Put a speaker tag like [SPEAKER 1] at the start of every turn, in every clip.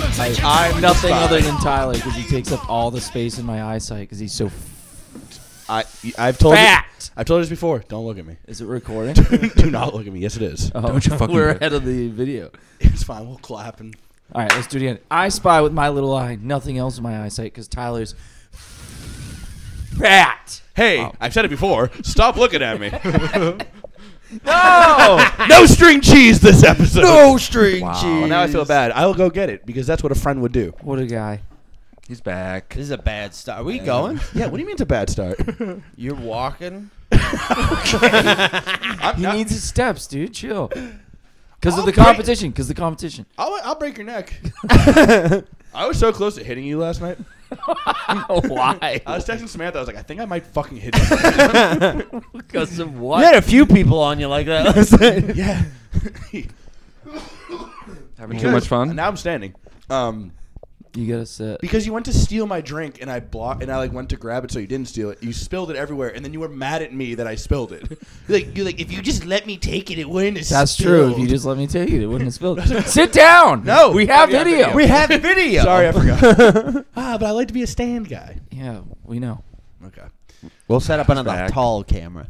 [SPEAKER 1] I'm
[SPEAKER 2] nothing other
[SPEAKER 1] despised.
[SPEAKER 2] than Tyler because he takes up all the space in my eyesight because he's so. F-
[SPEAKER 1] I, I've told
[SPEAKER 2] Fat.
[SPEAKER 1] You, I've told you this before. Don't look at me.
[SPEAKER 2] is it recording?
[SPEAKER 1] Do not look at me. Yes, it is.
[SPEAKER 2] Oh,
[SPEAKER 3] Don't you fucking
[SPEAKER 2] We're
[SPEAKER 3] do it.
[SPEAKER 2] ahead of the video.
[SPEAKER 1] It's fine. We'll clap and
[SPEAKER 2] All right, let's do it again. I spy with my little eye, nothing else in my eyesight because Tyler's fat.
[SPEAKER 1] Hey, I've said it before. Stop looking at me.
[SPEAKER 2] No,
[SPEAKER 1] no string cheese this episode.
[SPEAKER 3] string
[SPEAKER 2] Wow.
[SPEAKER 1] Well,
[SPEAKER 3] cheese.
[SPEAKER 1] now I feel bad. I'll go get it because that's what a friend would do.
[SPEAKER 2] what a guy.
[SPEAKER 3] He's back.
[SPEAKER 4] This is a bad start. Are we going?
[SPEAKER 1] Yeah, what do you mean it's a bad start?
[SPEAKER 4] You're walking.
[SPEAKER 1] I'm
[SPEAKER 2] He
[SPEAKER 1] not-
[SPEAKER 2] needs his steps, dude. Chill. Because
[SPEAKER 1] I'll
[SPEAKER 2] of the
[SPEAKER 1] break-
[SPEAKER 2] competition. Because the competition.
[SPEAKER 1] I'll, I'll break your neck. I was so close to hitting you last night. Oh,
[SPEAKER 2] Why?
[SPEAKER 1] I was texting Samantha. I was like, I think I might fucking hit you.
[SPEAKER 2] Because of
[SPEAKER 4] You had
[SPEAKER 2] what?
[SPEAKER 4] a few people on you like that last night.
[SPEAKER 1] yeah.
[SPEAKER 3] Having too much fun?
[SPEAKER 1] Now I'm standing. Um,
[SPEAKER 2] You gotta sit.
[SPEAKER 1] because you went to steal my drink and I block and I like went to grab it so you didn't steal it. You spilled it everywhere and then you were mad at me that I spilled it. You're like, you're like if you just let me take it, it wouldn't have
[SPEAKER 2] That's true. If you
[SPEAKER 1] spilled."
[SPEAKER 2] just let me take it, it wouldn't have spilled. Sit down.
[SPEAKER 1] No,
[SPEAKER 2] we have
[SPEAKER 1] we have
[SPEAKER 2] video.
[SPEAKER 1] video.
[SPEAKER 4] We have video.
[SPEAKER 1] Sorry, I forgot. ah, but I like to be a stand guy.
[SPEAKER 2] yeah, we know.
[SPEAKER 1] Okay.
[SPEAKER 4] We'll set up another
[SPEAKER 3] Back.
[SPEAKER 4] tall camera.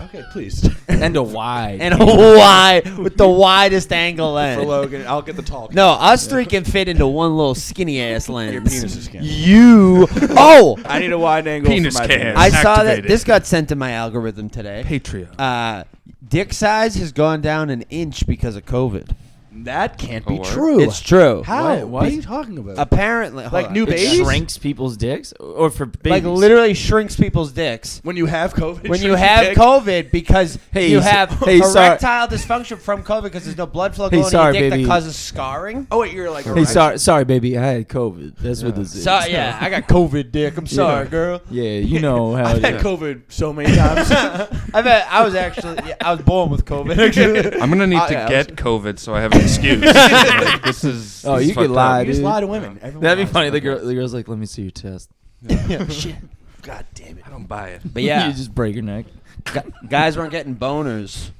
[SPEAKER 1] Okay, please.
[SPEAKER 2] And a wide.
[SPEAKER 4] And a wide, with the widest angle
[SPEAKER 1] For
[SPEAKER 4] lens.
[SPEAKER 1] Logan, I'll get the tall.
[SPEAKER 4] No, us three can fit into one little skinny ass lens.
[SPEAKER 1] Your penis is skinny.
[SPEAKER 4] You. Oh,
[SPEAKER 1] I need a wide angle. for
[SPEAKER 3] Penis
[SPEAKER 1] my
[SPEAKER 3] can.
[SPEAKER 1] penis.
[SPEAKER 4] I saw that.
[SPEAKER 3] Activated.
[SPEAKER 4] This got sent to my algorithm today.
[SPEAKER 3] Patreon.
[SPEAKER 4] Uh, dick size has gone down an inch because of COVID.
[SPEAKER 1] That can't be
[SPEAKER 3] Or-
[SPEAKER 1] true.
[SPEAKER 4] It's true.
[SPEAKER 1] How?
[SPEAKER 2] What?
[SPEAKER 1] What are you talking about?
[SPEAKER 4] Apparently, hold
[SPEAKER 1] Like
[SPEAKER 4] on.
[SPEAKER 1] new
[SPEAKER 4] It
[SPEAKER 1] babies?
[SPEAKER 4] shrink-
[SPEAKER 2] shrinks people's dicks, or for babies.
[SPEAKER 4] Like literally shrinks people's dicks.
[SPEAKER 1] when you have COVID.
[SPEAKER 4] When
[SPEAKER 1] shrinks
[SPEAKER 4] you
[SPEAKER 1] your
[SPEAKER 4] have
[SPEAKER 1] dick?
[SPEAKER 4] COVID, because
[SPEAKER 2] Hey,
[SPEAKER 4] you
[SPEAKER 2] so-
[SPEAKER 4] have
[SPEAKER 2] hey, sorry.
[SPEAKER 4] erectile dysfunction from COVID, because there's no blood flow
[SPEAKER 2] Hey,
[SPEAKER 4] going
[SPEAKER 2] sorry,
[SPEAKER 4] to your dick
[SPEAKER 2] baby.
[SPEAKER 4] that causes scarring.
[SPEAKER 1] Oh wait, you're like.
[SPEAKER 2] Hey, sorry, sorry, baby. I had COVID. That's what this is.
[SPEAKER 4] So, yeah, I got COVID, dick. I'm sorry, girl.
[SPEAKER 2] Yeah, you know how.
[SPEAKER 1] I've
[SPEAKER 2] it
[SPEAKER 1] had
[SPEAKER 2] is.
[SPEAKER 1] COVID so many times.
[SPEAKER 4] I bet I was actually yeah, I was born with COVID. Actually, Oh,
[SPEAKER 3] I'm gonna need
[SPEAKER 1] I-
[SPEAKER 3] to
[SPEAKER 1] I
[SPEAKER 3] get COVID so I have an excuse. Like, this is.
[SPEAKER 2] Oh,
[SPEAKER 3] this is
[SPEAKER 2] you could
[SPEAKER 3] fucked up.
[SPEAKER 2] lie,
[SPEAKER 1] you just
[SPEAKER 2] dude.
[SPEAKER 1] lie to women. Everyone
[SPEAKER 2] That'd be
[SPEAKER 1] lies
[SPEAKER 2] funny.
[SPEAKER 1] to
[SPEAKER 2] The girl,
[SPEAKER 1] women.
[SPEAKER 2] the girl's like, "Let me see your test."
[SPEAKER 4] shit.
[SPEAKER 1] God damn it.
[SPEAKER 3] I don't buy it.
[SPEAKER 4] But yeah,
[SPEAKER 2] you just break your neck.
[SPEAKER 4] gu- guys weren't getting boners,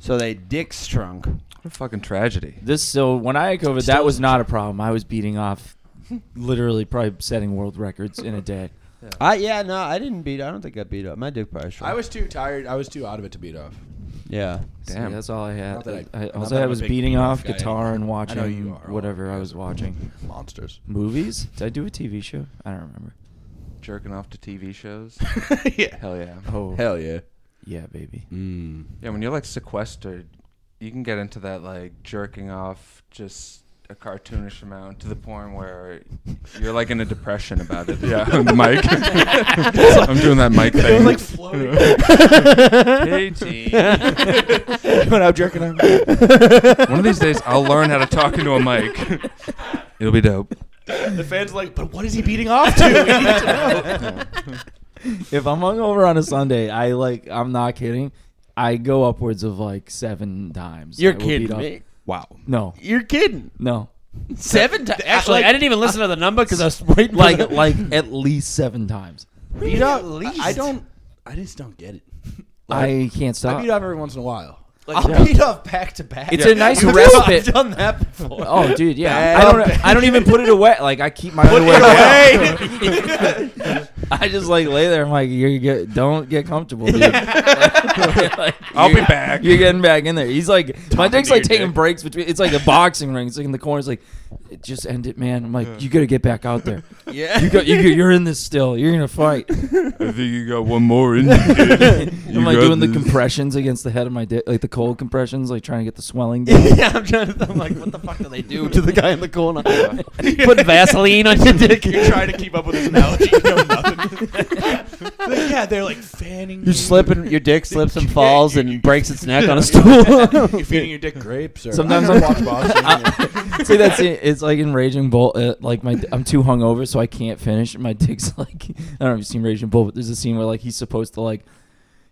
[SPEAKER 4] so they dicks shrunk.
[SPEAKER 3] What a fucking tragedy.
[SPEAKER 2] This so when I had COVID, that
[SPEAKER 4] Still-
[SPEAKER 2] was not a problem. I was beating off, literally probably setting world records in a day.
[SPEAKER 4] I yeah no, I didn't beat. I don't think I beat up. My dick probably shrunk.
[SPEAKER 1] I was too tired. I was too out of it to beat off.
[SPEAKER 4] yeah.
[SPEAKER 2] So
[SPEAKER 3] Damn.
[SPEAKER 2] that's all I had.
[SPEAKER 1] Not that I-
[SPEAKER 2] I,
[SPEAKER 1] not
[SPEAKER 2] all
[SPEAKER 1] that
[SPEAKER 2] I
[SPEAKER 1] I'm
[SPEAKER 2] had
[SPEAKER 1] a
[SPEAKER 2] was
[SPEAKER 1] big
[SPEAKER 2] beating
[SPEAKER 1] beat off
[SPEAKER 2] off
[SPEAKER 1] guy.
[SPEAKER 2] guitar and
[SPEAKER 1] I
[SPEAKER 2] watching
[SPEAKER 1] know you are.
[SPEAKER 2] whatever I was watching.
[SPEAKER 1] Monsters.
[SPEAKER 2] Movies? Did I do a TV show? I don't remember.
[SPEAKER 3] Jerking off to TV shows.
[SPEAKER 1] yeah.
[SPEAKER 3] Hell yeah.
[SPEAKER 2] Oh,
[SPEAKER 1] Hell yeah.
[SPEAKER 2] yeah, baby.
[SPEAKER 1] Mm.
[SPEAKER 3] Yeah, when you're like sequestered, you can get into that like jerking off just a cartoonish amount to the point where you're like in a depression about it. Yeah, Mike. I'm doing that Mike
[SPEAKER 1] It was
[SPEAKER 3] thing.
[SPEAKER 1] like floating.
[SPEAKER 3] hey, team.
[SPEAKER 1] when I'm jerking off.
[SPEAKER 3] One of these days, I'll learn how to talk into a mic. It'll be dope.
[SPEAKER 1] The fans are like, but what is he beating off to? We need to know."
[SPEAKER 2] If I'm hungover on a Sunday, I like. I'm not kidding. I go upwards of like seven times.
[SPEAKER 4] You're
[SPEAKER 2] I will beat
[SPEAKER 4] kidding
[SPEAKER 2] off-
[SPEAKER 4] me.
[SPEAKER 1] wow.
[SPEAKER 2] No,
[SPEAKER 4] You're kidding.
[SPEAKER 2] no.
[SPEAKER 4] Seven times. Actually,
[SPEAKER 1] like-
[SPEAKER 4] I didn't even listen to the number because I was waiting. for
[SPEAKER 2] Like,
[SPEAKER 4] the-
[SPEAKER 2] like at least seven times.
[SPEAKER 1] You know,
[SPEAKER 4] At least.
[SPEAKER 1] I, I don't. I just don't get it.
[SPEAKER 2] I can't
[SPEAKER 1] I
[SPEAKER 3] Uh,
[SPEAKER 2] stop.
[SPEAKER 1] beat off every once in a while. Like,
[SPEAKER 4] I'll beat off back to back.
[SPEAKER 2] It's a nice
[SPEAKER 4] You know
[SPEAKER 2] respite.
[SPEAKER 4] I've done that before.
[SPEAKER 2] Oh, dude, yeah.
[SPEAKER 4] Bad.
[SPEAKER 2] I don't. I don't even put it away. Like I keep my underwear. I just like lay there. I'm like, you get, don't get comfortable, dude. Like,
[SPEAKER 3] I'll
[SPEAKER 2] you're-
[SPEAKER 3] be back.
[SPEAKER 2] You're getting back in there. He's like, my dick's
[SPEAKER 3] to
[SPEAKER 2] like
[SPEAKER 3] your
[SPEAKER 2] taking
[SPEAKER 3] dick.
[SPEAKER 2] breaks between. It's like a boxing ring. It's like in the corner. It's like, just end it, man. I'm like, you gotta get back out there.
[SPEAKER 4] yeah.
[SPEAKER 2] You got, you, you're in this still. You're gonna fight.
[SPEAKER 3] I think you got one more in you.
[SPEAKER 2] I'm like doing the compressions against the head of my dick, like the cold compressions, like trying to get the swelling down.
[SPEAKER 4] yeah, I'm trying to. I'm like, what the fuck do they do to the guy in the corner? Put Vaseline on your dick.
[SPEAKER 1] You're trying to keep up with this analogy. You know nothing. Like, yeah, they're like fanning.
[SPEAKER 4] You
[SPEAKER 1] You
[SPEAKER 4] slip and your dick slips and falls and breaks its neck on a stool.
[SPEAKER 1] You're feeding your dick grapes. Or
[SPEAKER 2] Sometimes
[SPEAKER 1] I
[SPEAKER 2] I'm-
[SPEAKER 1] watch boxing.
[SPEAKER 2] See that's it. It's like in Raging Bull. Uh, like my, I'm too hungover, so I can't finish. My dick's like, I don't know if you've seen Raging Bull, but there's a scene where like he's supposed to like,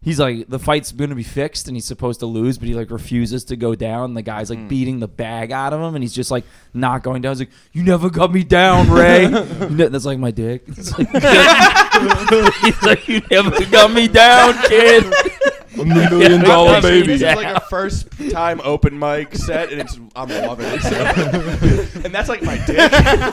[SPEAKER 2] he's like the fight's gonna be fixed and he's supposed to lose, but he like refuses to go down. The guy's
[SPEAKER 1] Hmm.
[SPEAKER 2] like beating the bag out of him, and he's just like not going down. He's like, "You never got me down, Ray." No, that's like my dick. It's like, he's like, "You never got me down, kid."
[SPEAKER 3] I'm the million dollar
[SPEAKER 2] I've seen
[SPEAKER 3] baby.
[SPEAKER 1] It's
[SPEAKER 2] Yeah.
[SPEAKER 1] like a first time open mic set, and it's I'm loving it. So. and that's like my dick. Like, like,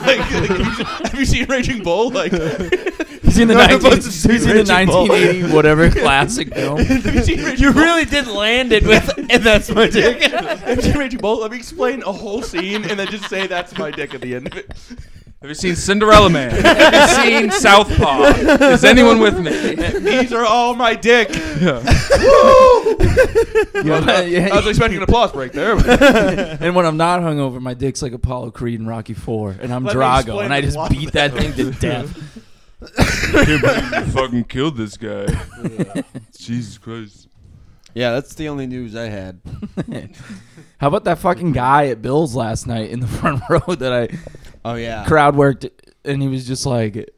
[SPEAKER 1] have you seen Raging Bull? Like,
[SPEAKER 2] He's in the,
[SPEAKER 1] No,
[SPEAKER 2] 19,
[SPEAKER 1] I'm supposed to
[SPEAKER 2] he's
[SPEAKER 1] see
[SPEAKER 2] in the
[SPEAKER 1] Reggie Bull.
[SPEAKER 2] 1980 whatever classic film.
[SPEAKER 1] have you seen Raging
[SPEAKER 5] You
[SPEAKER 1] Bull?
[SPEAKER 5] really did land it with, and that's my dick.
[SPEAKER 1] Have you seen Raging Bull? Let me explain a whole scene, and then just say that's my dick at the end of it.
[SPEAKER 3] Have you seen Cinderella Man? Have you seen Southpaw? Is anyone with me?
[SPEAKER 1] These are all my dick. I was expecting an applause break there. but-
[SPEAKER 2] and when I'm not hungover, my dick's like Apollo Creed and Rocky Four, and I'm
[SPEAKER 1] Let me
[SPEAKER 2] Drago,
[SPEAKER 1] explain
[SPEAKER 2] and I
[SPEAKER 1] the
[SPEAKER 2] just
[SPEAKER 1] plot
[SPEAKER 2] beat
[SPEAKER 1] of
[SPEAKER 2] that thing to death.
[SPEAKER 3] can't believe you fucking killed this guy. Jesus Christ.
[SPEAKER 5] Yeah, that's the only news I had.
[SPEAKER 2] How about that fucking guy at Bill's last night in the front row that I
[SPEAKER 5] Oh yeah.
[SPEAKER 2] crowd worked and he was just like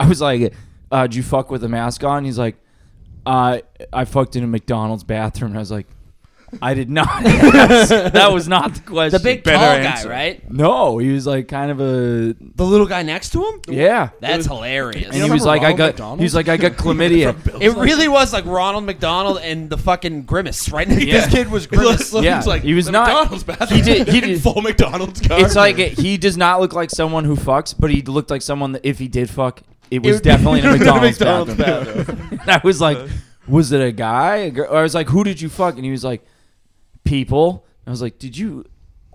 [SPEAKER 2] I was like, uh, did you fuck with a mask on? He's like, uh, I fucked in a McDonald's bathroom and I was like, I did not that was not the
[SPEAKER 5] The
[SPEAKER 2] question.
[SPEAKER 5] big
[SPEAKER 3] Better
[SPEAKER 5] tall
[SPEAKER 3] answer.
[SPEAKER 5] guy, right?
[SPEAKER 2] No, he was like kind of a
[SPEAKER 5] The little guy next to him.
[SPEAKER 2] Yeah.
[SPEAKER 5] That's
[SPEAKER 2] and
[SPEAKER 5] hilarious.
[SPEAKER 2] he was like, I
[SPEAKER 1] Ronald
[SPEAKER 2] got
[SPEAKER 1] McDonald?
[SPEAKER 2] he was like I got chlamydia.
[SPEAKER 5] it really was like Ronald McDonald and the fucking grimace, right?
[SPEAKER 2] Yeah.
[SPEAKER 5] This kid was grimace.
[SPEAKER 1] Slim's
[SPEAKER 2] Yeah,
[SPEAKER 1] like,
[SPEAKER 2] he was
[SPEAKER 1] the
[SPEAKER 2] not-
[SPEAKER 1] McDonald's
[SPEAKER 2] he
[SPEAKER 1] bathroom.
[SPEAKER 2] did- he
[SPEAKER 1] In
[SPEAKER 2] did-
[SPEAKER 1] full McDonald's car.
[SPEAKER 2] It's like he does not look like someone who fucks, but he looked like someone that if he did fuck, it was
[SPEAKER 1] would-
[SPEAKER 2] definitely in a
[SPEAKER 1] it would be
[SPEAKER 2] McDonald's,
[SPEAKER 1] McDonald's
[SPEAKER 2] bathroom. And I was like, was it a guy? A girl? Or I was like, who did you fuck? And he was like, people. And I was like, did you?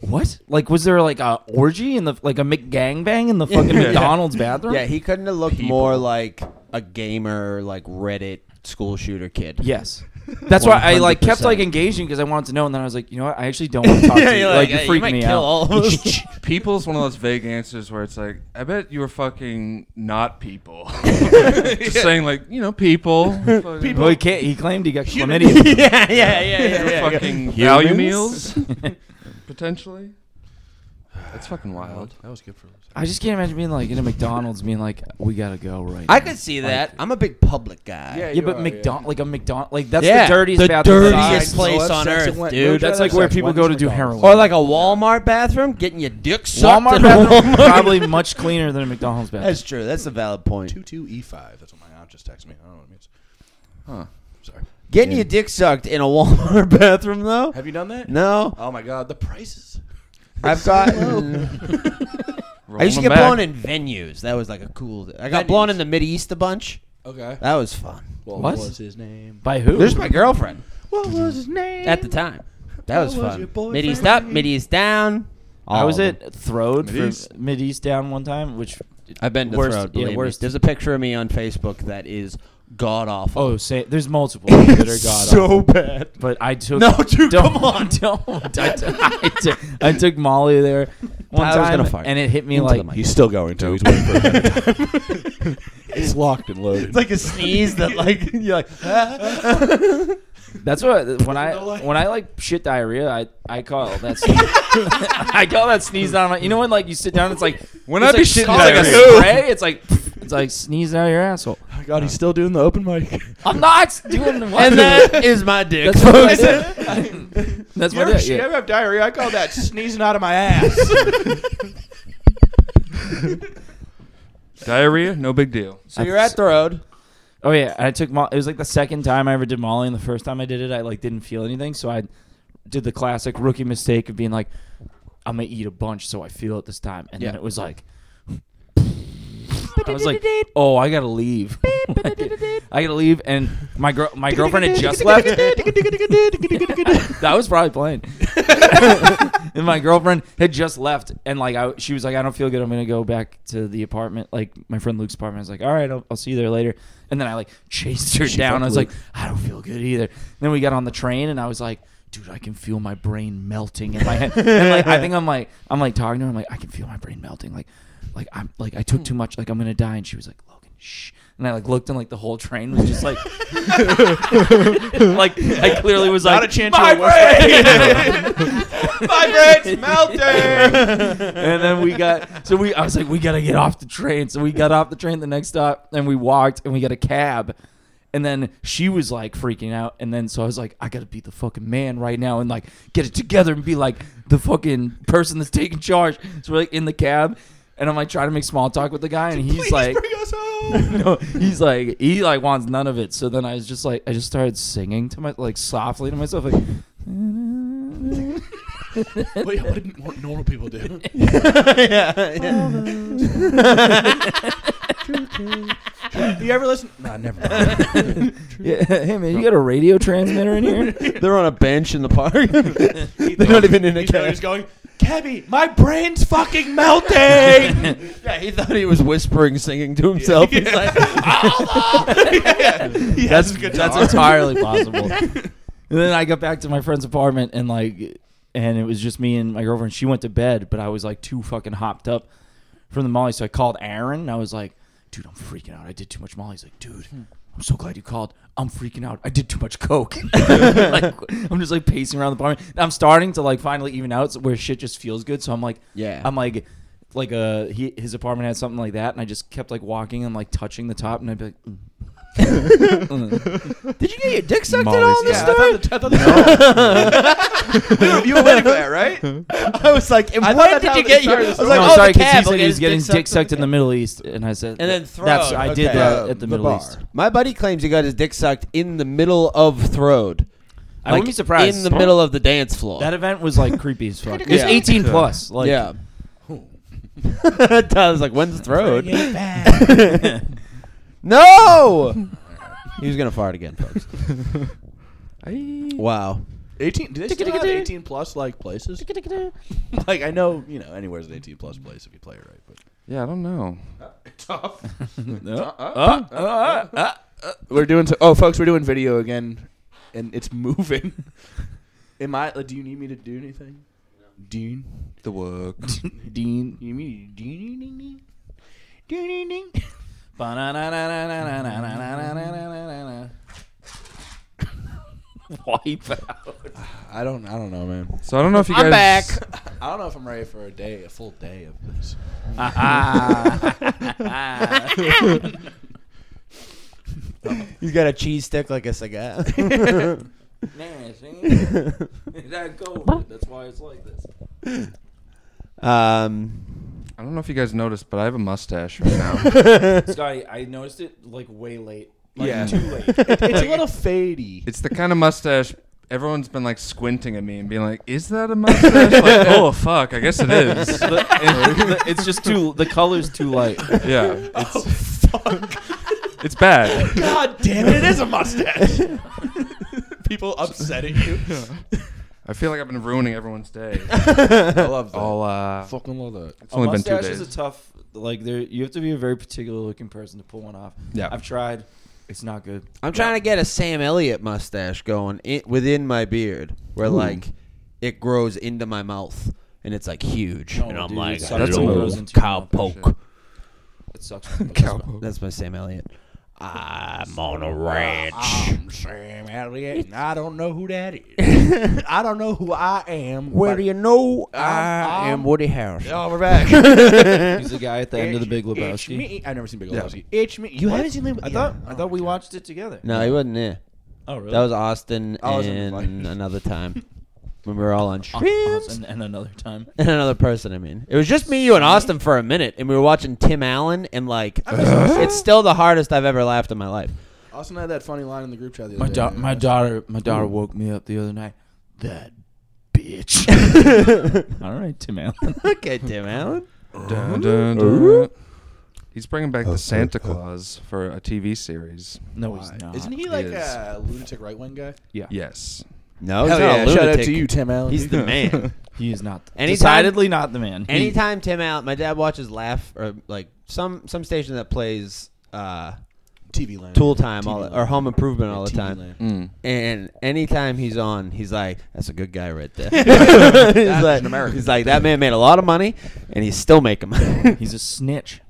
[SPEAKER 2] What? Like, was there like a orgy in the like a McGangbang in the fucking
[SPEAKER 5] Yeah.
[SPEAKER 2] McDonald's bathroom?
[SPEAKER 4] Yeah, he couldn't have looked more like a gamer, like Reddit school shooter kid.
[SPEAKER 2] Yes. That's why I like kept like
[SPEAKER 4] 100%.
[SPEAKER 2] engaging because I wanted to know, and then I was like, you know what? I actually don't want to talk to you. Like, you freaked me out.
[SPEAKER 3] People's one of those vague answers where it's like, I bet you were fucking not people. Just saying, like, you know, people. People.
[SPEAKER 2] Well, he can't. He claimed he got chlamydia.
[SPEAKER 5] yeah, yeah, yeah, yeah. yeah.
[SPEAKER 3] fucking value
[SPEAKER 2] Humans?
[SPEAKER 3] meals. Potentially. That's fucking wild.
[SPEAKER 1] that was good for us.
[SPEAKER 2] I just can't imagine being like in a McDonald's, being like, "We gotta go right."
[SPEAKER 4] I
[SPEAKER 2] now."
[SPEAKER 4] could see that. I'm a big public guy.
[SPEAKER 2] Yeah, but McDonald, like a McDonald, like that's
[SPEAKER 4] Yeah,
[SPEAKER 2] the dirtiest
[SPEAKER 4] the
[SPEAKER 2] bathroom. in
[SPEAKER 4] dirtiest
[SPEAKER 2] size.
[SPEAKER 5] place
[SPEAKER 1] let's
[SPEAKER 5] on
[SPEAKER 1] sex
[SPEAKER 5] earth,
[SPEAKER 1] and wet-
[SPEAKER 5] dude.
[SPEAKER 1] no
[SPEAKER 2] That's
[SPEAKER 1] gender
[SPEAKER 2] like where
[SPEAKER 1] sex,
[SPEAKER 2] people
[SPEAKER 1] one
[SPEAKER 2] go to
[SPEAKER 1] is
[SPEAKER 2] do
[SPEAKER 1] McDonald's.
[SPEAKER 2] heroin.
[SPEAKER 4] Or like a Walmart bathroom, getting your dick sucked.
[SPEAKER 2] Walmart
[SPEAKER 4] at
[SPEAKER 2] bathroom
[SPEAKER 4] Walmart.
[SPEAKER 2] probably much cleaner than a McDonald's bathroom.
[SPEAKER 4] That's true. That's a valid point.
[SPEAKER 1] Two two E five. That's what my aunt just texted me. I don't know what it means.
[SPEAKER 3] Huh.
[SPEAKER 1] Sorry.
[SPEAKER 4] Getting your dick sucked in a Walmart bathroom, though?
[SPEAKER 1] Have you done that?
[SPEAKER 4] No.
[SPEAKER 1] Oh my god, the prices.
[SPEAKER 4] I've gotten. I used to get blown in venues. That was like a cool. I got blown in the Mid East a bunch.
[SPEAKER 1] Okay.
[SPEAKER 4] That was fun.
[SPEAKER 1] What,
[SPEAKER 2] What?
[SPEAKER 1] was his name?
[SPEAKER 2] By who?
[SPEAKER 4] There's my girlfriend
[SPEAKER 1] What was his name?
[SPEAKER 4] at the time. That was
[SPEAKER 1] What was your
[SPEAKER 4] fun.
[SPEAKER 1] boyfriend's
[SPEAKER 4] Mid East up, Mid East down.
[SPEAKER 2] I
[SPEAKER 4] all
[SPEAKER 2] was
[SPEAKER 4] of them.
[SPEAKER 2] at Throde
[SPEAKER 1] Mideast.
[SPEAKER 2] for Mid East down one time, which
[SPEAKER 4] I've been to
[SPEAKER 2] Worst-
[SPEAKER 4] Throne.
[SPEAKER 2] yeah,
[SPEAKER 4] Believe me.
[SPEAKER 2] worst.
[SPEAKER 4] There's a picture of me on Facebook that is god awful.
[SPEAKER 2] oh, say there's multiple
[SPEAKER 4] Oh,
[SPEAKER 2] that are god.
[SPEAKER 4] so bad.
[SPEAKER 2] But I took
[SPEAKER 4] No, dude,
[SPEAKER 2] don't,
[SPEAKER 4] come on.
[SPEAKER 2] don't. I took- I took- I took Molly there one
[SPEAKER 4] Tyler's
[SPEAKER 2] time,
[SPEAKER 4] gonna fart.
[SPEAKER 2] and it hit me
[SPEAKER 4] Into
[SPEAKER 2] like
[SPEAKER 4] the mic.
[SPEAKER 1] He's still going to. He's waiting for a better time. It's locked and loaded.
[SPEAKER 4] It's like a sneeze that like you're like. "Ah."
[SPEAKER 2] That's what when I
[SPEAKER 1] No lie.
[SPEAKER 2] when I like shit diarrhea, I I call that sneeze. I call that sneeze down. My, you know when like you sit down, it's like
[SPEAKER 3] When
[SPEAKER 2] it's
[SPEAKER 3] I be
[SPEAKER 2] like,
[SPEAKER 3] shitting
[SPEAKER 2] it's like a
[SPEAKER 3] diarrhea.
[SPEAKER 2] spray. It's like it's like sneeze out your asshole.
[SPEAKER 1] oh my god, he's still doing the open mic.
[SPEAKER 2] I'm not doing what.
[SPEAKER 4] and that is my dick.
[SPEAKER 2] that's what I said. That's
[SPEAKER 1] You
[SPEAKER 2] what
[SPEAKER 1] ever,
[SPEAKER 2] it.
[SPEAKER 1] shit, you
[SPEAKER 2] Yeah.
[SPEAKER 1] ever have diarrhea? I call that sneezing out of my ass.
[SPEAKER 3] Diarrhea, no big deal.
[SPEAKER 4] so you're at the road.
[SPEAKER 2] Oh yeah, I took Molly. It was like the second time I ever did Molly, and the first time I did it, I like didn't feel anything. So I did the classic rookie mistake of being like, "I'm gonna eat a bunch, so I feel it this time," and then
[SPEAKER 4] Yeah.
[SPEAKER 2] it was like, I was like, "Oh, I gotta leave. I gotta leave." And my girl, my girlfriend had just left. that was probably playing. and my girlfriend had just left, and like I, she was like, "I don't feel good. I'm gonna go back to the apartment, like my friend Luke's apartment." I was like, "All right, I'll, I'll see you there later." And then I like chased her down. I was like, "I don't feel good either." then we got on the train, and I was like. Dude, I can feel my brain melting in my head, and like I think I'm like I'm like talking to her. I'm like I can feel my brain melting, like like I'm like I took too much, like I'm gonna die. And she was like, Logan, shh. And I like looked, and like the whole train was just like like I clearly was
[SPEAKER 1] Not
[SPEAKER 2] like
[SPEAKER 1] a chance you were
[SPEAKER 2] vibrate,
[SPEAKER 1] My brain's melting.
[SPEAKER 2] and then we got so we I was like we gotta get off the train. So we got off the train the next stop, and we walked, and we got a cab. And then she was like freaking out, and then so I was like, I gotta be the fucking man right now, and like get it together and be like the fucking person that's taking charge. So we're like in the cab, and I'm like trying to make small talk with the guy, and he's
[SPEAKER 1] Please
[SPEAKER 2] like,
[SPEAKER 1] bring us home.
[SPEAKER 2] no, he's like he like wants none of it. So then I was just like I just started singing to my like softly to myself like
[SPEAKER 1] Wait, what did what normal people do? you ever listen? Nah, never. Mind.
[SPEAKER 2] yeah, hey man, you got a radio transmitter in here?
[SPEAKER 4] They're on a bench in the park. They're not even in a
[SPEAKER 1] He's
[SPEAKER 4] cab.
[SPEAKER 1] just going, Kebby, my brain's fucking melting.
[SPEAKER 4] yeah, he thought he was whispering, singing to himself. He's like,
[SPEAKER 1] "Ah." that's
[SPEAKER 2] That's entirely possible. and then I got back to my friend's apartment and like, and it was just me and my girlfriend. She went to bed, but I was like too fucking hopped up from the Molly. So I called Aaron. And I was like, dude, I'm freaking out. I did too much Molly. He's like, dude. I'm so glad you called. I'm freaking out. I did too much coke. like, I'm just like pacing around the apartment. And I'm starting to like finally even out where shit just feels good. So I'm like,
[SPEAKER 4] Yeah.
[SPEAKER 2] I'm like, like uh, he, his apartment had something like that, and I just kept like walking and like touching the top, and I'd be like, mm.
[SPEAKER 4] did you get your dick sucked at all
[SPEAKER 3] Molly's
[SPEAKER 4] in this
[SPEAKER 3] got-
[SPEAKER 4] story?
[SPEAKER 1] you were waiting for that, right?
[SPEAKER 4] I was like, and
[SPEAKER 1] I thought
[SPEAKER 4] when
[SPEAKER 1] that's
[SPEAKER 4] did
[SPEAKER 1] how
[SPEAKER 4] you
[SPEAKER 1] they
[SPEAKER 4] get your? I
[SPEAKER 1] started
[SPEAKER 4] was
[SPEAKER 1] the
[SPEAKER 4] like,
[SPEAKER 2] no,
[SPEAKER 4] oh,
[SPEAKER 2] sorry,
[SPEAKER 4] the
[SPEAKER 2] because he
[SPEAKER 4] cab.
[SPEAKER 2] said
[SPEAKER 4] okay,
[SPEAKER 2] he was
[SPEAKER 4] his
[SPEAKER 2] getting dick sucked in
[SPEAKER 4] cab.
[SPEAKER 2] the Middle East, and I said,
[SPEAKER 4] And then
[SPEAKER 2] That's
[SPEAKER 4] thrown.
[SPEAKER 2] I did
[SPEAKER 4] Okay.
[SPEAKER 2] that at
[SPEAKER 1] Uh,
[SPEAKER 2] the,
[SPEAKER 1] the
[SPEAKER 2] Middle
[SPEAKER 1] bar.
[SPEAKER 2] East.
[SPEAKER 4] My buddy claims he got his dick sucked in the middle of Throde.
[SPEAKER 2] I wouldn't be surprised
[SPEAKER 4] In the middle of the dance floor.
[SPEAKER 2] That event was like creepy as fuck. It was
[SPEAKER 4] Yeah.
[SPEAKER 2] 18 plus. Like,
[SPEAKER 4] yeah. Tyler's like, when's Throde? no! he was going to fart again, folks. wow.
[SPEAKER 1] 18. Do they still have 18 plus like places? like I know, you know, anywhere's an 18 plus place if you play it right. But
[SPEAKER 3] Yeah, I don't know.
[SPEAKER 1] tough.
[SPEAKER 2] Uh, uh, uh, uh.
[SPEAKER 1] We're doing. So- oh, folks, we're doing video again, and it's moving. Am I? Like, do you need me to do anything? Dean.
[SPEAKER 3] The work.
[SPEAKER 2] Dean.
[SPEAKER 1] You mean ding ding ding ding ding ding?
[SPEAKER 2] Wipe out.
[SPEAKER 1] I don't. I don't know, man.
[SPEAKER 3] So I don't know if you
[SPEAKER 4] I'm
[SPEAKER 3] guys.
[SPEAKER 4] back.
[SPEAKER 1] I don't know if I'm ready for a day, a full day of this.
[SPEAKER 4] He's got a cheese stick like a cigar.
[SPEAKER 2] That's why it's like this.
[SPEAKER 4] um,
[SPEAKER 3] I don't know if you guys noticed, but I have a mustache right now.
[SPEAKER 2] Scotty, I noticed it like way late. Like,
[SPEAKER 3] Yeah.
[SPEAKER 2] too late.
[SPEAKER 1] It's a little fadey.
[SPEAKER 3] It's the kind of mustache everyone's been like squinting at me and being like, "Is that a mustache?" like, oh fuck, I guess it is.
[SPEAKER 2] it's just too. The color's too light.
[SPEAKER 3] Yeah, it's it's bad.
[SPEAKER 1] God damn it! It is a mustache. People upsetting you.
[SPEAKER 3] I feel like I've been ruining everyone's day.
[SPEAKER 1] I love that.
[SPEAKER 3] All uh,
[SPEAKER 1] fucking love that.
[SPEAKER 3] it's only
[SPEAKER 2] a
[SPEAKER 3] been
[SPEAKER 2] mustache
[SPEAKER 3] two days.
[SPEAKER 2] is a tough. Like there, you have to be a very particular looking person to pull one off.
[SPEAKER 3] Yeah.
[SPEAKER 2] I've tried. It's not good.
[SPEAKER 4] I'm trying to get a Sam Elliott mustache going in, within my beard, where like it grows into my mouth and it's like huge,
[SPEAKER 1] Oh,
[SPEAKER 2] No,
[SPEAKER 4] and I'm
[SPEAKER 2] dude,
[SPEAKER 4] like,
[SPEAKER 2] it sucks
[SPEAKER 4] that's a
[SPEAKER 3] when it
[SPEAKER 4] little
[SPEAKER 3] grows
[SPEAKER 2] into your mouth, that
[SPEAKER 4] cowpoke.
[SPEAKER 2] It sucks. when people-
[SPEAKER 4] That's my, that's my Sam Elliott. I'm on a ranch.
[SPEAKER 1] I'm Sam Elliott, and I don't know who that is. I don't know who I am.
[SPEAKER 4] Where
[SPEAKER 1] but-
[SPEAKER 4] do you know
[SPEAKER 1] I'm-
[SPEAKER 4] I am Woody Harrelson?
[SPEAKER 1] Oh, we're back.
[SPEAKER 2] He's the guy at the end of the Big
[SPEAKER 1] It's- it's
[SPEAKER 2] Lebowski.
[SPEAKER 1] me. I've never seen Big Lebowski. It's me. You haven't seen Big
[SPEAKER 2] I thought I thought we watched it together.
[SPEAKER 4] No, he wasn't there.
[SPEAKER 2] Oh really?
[SPEAKER 4] That was Austin
[SPEAKER 1] Oh, I wasn't
[SPEAKER 4] and
[SPEAKER 1] invited.
[SPEAKER 4] another time when we were all on
[SPEAKER 2] Oh,
[SPEAKER 4] streams.
[SPEAKER 2] and, and another time.
[SPEAKER 4] And another person, I mean. It was just me, you, and Austin for a minute, and we were watching Tim Allen, and like, it's still the hardest I've ever laughed in my life.
[SPEAKER 1] Austin had that funny line in the group chat the other
[SPEAKER 2] My
[SPEAKER 1] day.
[SPEAKER 2] da- my daughter my daughter woke me up the other night. That bitch. All right, Tim Allen.
[SPEAKER 4] Okay, Tim Allen.
[SPEAKER 3] Dun, dun, dun. He's bringing back the Santa Claus for a TV series.
[SPEAKER 2] No, he's not.
[SPEAKER 1] Isn't he like
[SPEAKER 3] Is.
[SPEAKER 1] a lunatic right wing guy?
[SPEAKER 3] Yes.
[SPEAKER 4] No, he's
[SPEAKER 1] Hell
[SPEAKER 4] not a
[SPEAKER 1] yeah. Shout out
[SPEAKER 4] lunatic.
[SPEAKER 1] to you, Tim Allen.
[SPEAKER 4] He's the man.
[SPEAKER 2] He is not.
[SPEAKER 4] Anytime-
[SPEAKER 2] Decidedly not the man. He-
[SPEAKER 4] Anytime Tim Allen, my dad watches Laugh or like some some station that plays uh,
[SPEAKER 1] TV land.
[SPEAKER 4] Tool Time all
[SPEAKER 1] TV
[SPEAKER 4] or Home Improvement all the
[SPEAKER 1] TV
[SPEAKER 4] time.
[SPEAKER 1] land.
[SPEAKER 3] Mm.
[SPEAKER 4] And anytime he's on, he's like, "That's a good guy right there." he's, like, he's like, "That man made a lot of money, and he's still making money."
[SPEAKER 2] He's a snitch.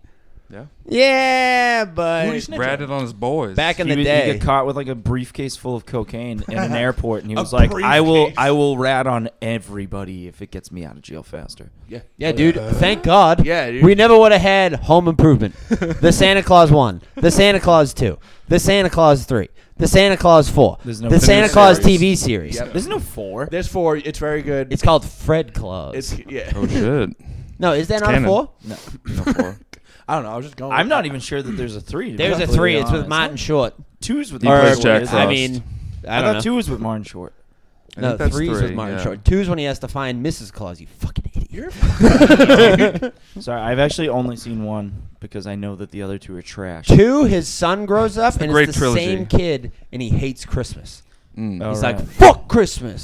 [SPEAKER 3] Yeah.
[SPEAKER 4] yeah,
[SPEAKER 1] Who do
[SPEAKER 4] but
[SPEAKER 1] you snitch
[SPEAKER 3] Ratted on his boys.
[SPEAKER 4] back in
[SPEAKER 2] he
[SPEAKER 4] the
[SPEAKER 2] would-
[SPEAKER 4] day,
[SPEAKER 2] he got caught with like a briefcase full of cocaine in an airport, and he
[SPEAKER 1] A
[SPEAKER 2] was like, "I will,
[SPEAKER 1] briefcase.
[SPEAKER 2] I will rat on everybody if it gets me out of jail faster."
[SPEAKER 1] Yeah.
[SPEAKER 4] yeah, dude. thank God.
[SPEAKER 1] Uh, Yeah, dude.
[SPEAKER 4] we never would have had Home Improvement, the Santa Claus one, the Santa Claus two, the Santa Claus three, the Santa Claus four,
[SPEAKER 2] There's no
[SPEAKER 4] the
[SPEAKER 2] new
[SPEAKER 4] Santa Claus
[SPEAKER 2] series.
[SPEAKER 4] TV series.
[SPEAKER 1] Yep.
[SPEAKER 2] There's no four.
[SPEAKER 1] There's four. It's very good.
[SPEAKER 4] It's called Fred Claus.
[SPEAKER 1] It's yeah.
[SPEAKER 3] Oh shit.
[SPEAKER 4] no, is that not
[SPEAKER 3] canon.
[SPEAKER 4] a four?
[SPEAKER 2] No,
[SPEAKER 3] No, four.
[SPEAKER 1] I don't know. I was just going.
[SPEAKER 2] I'm not even sure that there's a three. to be
[SPEAKER 4] There's a
[SPEAKER 2] completely
[SPEAKER 4] three. It's with
[SPEAKER 2] honest.
[SPEAKER 4] Martin Short.
[SPEAKER 2] Two's with
[SPEAKER 3] He
[SPEAKER 2] Martin
[SPEAKER 3] plays
[SPEAKER 2] Short,
[SPEAKER 3] Jack
[SPEAKER 2] isn't it?
[SPEAKER 4] I
[SPEAKER 3] Frost.
[SPEAKER 4] mean, I
[SPEAKER 2] I
[SPEAKER 4] don't
[SPEAKER 2] thought
[SPEAKER 4] know.
[SPEAKER 2] two was with Martin Short.
[SPEAKER 3] I
[SPEAKER 4] No,
[SPEAKER 3] think that's
[SPEAKER 4] three's with
[SPEAKER 3] three,
[SPEAKER 4] Martin
[SPEAKER 3] yeah.
[SPEAKER 4] Short. Two's when he has to find Mrs. Claus. You fucking idiot.
[SPEAKER 1] You're-
[SPEAKER 2] Sorry, I've actually only seen one because I know that the other two are trash.
[SPEAKER 4] Two, his son grows up
[SPEAKER 3] It's a
[SPEAKER 4] and
[SPEAKER 3] great
[SPEAKER 4] it's the
[SPEAKER 3] trilogy.
[SPEAKER 4] same kid, and he hates Christmas.
[SPEAKER 3] Mm.
[SPEAKER 2] Oh.
[SPEAKER 4] He's
[SPEAKER 2] Alright.
[SPEAKER 4] like, "Fuck Christmas."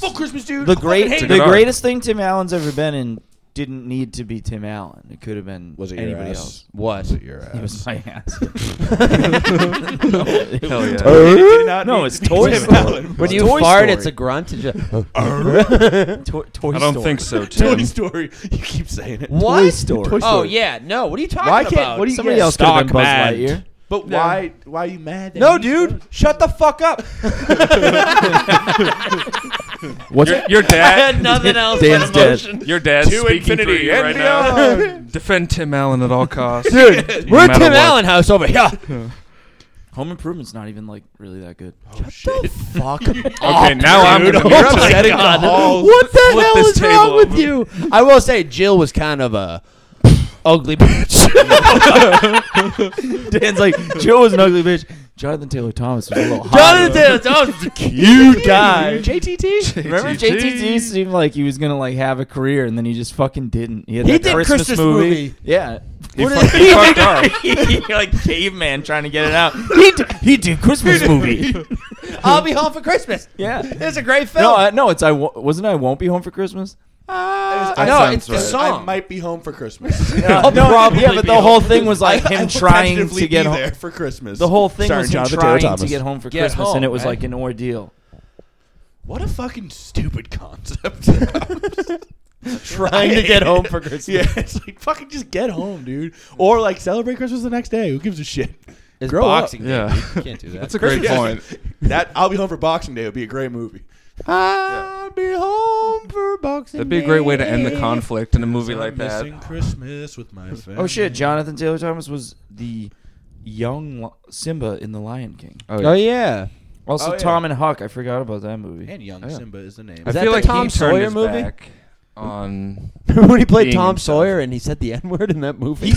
[SPEAKER 1] Fuck Christmas, dude.
[SPEAKER 2] the
[SPEAKER 1] I fucking
[SPEAKER 2] great,
[SPEAKER 1] hate
[SPEAKER 3] It's a
[SPEAKER 2] the
[SPEAKER 3] good arc.
[SPEAKER 2] greatest thing Tim Allen's ever been in didn't need to be Tim Allen. It could have been
[SPEAKER 1] Was it your
[SPEAKER 2] anybody
[SPEAKER 1] ass?
[SPEAKER 2] else.
[SPEAKER 4] What?
[SPEAKER 1] Was it your ass?
[SPEAKER 2] It was my ass.
[SPEAKER 4] No, it
[SPEAKER 3] Hell
[SPEAKER 2] was-
[SPEAKER 3] yeah.
[SPEAKER 1] did not
[SPEAKER 2] no,
[SPEAKER 1] need
[SPEAKER 2] it's
[SPEAKER 1] to be
[SPEAKER 2] Toy
[SPEAKER 1] Tim
[SPEAKER 2] Story.
[SPEAKER 1] Allen.
[SPEAKER 4] When you
[SPEAKER 2] Toy
[SPEAKER 4] fart,
[SPEAKER 2] Story.
[SPEAKER 4] it's a grunt. It's just-
[SPEAKER 2] Toy, Toy
[SPEAKER 3] I don't
[SPEAKER 2] Story.
[SPEAKER 3] think so,
[SPEAKER 1] Toy
[SPEAKER 3] Tim.
[SPEAKER 1] Story. You keep saying it.
[SPEAKER 4] What?
[SPEAKER 2] Toy Story.
[SPEAKER 1] Toy
[SPEAKER 4] Oh
[SPEAKER 1] Story.
[SPEAKER 4] yeah, no. What are you talking
[SPEAKER 1] Why can't-
[SPEAKER 4] about?
[SPEAKER 1] what do you
[SPEAKER 2] Somebody
[SPEAKER 1] Yeah,
[SPEAKER 2] else could have been Buzz
[SPEAKER 4] Stockman.
[SPEAKER 2] Lightyear.
[SPEAKER 1] But
[SPEAKER 3] Yeah.
[SPEAKER 1] why? Why are you mad? that
[SPEAKER 4] No,
[SPEAKER 1] he's
[SPEAKER 4] dude.
[SPEAKER 1] good?
[SPEAKER 4] Shut the fuck up.
[SPEAKER 2] What's
[SPEAKER 3] Your, your dad.
[SPEAKER 5] nothing else
[SPEAKER 2] Dan's
[SPEAKER 5] but
[SPEAKER 2] dead.
[SPEAKER 5] emotion.
[SPEAKER 3] Your dad's
[SPEAKER 1] To
[SPEAKER 3] speaking
[SPEAKER 1] infinity
[SPEAKER 3] for you
[SPEAKER 1] and
[SPEAKER 3] right now.
[SPEAKER 1] beyond.
[SPEAKER 3] Defend Tim Allen at all costs.
[SPEAKER 4] Dude,
[SPEAKER 3] No
[SPEAKER 4] we're
[SPEAKER 3] matter
[SPEAKER 4] Tim
[SPEAKER 3] what.
[SPEAKER 4] Allen house over here. Shut
[SPEAKER 2] Home Improvement's not even like really that good.
[SPEAKER 1] Oh, shit.
[SPEAKER 4] fuck.
[SPEAKER 3] Okay, now I'm
[SPEAKER 1] dude.
[SPEAKER 3] gonna be
[SPEAKER 1] Oh my
[SPEAKER 3] upset.
[SPEAKER 1] setting the God. whole-
[SPEAKER 4] What the
[SPEAKER 3] Flip
[SPEAKER 4] hell
[SPEAKER 3] this
[SPEAKER 4] is wrong
[SPEAKER 3] table.
[SPEAKER 4] with you? I will say Jill was kind of a ugly bitch.
[SPEAKER 2] Dan's like, Joe was an ugly bitch. Jonathan Taylor Thomas was a little hot.
[SPEAKER 4] Jonathan, that was a cute guy.
[SPEAKER 1] JTT.
[SPEAKER 2] Remember JTT seemed like he was gonna like have a career and then he just fucking didn't. He had
[SPEAKER 4] He
[SPEAKER 2] that
[SPEAKER 4] did
[SPEAKER 2] Christmas,
[SPEAKER 4] Christmas
[SPEAKER 2] movie.
[SPEAKER 4] movie.
[SPEAKER 2] Yeah.
[SPEAKER 3] He
[SPEAKER 4] What
[SPEAKER 3] fucked-
[SPEAKER 4] is-
[SPEAKER 3] he fucked up.
[SPEAKER 2] like caveman trying to get it out. He did, he did Christmas movie.
[SPEAKER 4] I'll be home for Christmas.
[SPEAKER 2] Yeah.
[SPEAKER 4] It's a great film.
[SPEAKER 2] No, I, no, it's I wo- wasn't I won't be home for Christmas.
[SPEAKER 4] Uh,
[SPEAKER 3] That
[SPEAKER 4] no,
[SPEAKER 3] sounds
[SPEAKER 4] it's the
[SPEAKER 3] right.
[SPEAKER 4] song.
[SPEAKER 1] I might be home for Christmas.
[SPEAKER 2] I'll
[SPEAKER 4] no,
[SPEAKER 2] probably
[SPEAKER 4] yeah,
[SPEAKER 2] be
[SPEAKER 4] but the
[SPEAKER 2] home.
[SPEAKER 4] whole
[SPEAKER 2] thing was like
[SPEAKER 1] I- I
[SPEAKER 2] him
[SPEAKER 1] will
[SPEAKER 2] trying
[SPEAKER 1] tentatively
[SPEAKER 2] to get
[SPEAKER 1] be
[SPEAKER 2] home.
[SPEAKER 1] there for Christmas.
[SPEAKER 2] The whole thing
[SPEAKER 1] Starring
[SPEAKER 2] was him
[SPEAKER 1] Jonathan Taylor
[SPEAKER 2] trying to
[SPEAKER 1] Thomas.
[SPEAKER 2] get home for
[SPEAKER 4] Get
[SPEAKER 2] Christmas,
[SPEAKER 4] home,
[SPEAKER 2] and it was
[SPEAKER 4] man.
[SPEAKER 2] like an ordeal.
[SPEAKER 1] What a fucking stupid concept.
[SPEAKER 4] Trying to get home for Christmas.
[SPEAKER 1] Yeah, it's like fucking just get home, dude, or like celebrate Christmas the next day. Who gives a shit?
[SPEAKER 4] It's
[SPEAKER 1] Grow up.
[SPEAKER 4] boxing.
[SPEAKER 3] Yeah.
[SPEAKER 4] Day. You can't do that.
[SPEAKER 3] That's a great
[SPEAKER 1] Yeah.
[SPEAKER 3] point.
[SPEAKER 1] That I'll be home for Boxing Day would be a great movie. I'll be home for Boxing.
[SPEAKER 3] That'd be a great way to end the
[SPEAKER 1] Day.
[SPEAKER 3] conflict in a movie
[SPEAKER 1] I'm
[SPEAKER 3] like that.
[SPEAKER 1] missing Christmas with my family.
[SPEAKER 2] Oh shit! Jonathan Taylor Thomas was the young Li- Simba in The Lion King.
[SPEAKER 4] Oh yeah.
[SPEAKER 2] Also,
[SPEAKER 1] Oh, yeah.
[SPEAKER 2] Tom and Huck. I forgot about that movie.
[SPEAKER 1] And Young Simba is the name.
[SPEAKER 3] I
[SPEAKER 4] that
[SPEAKER 3] feel
[SPEAKER 4] the
[SPEAKER 3] like
[SPEAKER 4] Tom
[SPEAKER 3] he turned
[SPEAKER 4] Sawyer
[SPEAKER 3] his
[SPEAKER 4] movie?
[SPEAKER 3] back on.
[SPEAKER 4] Remember when he played
[SPEAKER 3] Being
[SPEAKER 4] Tom
[SPEAKER 3] himself.
[SPEAKER 4] Sawyer and he said the N word in that movie?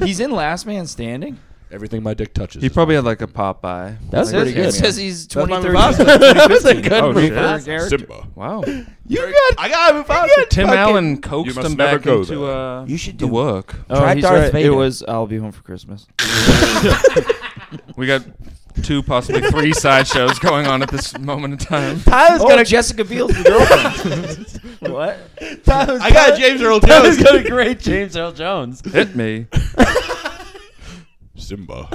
[SPEAKER 2] He's in Last Man Standing.
[SPEAKER 1] Everything my dick touches.
[SPEAKER 3] He probably had like a Popeye.
[SPEAKER 4] That's
[SPEAKER 3] Like,
[SPEAKER 4] pretty
[SPEAKER 2] It
[SPEAKER 4] good.
[SPEAKER 3] yeah.
[SPEAKER 2] Says, it says he's
[SPEAKER 1] That's my
[SPEAKER 2] 23.
[SPEAKER 1] Mufasa.
[SPEAKER 4] That's a good
[SPEAKER 3] Oh,
[SPEAKER 4] movie.
[SPEAKER 3] shit.
[SPEAKER 1] Simba.
[SPEAKER 3] Wow.
[SPEAKER 4] You got.
[SPEAKER 1] I got Mufasa.
[SPEAKER 3] Tim
[SPEAKER 4] fucking-
[SPEAKER 3] Allen coaxed
[SPEAKER 1] must
[SPEAKER 3] him
[SPEAKER 1] never
[SPEAKER 3] back
[SPEAKER 1] go
[SPEAKER 3] into
[SPEAKER 1] there.
[SPEAKER 3] uh,
[SPEAKER 4] You should
[SPEAKER 3] the
[SPEAKER 4] do-
[SPEAKER 3] work.
[SPEAKER 2] Oh,
[SPEAKER 4] Try
[SPEAKER 2] he's
[SPEAKER 4] Darth
[SPEAKER 2] right.
[SPEAKER 4] Vader.
[SPEAKER 2] It was I'll Be Home for Christmas.
[SPEAKER 3] We got two, possibly three sideshows going on at this moment in time.
[SPEAKER 4] Tyler's
[SPEAKER 2] oh,
[SPEAKER 4] got a
[SPEAKER 2] Jessica Biel's girlfriend. what?
[SPEAKER 4] Tyler's
[SPEAKER 1] I got James Earl Jones.
[SPEAKER 4] Tyler's got a great James Earl Jones.
[SPEAKER 3] Hit me.
[SPEAKER 1] Simba.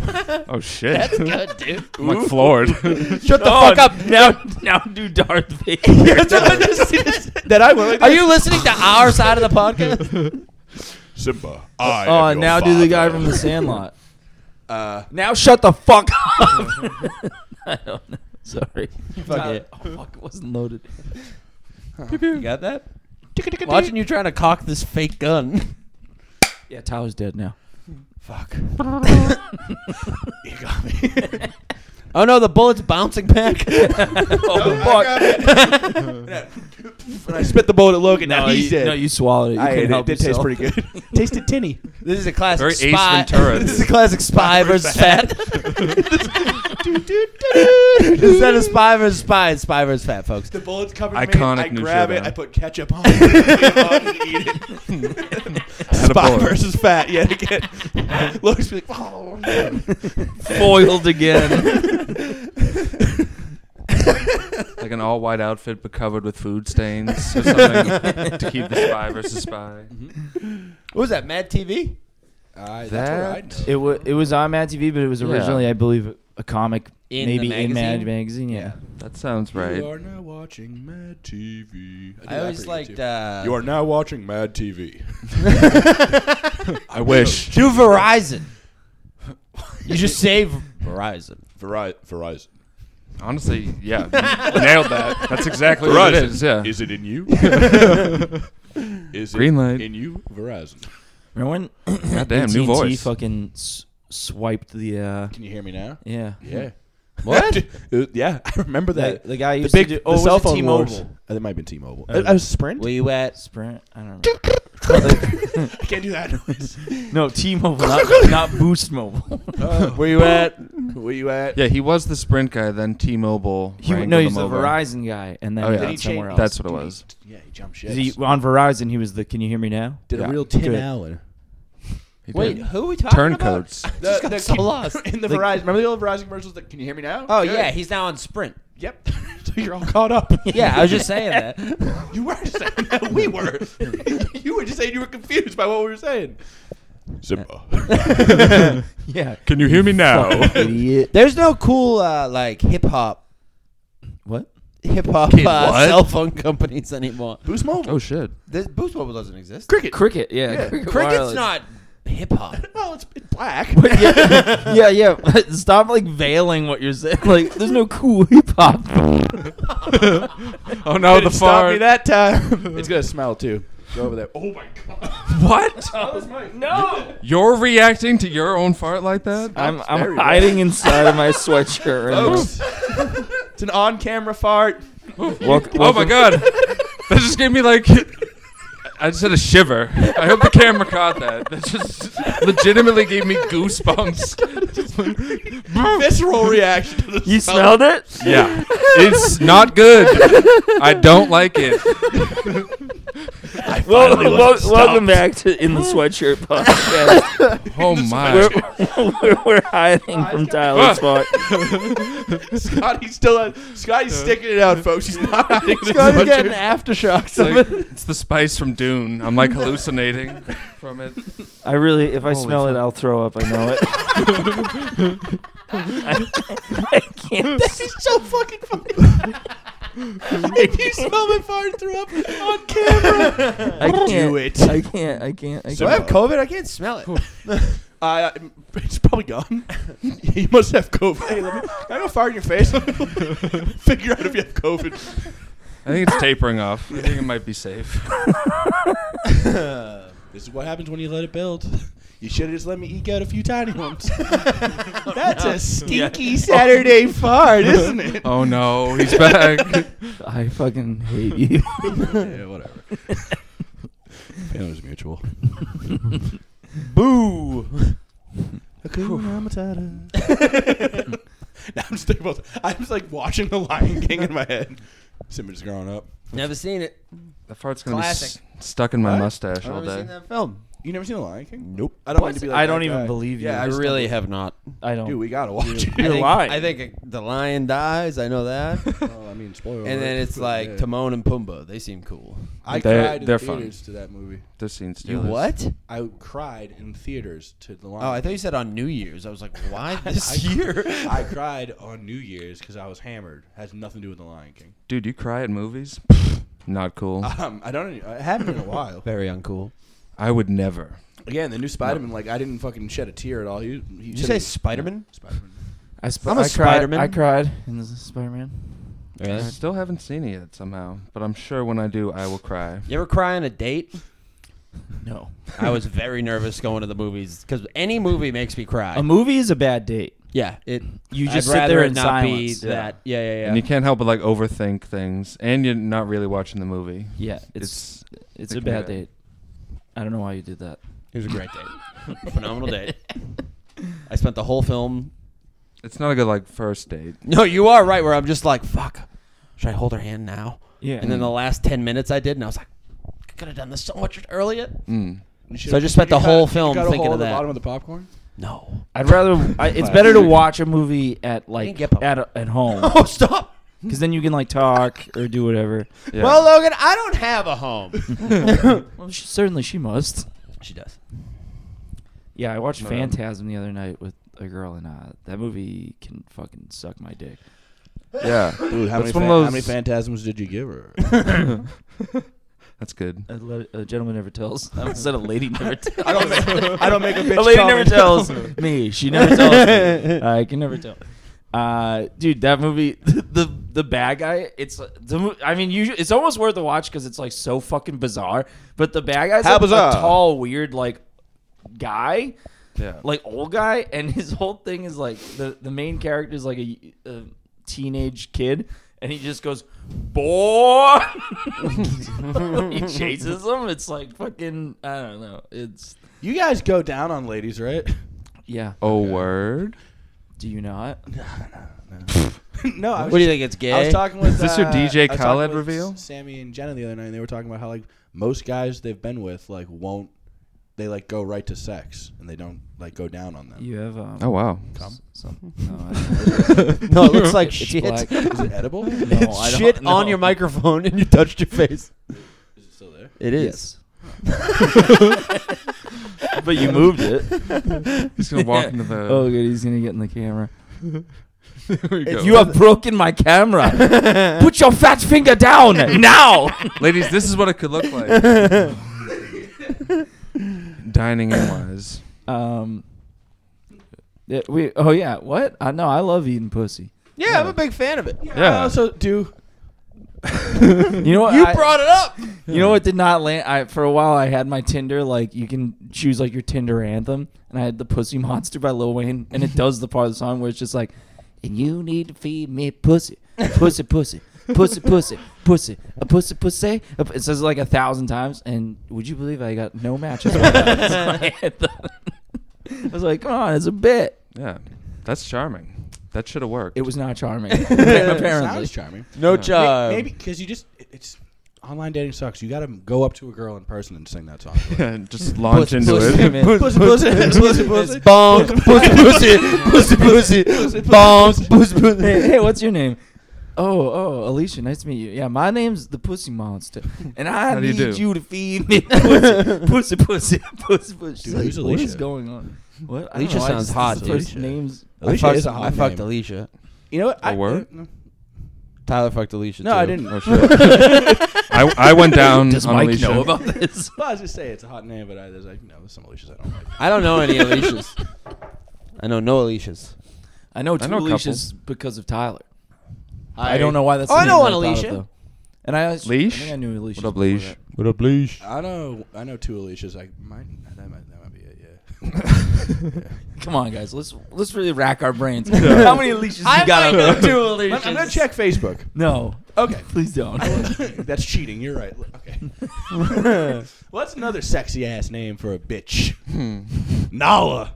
[SPEAKER 3] Oh shit.
[SPEAKER 5] Good dude.
[SPEAKER 3] I'm like floored.
[SPEAKER 4] Shut the fuck up now.
[SPEAKER 2] Now do Darth Vader.
[SPEAKER 4] That's what I just-
[SPEAKER 1] that I went like
[SPEAKER 4] Are you listening to our side of the podcast?
[SPEAKER 1] Simba. I
[SPEAKER 2] Oh, and now do the guy from The Sandlot.
[SPEAKER 1] Uh,
[SPEAKER 2] now shut the fuck up. I don't know. Sorry.
[SPEAKER 4] Fuck it.
[SPEAKER 2] Oh, fuck, it wasn't loaded.
[SPEAKER 4] You got that? Watching you trying to cock this fake gun.
[SPEAKER 2] Yeah, Tyler's dead now.
[SPEAKER 1] fuck. Oh. you got me.
[SPEAKER 4] Oh no, the bullet's bouncing back.
[SPEAKER 2] Oh,
[SPEAKER 1] When I spit the bullet at Logan, now
[SPEAKER 2] you,
[SPEAKER 1] he's dead.
[SPEAKER 2] no, you swallowed it. You
[SPEAKER 1] I
[SPEAKER 2] couldn't
[SPEAKER 1] ate it.
[SPEAKER 2] help
[SPEAKER 1] It did taste
[SPEAKER 2] yourself.
[SPEAKER 1] pretty good. Tasted tinny.
[SPEAKER 4] This is a classic
[SPEAKER 3] Very Ace
[SPEAKER 4] spy.
[SPEAKER 3] Ventura.
[SPEAKER 4] this is a classic spy versus fat. Instead of spy versus spy, it's spy versus fat, folks.
[SPEAKER 1] The bullet's covered
[SPEAKER 3] Iconic
[SPEAKER 1] me. I
[SPEAKER 3] new
[SPEAKER 1] grab it.
[SPEAKER 3] showdown.
[SPEAKER 1] I put ketchup on it. and eat it. Spot
[SPEAKER 3] bullet.
[SPEAKER 1] versus fat yet again. Logan's be like, oh,
[SPEAKER 2] Foiled again.
[SPEAKER 3] like an all white outfit but covered with food stains or something to keep the spy versus spy.
[SPEAKER 4] What was that? Mad TV?
[SPEAKER 1] Uh,
[SPEAKER 3] That-
[SPEAKER 2] it, wa it was on Mad TV, but it was
[SPEAKER 3] Yeah.
[SPEAKER 2] originally, I believe, a comic,
[SPEAKER 4] In the
[SPEAKER 2] maybe in Mad
[SPEAKER 4] magazine?
[SPEAKER 2] Magazine. Yeah.
[SPEAKER 3] That sounds
[SPEAKER 1] You
[SPEAKER 3] right.
[SPEAKER 1] are now watching Mad TV. do
[SPEAKER 4] I
[SPEAKER 1] that
[SPEAKER 4] always
[SPEAKER 1] pretty
[SPEAKER 4] liked.
[SPEAKER 1] good, too.
[SPEAKER 4] Uh,
[SPEAKER 1] you are now watching Mad TV.
[SPEAKER 3] I wish.
[SPEAKER 4] do Verizon. you just save Verizon.
[SPEAKER 1] Veri- Verizon.
[SPEAKER 3] Honestly, yeah. Nailed that. That's exactly what it is. Yeah.
[SPEAKER 1] Is it in you? is
[SPEAKER 3] Green
[SPEAKER 1] it
[SPEAKER 3] light.
[SPEAKER 1] in you, Verizon?
[SPEAKER 2] Remember when
[SPEAKER 3] Goddamn, new
[SPEAKER 2] AT&T
[SPEAKER 3] voice.
[SPEAKER 2] fucking s- swiped the, uh,
[SPEAKER 1] Can you hear me now?
[SPEAKER 2] yeah.
[SPEAKER 1] Yeah.
[SPEAKER 4] What?
[SPEAKER 1] Dude, yeah, I remember
[SPEAKER 2] The,
[SPEAKER 1] that.
[SPEAKER 2] the guy
[SPEAKER 1] The
[SPEAKER 2] used
[SPEAKER 1] big
[SPEAKER 2] to do,
[SPEAKER 1] the
[SPEAKER 2] oh,
[SPEAKER 1] cell
[SPEAKER 2] was it
[SPEAKER 1] phone
[SPEAKER 2] T-Mobile.
[SPEAKER 1] wars. Oh, that might have been T-Mobile.
[SPEAKER 2] Oh.
[SPEAKER 1] Uh, uh, Sprint.
[SPEAKER 4] Where you at?
[SPEAKER 2] Sprint. I don't know.
[SPEAKER 1] I can't do that noise.
[SPEAKER 2] No, T-Mobile, not, not Boost Mobile.
[SPEAKER 4] Where you at?
[SPEAKER 1] Where you at?
[SPEAKER 3] Yeah, he was the Sprint guy, then T-Mobile.
[SPEAKER 2] He,
[SPEAKER 3] wrangled
[SPEAKER 2] no,
[SPEAKER 3] him
[SPEAKER 2] he's the
[SPEAKER 3] over.
[SPEAKER 2] Verizon guy, and then
[SPEAKER 3] Oh, yeah.
[SPEAKER 2] he
[SPEAKER 1] Then he
[SPEAKER 2] got somewhere
[SPEAKER 1] changed-
[SPEAKER 2] else.
[SPEAKER 3] That's what it was.
[SPEAKER 1] Yeah, he jumped shit.
[SPEAKER 2] He, on Verizon, he was the. Can you hear me now?
[SPEAKER 1] did
[SPEAKER 3] yeah.
[SPEAKER 1] a real 10
[SPEAKER 2] Good.
[SPEAKER 1] hour.
[SPEAKER 3] He did.
[SPEAKER 5] Wait, who are we talking about?
[SPEAKER 3] turncoats.
[SPEAKER 1] The,
[SPEAKER 5] got so lost.
[SPEAKER 1] In the
[SPEAKER 2] Like-
[SPEAKER 1] Verizon. Remember the old Verizon commercials? That, can you hear me now?
[SPEAKER 5] Oh
[SPEAKER 1] Good.
[SPEAKER 5] yeah, he's now on Sprint.
[SPEAKER 1] Yep. so you're all caught up.
[SPEAKER 5] Yeah, I was just saying that.
[SPEAKER 1] You were saying that. We were. you were just saying you were confused by what we were saying.
[SPEAKER 2] Yeah.
[SPEAKER 3] Can you hear me now?
[SPEAKER 2] Oh, Idiot.
[SPEAKER 4] There's no cool uh, like hip hop
[SPEAKER 2] What?
[SPEAKER 4] hip hop
[SPEAKER 3] Kid,
[SPEAKER 4] uh,
[SPEAKER 3] what?
[SPEAKER 4] cell phone companies anymore.
[SPEAKER 1] Boost Mobile.
[SPEAKER 3] oh shit!
[SPEAKER 4] This Boost Mobile doesn't exist.
[SPEAKER 1] Cricket.
[SPEAKER 2] Cricket. Yeah.
[SPEAKER 1] Yeah.
[SPEAKER 2] Cricket
[SPEAKER 5] Cricket's
[SPEAKER 2] wireless.
[SPEAKER 5] not hip hop.
[SPEAKER 1] Well, it's, it's black.
[SPEAKER 2] But yeah, yeah, yeah. Stop like veiling what you're saying. Like, there's no cool hip hop.
[SPEAKER 3] Oh no, the
[SPEAKER 1] Didn't stop me
[SPEAKER 3] fart.
[SPEAKER 1] that time. it's gonna smell too. Go over there. Oh my
[SPEAKER 3] What?
[SPEAKER 1] god. No.
[SPEAKER 3] You're reacting to your own fart like that?
[SPEAKER 2] I'm
[SPEAKER 1] very
[SPEAKER 2] I'm
[SPEAKER 1] well.
[SPEAKER 2] hiding inside of my sweatshirt right
[SPEAKER 1] it's an on-camera fart.
[SPEAKER 2] now. Welcome,
[SPEAKER 3] Oh my god! That just gave me like. I just had a shiver. I hope the camera caught that. That just legitimately gave me goosebumps.
[SPEAKER 1] Visceral reaction. To the
[SPEAKER 2] You smelled it?
[SPEAKER 3] yeah, it's not good. I don't like it.
[SPEAKER 2] Well, wel- welcome back to In the Sweatshirt podcast.
[SPEAKER 3] Oh my!
[SPEAKER 2] we're, we're, we're hiding from
[SPEAKER 3] Ah.
[SPEAKER 2] Tyler's fault.
[SPEAKER 1] Scotty's still. On, Scotty's sticking it out, folks. He's not.
[SPEAKER 4] Scotty's getting aftershocks.
[SPEAKER 3] It's, like- it's the spice from Dune. I'm like hallucinating from it.
[SPEAKER 2] I really, if I
[SPEAKER 3] Holy
[SPEAKER 2] smell
[SPEAKER 3] fuck.
[SPEAKER 2] it, I'll throw up. I know it. I, I can't.
[SPEAKER 1] This is so fucking funny. if you smell my fart through up on camera,
[SPEAKER 2] I can't
[SPEAKER 1] do it.
[SPEAKER 2] I can't. I can't. I
[SPEAKER 1] So
[SPEAKER 4] Do I have
[SPEAKER 2] can't.
[SPEAKER 4] COVID? I can't smell it.
[SPEAKER 1] I, I- it's probably gone. you must have COVID. Hey, let me, can I go fart in your face? Figure out if you have COVID.
[SPEAKER 3] I think it's tapering off. I think it might be safe.
[SPEAKER 1] This is what happens when you let it build. You should have just let me eke out a few tiny ones. That's a stinky Saturday fart, isn't it?
[SPEAKER 3] Oh no, he's back.
[SPEAKER 2] I fucking hate you.
[SPEAKER 1] yeah, whatever. Pain was mutual.
[SPEAKER 4] Boo.
[SPEAKER 1] Hakuna Matata. now I'm just thinking about. I'm just like watching The Lion King in my head. Simba's growing up.
[SPEAKER 4] Never seen it.
[SPEAKER 3] The fart's gonna
[SPEAKER 5] Classic.
[SPEAKER 3] be s- stuck in my
[SPEAKER 1] What?
[SPEAKER 3] mustache
[SPEAKER 4] I've
[SPEAKER 3] all
[SPEAKER 4] never seen
[SPEAKER 3] day.
[SPEAKER 4] that film.
[SPEAKER 1] You never seen The Lion King?
[SPEAKER 4] Nope.
[SPEAKER 1] I don't want to be like.
[SPEAKER 2] I
[SPEAKER 1] that
[SPEAKER 2] don't even
[SPEAKER 1] guy.
[SPEAKER 2] believe you.
[SPEAKER 1] Yeah,
[SPEAKER 4] I
[SPEAKER 1] I just
[SPEAKER 4] really have not.
[SPEAKER 2] I don't.
[SPEAKER 1] Dude, we gotta watch
[SPEAKER 2] You're
[SPEAKER 1] it.
[SPEAKER 4] I think,
[SPEAKER 2] lying.
[SPEAKER 4] I think it- the lion dies. I know that.
[SPEAKER 1] well, I mean, spoiler.
[SPEAKER 4] and then it's like Timon and Pumbaa. They seem cool.
[SPEAKER 1] I
[SPEAKER 3] They're-
[SPEAKER 1] cried in
[SPEAKER 3] they're fun.
[SPEAKER 1] theaters to that movie.
[SPEAKER 3] This scene's
[SPEAKER 4] what?
[SPEAKER 1] I cried in theaters to The Lion.
[SPEAKER 4] Oh, I
[SPEAKER 1] King.
[SPEAKER 4] thought you said on New Year's. I was like, why
[SPEAKER 1] I-
[SPEAKER 4] this year?
[SPEAKER 1] I cried on New Year's because I was hammered. Has nothing to do with The Lion King.
[SPEAKER 3] Dude, you cry at movies? Not cool.
[SPEAKER 1] Um, I don't. It haven't in a while.
[SPEAKER 4] Very uncool.
[SPEAKER 3] I would never.
[SPEAKER 1] Again, the new Spider-Man. Like I didn't fucking shed a tear at all. He, he
[SPEAKER 4] Did you say Spider Man?
[SPEAKER 1] Spider-Man.
[SPEAKER 2] I sp-
[SPEAKER 4] I'm a
[SPEAKER 2] I cried-
[SPEAKER 4] Spider-Man.
[SPEAKER 2] I cried in the Spider-Man.
[SPEAKER 3] I still haven't seen it yet somehow, but I'm sure when I do, I will cry.
[SPEAKER 4] You ever cry on a date?
[SPEAKER 2] No.
[SPEAKER 4] I was very nervous going to the movies because any movie makes me cry.
[SPEAKER 2] A movie is a bad date.
[SPEAKER 4] yeah, it.
[SPEAKER 2] You
[SPEAKER 4] I'd
[SPEAKER 2] just sit
[SPEAKER 4] rather
[SPEAKER 2] there
[SPEAKER 4] it
[SPEAKER 2] in
[SPEAKER 4] not
[SPEAKER 2] silence.
[SPEAKER 4] Be that. Yeah, yeah, yeah.
[SPEAKER 3] And you can't help but like overthink things, and you're not really watching the movie.
[SPEAKER 2] Yeah, it's
[SPEAKER 3] It's,
[SPEAKER 2] it's,
[SPEAKER 3] it
[SPEAKER 2] a
[SPEAKER 3] can be
[SPEAKER 2] bad
[SPEAKER 3] bad.
[SPEAKER 2] date. I don't know why you did that.
[SPEAKER 4] It was a great date. Phenomenal date. I spent the whole film.
[SPEAKER 3] it's not a good like first date.
[SPEAKER 4] No, you are right. Where I'm just like, fuck. Should I hold her hand now?
[SPEAKER 2] Yeah.
[SPEAKER 4] And then the last ten minutes I did, and I was like, I could have done this so much earlier.
[SPEAKER 3] Mm.
[SPEAKER 1] You
[SPEAKER 4] So
[SPEAKER 1] should-
[SPEAKER 4] I just spent
[SPEAKER 1] you
[SPEAKER 4] the
[SPEAKER 1] cut-
[SPEAKER 4] whole
[SPEAKER 1] you
[SPEAKER 4] film
[SPEAKER 1] cut a
[SPEAKER 4] thinking
[SPEAKER 1] hole
[SPEAKER 4] of
[SPEAKER 1] in
[SPEAKER 4] that.
[SPEAKER 1] The bottom of the popcorn.
[SPEAKER 4] No.
[SPEAKER 2] I'd rather. I, it's better to watch a movie at
[SPEAKER 4] didn't
[SPEAKER 2] like
[SPEAKER 4] get them.
[SPEAKER 2] at a, at home
[SPEAKER 4] Oh, stop.
[SPEAKER 2] because then you can like talk or do whatever.
[SPEAKER 3] Yeah.
[SPEAKER 4] Well, Logan, I don't have a home.
[SPEAKER 2] Well, she, certainly she must.
[SPEAKER 4] she does.
[SPEAKER 2] Yeah, I watched
[SPEAKER 3] No.
[SPEAKER 2] Phantasm the other night with a girl, and uh, that movie can fucking suck my dick.
[SPEAKER 3] yeah,
[SPEAKER 1] Dude, how many,
[SPEAKER 3] That's one of
[SPEAKER 1] fan- how
[SPEAKER 3] those-
[SPEAKER 1] many phantasms did you give her?
[SPEAKER 3] that's good.
[SPEAKER 2] A, le- a gentleman never tells. I almost said a lady never tells.
[SPEAKER 1] I don't make, I don't make a bitch
[SPEAKER 2] a lady
[SPEAKER 1] tell
[SPEAKER 2] never
[SPEAKER 1] me no.
[SPEAKER 2] tells me. She never tells me. I can never tell. Uh, dude, that movie, the the bad guy. It's the. mo- I mean, you. It's almost worth a watch because it's like so fucking bizarre. But the bad guy's
[SPEAKER 1] How
[SPEAKER 2] like,
[SPEAKER 1] bizarre?
[SPEAKER 2] a tall, weird, like guy,
[SPEAKER 3] Yeah,
[SPEAKER 2] like old guy, and his whole thing is like the the main character is like a, a teenage kid. and he just goes, boy. he chases them. It's like fucking. I don't know. It's
[SPEAKER 1] You guys go down on ladies, right?
[SPEAKER 2] yeah.
[SPEAKER 3] Oh, word.
[SPEAKER 2] Do you not?
[SPEAKER 1] no, I was
[SPEAKER 4] What do you think? It's gay.
[SPEAKER 1] I was talking with
[SPEAKER 3] Is this your
[SPEAKER 1] uh,
[SPEAKER 3] DJ
[SPEAKER 1] I was talking
[SPEAKER 3] Khaled
[SPEAKER 1] with
[SPEAKER 3] reveal?
[SPEAKER 1] Sammy and Jenna the other night, and they were talking about how like most guys they've been with like won't they like go right to sex and they don't like go down on them.
[SPEAKER 2] You have um.
[SPEAKER 3] Oh, wow.
[SPEAKER 1] Come.
[SPEAKER 2] Some, no, I don't
[SPEAKER 4] no, it looks like
[SPEAKER 2] It's
[SPEAKER 4] shit.
[SPEAKER 2] black.
[SPEAKER 1] Is it edible? Is
[SPEAKER 2] know.
[SPEAKER 1] it
[SPEAKER 2] No,
[SPEAKER 4] Oh,
[SPEAKER 2] I don't
[SPEAKER 4] shit on
[SPEAKER 2] know.
[SPEAKER 4] your microphone, and you touched your face.
[SPEAKER 1] still there?
[SPEAKER 4] It is.
[SPEAKER 2] but you moved it.
[SPEAKER 3] He's going to walk into the.
[SPEAKER 2] Oh, good. He's gonna get in the camera.
[SPEAKER 3] There we go.
[SPEAKER 2] You have broken my camera. Put your fat finger down now.
[SPEAKER 3] Ladies, this is what it could look like. Dining in wise.
[SPEAKER 2] Um. yeah, we. Oh yeah. What? I know. I love eating pussy.
[SPEAKER 4] Yeah, I'm a big fan of it.
[SPEAKER 1] I also do.
[SPEAKER 2] You know what?
[SPEAKER 4] You
[SPEAKER 2] I-
[SPEAKER 4] brought it up.
[SPEAKER 2] You know what did not land? I for a while I had my Tinder like you can choose like your Tinder anthem, and I had the Pussy Monster by Lil Wayne, and it does the part of the song where it's just like, and you need to feed me pussy, pussy, pussy, pussy, pussy, pussy, a pussy, pussy. A p- It says it like a thousand times, and would you believe I got no matches? for that? It's my anthem. I was like, come on, it's a bit.
[SPEAKER 3] Yeah. That's charming. That should have worked.
[SPEAKER 2] It was not charming. apparently,
[SPEAKER 1] Sounds charming.
[SPEAKER 4] No
[SPEAKER 1] May-
[SPEAKER 4] job.
[SPEAKER 1] Maybe because you just it- it's online dating sucks. You got to go up to a girl in person and sing that song.
[SPEAKER 3] just launch into it.
[SPEAKER 1] Pussy, pussy, pussy, pussy.
[SPEAKER 4] Bonk, pussy, pussy, pussy, pussy, bonk, pussy,
[SPEAKER 2] hey,
[SPEAKER 4] pussy.
[SPEAKER 2] hey, what's your name? Oh, oh, Alicia, nice to meet you. Yeah, my name's the Pussy Monster, and I
[SPEAKER 3] How do you
[SPEAKER 2] need
[SPEAKER 3] do?
[SPEAKER 2] you to feed me pussy, pussy, pussy, pussy, pussy. She's
[SPEAKER 1] Dude,
[SPEAKER 2] like, What is
[SPEAKER 1] who's Alicia?
[SPEAKER 2] going on? What? I don't
[SPEAKER 4] Alicia
[SPEAKER 2] know, I
[SPEAKER 4] sounds
[SPEAKER 2] just- this
[SPEAKER 4] hot,
[SPEAKER 2] is the
[SPEAKER 4] dude.
[SPEAKER 2] First names.
[SPEAKER 4] I
[SPEAKER 1] Alicia
[SPEAKER 4] fucked,
[SPEAKER 1] is a hot
[SPEAKER 4] I fucked
[SPEAKER 1] name.
[SPEAKER 4] Alicia.
[SPEAKER 1] You know what? I,
[SPEAKER 3] word?
[SPEAKER 1] no,
[SPEAKER 4] Tyler fucked Alicia.
[SPEAKER 1] No,
[SPEAKER 4] too.
[SPEAKER 1] I didn't.
[SPEAKER 3] Oh, shit. I, I went down
[SPEAKER 2] Does
[SPEAKER 3] on
[SPEAKER 2] Mike
[SPEAKER 3] Alicia.
[SPEAKER 2] know about this?
[SPEAKER 1] Well, I was just say it's a hot name, but I, there's like no, there's some Alicia's I don't like.
[SPEAKER 4] I don't know any Alicias. I know no Alicias.
[SPEAKER 2] I know two
[SPEAKER 3] I know a couple.
[SPEAKER 2] Alicia's because of Tyler. I, don't know why that's.
[SPEAKER 4] Oh,
[SPEAKER 2] the
[SPEAKER 4] I
[SPEAKER 2] name
[SPEAKER 4] know
[SPEAKER 2] that
[SPEAKER 4] one
[SPEAKER 2] thought of,
[SPEAKER 4] Alicia.
[SPEAKER 2] though. And I, was-
[SPEAKER 3] Leash?
[SPEAKER 2] I think I knew Alicia.
[SPEAKER 3] What up,
[SPEAKER 2] before
[SPEAKER 3] Leash?
[SPEAKER 2] that.
[SPEAKER 4] What up, Leash?
[SPEAKER 1] I know, I know two Alicia's. I might, that might, that might be it. Yeah.
[SPEAKER 2] Come on, guys. Let's let's really rack our brains. How many Alicias you got? out there?
[SPEAKER 1] I'm, I'm gonna check Facebook.
[SPEAKER 2] No,
[SPEAKER 1] Okay,
[SPEAKER 2] please don't.
[SPEAKER 1] that's cheating. You're right. Okay. What's another sexy ass name for a bitch? Nala.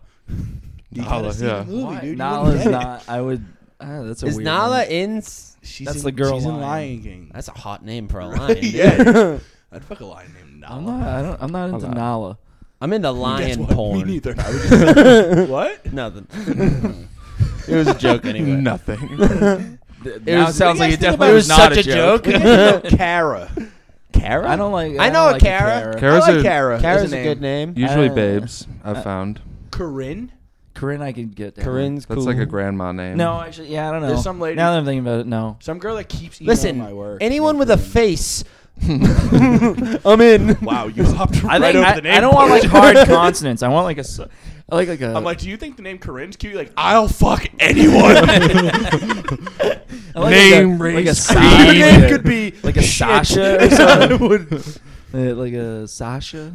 [SPEAKER 1] You gotta
[SPEAKER 3] Hmm. Nala,
[SPEAKER 1] see
[SPEAKER 3] yeah.
[SPEAKER 1] the movie,
[SPEAKER 2] Why?
[SPEAKER 1] dude. You
[SPEAKER 2] Nala's
[SPEAKER 1] wouldn't get it.
[SPEAKER 2] not. I would. Ah, that's a
[SPEAKER 4] Is
[SPEAKER 2] weird
[SPEAKER 4] Nala
[SPEAKER 2] one.
[SPEAKER 4] in?
[SPEAKER 1] She's
[SPEAKER 2] That's
[SPEAKER 1] in,
[SPEAKER 2] the girl
[SPEAKER 1] She's in
[SPEAKER 2] lion.
[SPEAKER 1] Lion King.
[SPEAKER 4] That's a hot name for a lion. dude.
[SPEAKER 1] yeah. I'd fuck a lion named Nala.
[SPEAKER 2] I'm not. I don't. I'm not into
[SPEAKER 3] Nala.
[SPEAKER 2] Nala.
[SPEAKER 4] I'm into
[SPEAKER 1] Guess
[SPEAKER 4] lion
[SPEAKER 1] what? Me
[SPEAKER 4] porn.
[SPEAKER 1] neither. I was just- what?
[SPEAKER 4] Nothing. it was a joke anyway.
[SPEAKER 3] Nothing.
[SPEAKER 2] It
[SPEAKER 4] was- sounds
[SPEAKER 1] like it
[SPEAKER 4] definitely was not a joke.
[SPEAKER 1] We gotta go Kara.
[SPEAKER 4] Kara?
[SPEAKER 2] I don't like.
[SPEAKER 4] I
[SPEAKER 2] don't
[SPEAKER 4] know a
[SPEAKER 2] like
[SPEAKER 4] Kara.
[SPEAKER 3] Kara- Kara's
[SPEAKER 1] I like
[SPEAKER 3] a-
[SPEAKER 1] Kara.
[SPEAKER 4] Kara's
[SPEAKER 1] That's
[SPEAKER 4] a good name.
[SPEAKER 3] Usually
[SPEAKER 2] Uh,
[SPEAKER 3] babes, I've found.
[SPEAKER 1] Corinne.
[SPEAKER 2] Corinne, I can get. down.
[SPEAKER 4] Corinne's
[SPEAKER 3] That's
[SPEAKER 4] cool.
[SPEAKER 3] like a grandma name.
[SPEAKER 2] No, actually, yeah, I don't know.
[SPEAKER 1] There's some lady-
[SPEAKER 2] Now that I'm thinking about it, no.
[SPEAKER 1] Some girl that keeps emailing
[SPEAKER 4] Listen,
[SPEAKER 1] my work.
[SPEAKER 4] anyone
[SPEAKER 1] named
[SPEAKER 4] with a
[SPEAKER 1] Corinne.
[SPEAKER 4] face, I'm in.
[SPEAKER 1] Wow, you hopped
[SPEAKER 2] I
[SPEAKER 1] right
[SPEAKER 2] think
[SPEAKER 1] over
[SPEAKER 2] I,
[SPEAKER 1] the name.
[SPEAKER 2] I don't want like hard consonants. I want like a. s- I like like a.
[SPEAKER 1] I'm like, do you think the name Corinne's cute? You're like, I'll fuck anyone.
[SPEAKER 2] I like
[SPEAKER 3] Name,
[SPEAKER 2] like a, like a
[SPEAKER 3] race,
[SPEAKER 2] Sasha,
[SPEAKER 1] Her
[SPEAKER 3] creed.
[SPEAKER 1] name could be
[SPEAKER 2] like a
[SPEAKER 1] shit.
[SPEAKER 2] Sasha or
[SPEAKER 1] I
[SPEAKER 2] something.
[SPEAKER 1] would-
[SPEAKER 2] Uh, like a Sasha.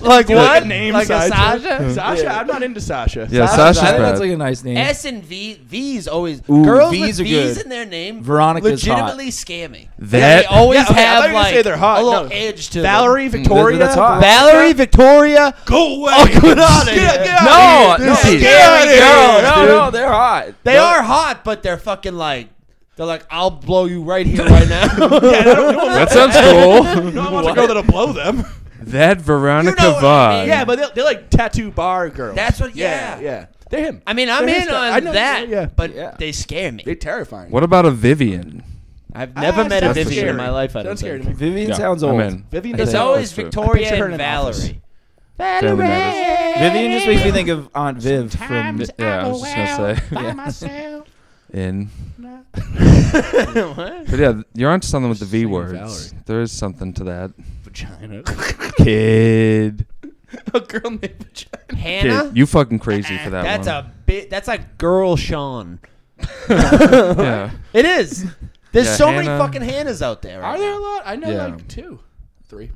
[SPEAKER 4] like
[SPEAKER 1] Do you like a name
[SPEAKER 4] Like a
[SPEAKER 1] Sasha?
[SPEAKER 4] Sasha?
[SPEAKER 1] Sasha, I'm not into Sasha.
[SPEAKER 3] Yeah,
[SPEAKER 1] Sa-
[SPEAKER 2] I
[SPEAKER 3] Sasha's
[SPEAKER 2] think that's
[SPEAKER 3] bad.
[SPEAKER 2] like a nice name.
[SPEAKER 6] S and V V's always
[SPEAKER 2] Ooh,
[SPEAKER 6] girls
[SPEAKER 2] V's are
[SPEAKER 6] with V's
[SPEAKER 2] good.
[SPEAKER 6] in their name
[SPEAKER 2] Veronica's hot.
[SPEAKER 6] legitimately scam me.
[SPEAKER 3] That-
[SPEAKER 6] they always
[SPEAKER 1] Yeah, okay, I thought you
[SPEAKER 6] have
[SPEAKER 1] were gonna
[SPEAKER 6] like
[SPEAKER 1] say they're hot.
[SPEAKER 6] a little
[SPEAKER 1] No.
[SPEAKER 6] edge to
[SPEAKER 1] Valerie, Victoria.
[SPEAKER 2] that's hot.
[SPEAKER 4] Valerie, Victoria.
[SPEAKER 1] Go away.
[SPEAKER 4] get out of
[SPEAKER 1] Get-
[SPEAKER 4] here.
[SPEAKER 1] get out
[SPEAKER 2] No,
[SPEAKER 1] of here.
[SPEAKER 2] no,
[SPEAKER 1] Get
[SPEAKER 4] scary
[SPEAKER 1] out of here.
[SPEAKER 4] girls,
[SPEAKER 2] no, no, they're hot.
[SPEAKER 4] They are hot, but they're fucking like they're like I'll blow you right here, right now.
[SPEAKER 1] Yeah, no, no one
[SPEAKER 3] that
[SPEAKER 1] wants-
[SPEAKER 3] sounds cool.
[SPEAKER 1] no one wants a girl that'll blow them.
[SPEAKER 3] that Veronica
[SPEAKER 6] You know what I
[SPEAKER 3] Vaughn.
[SPEAKER 6] mean.
[SPEAKER 1] Yeah, but they're, they're like tattoo bar girls.
[SPEAKER 6] That's what-
[SPEAKER 1] yeah.
[SPEAKER 6] yeah.
[SPEAKER 1] They're him.
[SPEAKER 6] I mean, I'm
[SPEAKER 1] Their
[SPEAKER 6] in
[SPEAKER 1] hairstyle.
[SPEAKER 6] on
[SPEAKER 1] I know,
[SPEAKER 6] that,
[SPEAKER 1] yeah.
[SPEAKER 6] but
[SPEAKER 2] Yeah.
[SPEAKER 6] they scare me.
[SPEAKER 1] They're terrifying.
[SPEAKER 3] What about a Vivian?
[SPEAKER 4] I've never met a
[SPEAKER 1] Ah, sounds
[SPEAKER 4] Vivian
[SPEAKER 1] scary.
[SPEAKER 4] in my life. I don't
[SPEAKER 1] Sounds scary
[SPEAKER 4] think.
[SPEAKER 1] to me.
[SPEAKER 2] Vivian
[SPEAKER 3] Yeah,
[SPEAKER 2] sounds
[SPEAKER 3] I'm
[SPEAKER 2] old.
[SPEAKER 3] in.
[SPEAKER 1] Vivian
[SPEAKER 2] I
[SPEAKER 1] does
[SPEAKER 6] it's
[SPEAKER 2] think-
[SPEAKER 1] that.
[SPEAKER 6] always
[SPEAKER 3] that's true.
[SPEAKER 1] I picture
[SPEAKER 6] Victoria
[SPEAKER 1] her
[SPEAKER 6] and
[SPEAKER 1] in an office.
[SPEAKER 6] Valerie.
[SPEAKER 3] Family matters.
[SPEAKER 2] Vivian just makes me think of Aunt Viv from.
[SPEAKER 6] Sometimes
[SPEAKER 3] Yeah, I was just gonna say.
[SPEAKER 6] By myself.
[SPEAKER 3] In. But yeah, you're onto something with the V
[SPEAKER 1] Singing
[SPEAKER 3] words.
[SPEAKER 1] Valerie.
[SPEAKER 3] There is something to that.
[SPEAKER 1] Vagina.
[SPEAKER 3] Kid.
[SPEAKER 1] a girl named vagina.
[SPEAKER 6] Hannah.
[SPEAKER 3] Kid. You fucking crazy for that
[SPEAKER 4] That's
[SPEAKER 3] one.
[SPEAKER 4] a bit. That's like girl Sean.
[SPEAKER 3] That's a. Yeah.
[SPEAKER 4] It is. There's
[SPEAKER 3] Yeah,
[SPEAKER 4] so many
[SPEAKER 3] Hannah.
[SPEAKER 4] fucking Hannahs out there.
[SPEAKER 1] Are there a lot? I know
[SPEAKER 3] Yeah.
[SPEAKER 1] like two, three,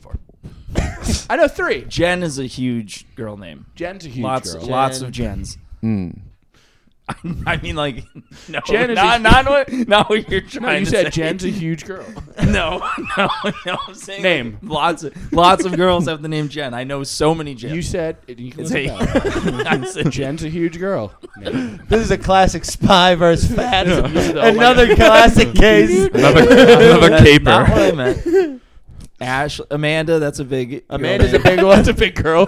[SPEAKER 1] four. I know three.
[SPEAKER 2] Jen is a huge girl name.
[SPEAKER 1] Jen's a huge
[SPEAKER 2] Lots,
[SPEAKER 1] girl.
[SPEAKER 2] lots of Jens.
[SPEAKER 3] Hmm.
[SPEAKER 2] I mean, like, no,
[SPEAKER 1] Jen is
[SPEAKER 2] not,
[SPEAKER 1] a-
[SPEAKER 2] not, what, not what you're
[SPEAKER 1] No,
[SPEAKER 2] trying
[SPEAKER 1] you
[SPEAKER 2] to say.
[SPEAKER 1] said Jen's a huge girl.
[SPEAKER 2] No, no, no. I'm saying
[SPEAKER 1] Name.
[SPEAKER 2] lots of lots of girls have the name Jen. I know so many Jen.
[SPEAKER 1] You said and you can
[SPEAKER 2] It's
[SPEAKER 1] look
[SPEAKER 2] a-
[SPEAKER 1] it up.
[SPEAKER 2] I said Jen.
[SPEAKER 1] Jen's a huge girl. Name.
[SPEAKER 4] This is a classic spy versus fat.
[SPEAKER 1] Yeah.
[SPEAKER 4] Another classic case.
[SPEAKER 3] Another, another
[SPEAKER 2] That's
[SPEAKER 3] caper.
[SPEAKER 2] Not what I meant. Ash, Amanda. That's a big. girl
[SPEAKER 4] Amanda's a
[SPEAKER 2] name.
[SPEAKER 4] big one.
[SPEAKER 1] That's a big girl.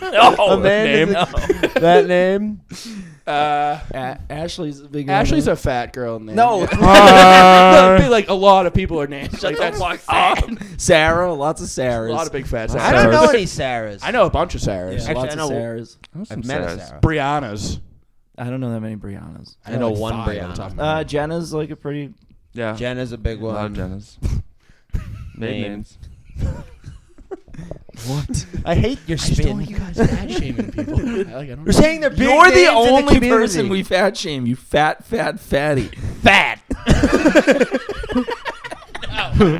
[SPEAKER 2] no
[SPEAKER 4] Amanda's
[SPEAKER 2] name.
[SPEAKER 4] a- that name.
[SPEAKER 1] Uh,
[SPEAKER 2] A- Ashley's a big. girl
[SPEAKER 1] Ashley's
[SPEAKER 2] name.
[SPEAKER 1] a fat girl name.
[SPEAKER 2] No.
[SPEAKER 1] No, it'd be like a lot of people are named.
[SPEAKER 2] Shut
[SPEAKER 1] Like
[SPEAKER 2] the
[SPEAKER 1] that's
[SPEAKER 2] fuck up. Sarah. Lots of
[SPEAKER 1] a
[SPEAKER 2] Sarahs.
[SPEAKER 1] lot of big fat Sarahs.
[SPEAKER 4] I don't know
[SPEAKER 2] Sarahs.
[SPEAKER 4] any Sarahs.
[SPEAKER 1] I know a bunch of
[SPEAKER 2] Yeah,
[SPEAKER 1] Sarahs.
[SPEAKER 4] Actually,
[SPEAKER 2] lots
[SPEAKER 4] I
[SPEAKER 2] of
[SPEAKER 4] know-
[SPEAKER 2] Sarahs.
[SPEAKER 4] I've met a Sarah.
[SPEAKER 1] Brianna's.
[SPEAKER 2] I don't know that many Briannas.
[SPEAKER 4] I know one
[SPEAKER 1] five off the top of
[SPEAKER 4] Brianna.
[SPEAKER 1] my
[SPEAKER 2] Uh, Jenna's like a pretty.
[SPEAKER 3] Yeah.
[SPEAKER 4] Jenna's a big
[SPEAKER 3] A lot of
[SPEAKER 4] one.
[SPEAKER 3] Jennas. Big
[SPEAKER 4] Name.
[SPEAKER 3] names.
[SPEAKER 2] What?
[SPEAKER 4] I hate your
[SPEAKER 1] I still
[SPEAKER 4] spin.
[SPEAKER 1] like you guys fat shaming people. I, like, I don't
[SPEAKER 4] You're saying they're big
[SPEAKER 2] You're
[SPEAKER 4] names
[SPEAKER 2] the
[SPEAKER 4] in
[SPEAKER 2] only
[SPEAKER 4] community.
[SPEAKER 2] person we fat shame. You fat, fat, fatty.
[SPEAKER 4] fat.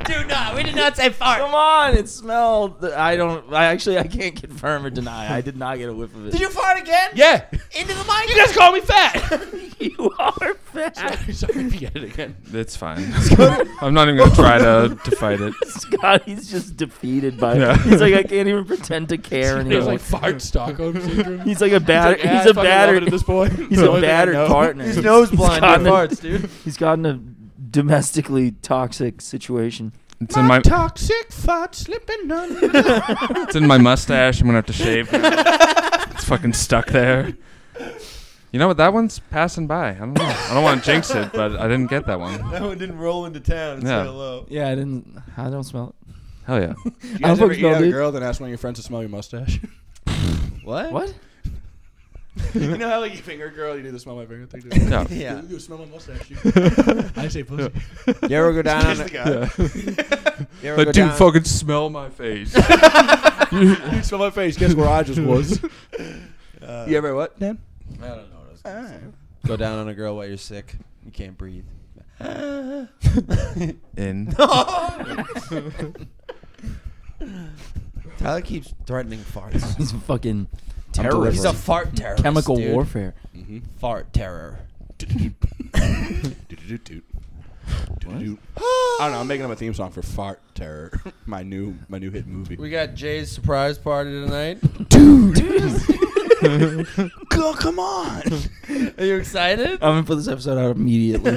[SPEAKER 6] Do not. We did not say fart.
[SPEAKER 2] Come on, it smelled. I don't. I actually, I can't confirm or deny. I did not get a whiff of it.
[SPEAKER 6] Did you fart again?
[SPEAKER 1] yeah.
[SPEAKER 6] Into the mic.
[SPEAKER 1] You guys call me fat.
[SPEAKER 2] you are fat.
[SPEAKER 1] sorry, sorry if you get it again.
[SPEAKER 3] It's fine. I'm not even gonna try to to fight it.
[SPEAKER 2] Scotty's just defeated by.
[SPEAKER 3] Yeah.
[SPEAKER 2] He's like, I can't even pretend to care
[SPEAKER 1] It was
[SPEAKER 2] anymore.
[SPEAKER 1] like fart Stockholm syndrome.
[SPEAKER 2] he's like a batter.
[SPEAKER 1] Yeah,
[SPEAKER 2] He's a
[SPEAKER 1] I fucking love it at
[SPEAKER 2] battered.
[SPEAKER 1] this point.
[SPEAKER 2] He's a battered partner.
[SPEAKER 4] He's nose blind
[SPEAKER 2] gotten
[SPEAKER 4] to
[SPEAKER 2] a-
[SPEAKER 4] farts, dude.
[SPEAKER 2] He's gotten a domestically toxic situation.
[SPEAKER 3] It's in my
[SPEAKER 1] toxic fart slipping on.
[SPEAKER 3] it's in my mustache. I'm gonna have to shave. it's fucking stuck there. You know what? That one's passing by. I don't know. I don't want to jinx it, but I didn't get that one.
[SPEAKER 4] That one didn't roll into town and
[SPEAKER 3] Yeah.
[SPEAKER 4] say hello.
[SPEAKER 2] Yeah, I didn't. I don't smell it.
[SPEAKER 3] Hell yeah.
[SPEAKER 1] You
[SPEAKER 2] guys
[SPEAKER 1] guys
[SPEAKER 2] ever
[SPEAKER 1] ever
[SPEAKER 2] fucking eat out a
[SPEAKER 1] a
[SPEAKER 2] dude.
[SPEAKER 1] girl then ask one of your friends to smell your mustache?
[SPEAKER 4] What?
[SPEAKER 2] What?
[SPEAKER 1] you know how like you finger girl, you do the smell my finger thing. too?
[SPEAKER 3] No.
[SPEAKER 4] Yeah.
[SPEAKER 1] You smell my mustache. I say pussy.
[SPEAKER 4] You ever go down? on
[SPEAKER 1] Kiss
[SPEAKER 4] a-
[SPEAKER 1] the guy.
[SPEAKER 4] you ever go
[SPEAKER 3] But dude,
[SPEAKER 4] down-
[SPEAKER 3] fucking smell my face.
[SPEAKER 1] you smell my face. Guess where I just was. you ever what, Dan?
[SPEAKER 4] I don't know. What I was gonna say. Go down on a girl while you're sick. You can't breathe.
[SPEAKER 3] In.
[SPEAKER 4] Tyler keeps threatening farts.
[SPEAKER 2] He's a fucking
[SPEAKER 4] I'm
[SPEAKER 2] terrorist.
[SPEAKER 4] He's a fart terrorist.
[SPEAKER 2] chemical
[SPEAKER 4] dude.
[SPEAKER 2] warfare.
[SPEAKER 4] Fart terror.
[SPEAKER 1] I don't know. I'm making up a theme song for Fart Terror, my new my new hit movie.
[SPEAKER 4] We got Jay's surprise party tonight.
[SPEAKER 1] Go, come on.
[SPEAKER 4] Are you excited?
[SPEAKER 2] I'm gonna put this episode out immediately.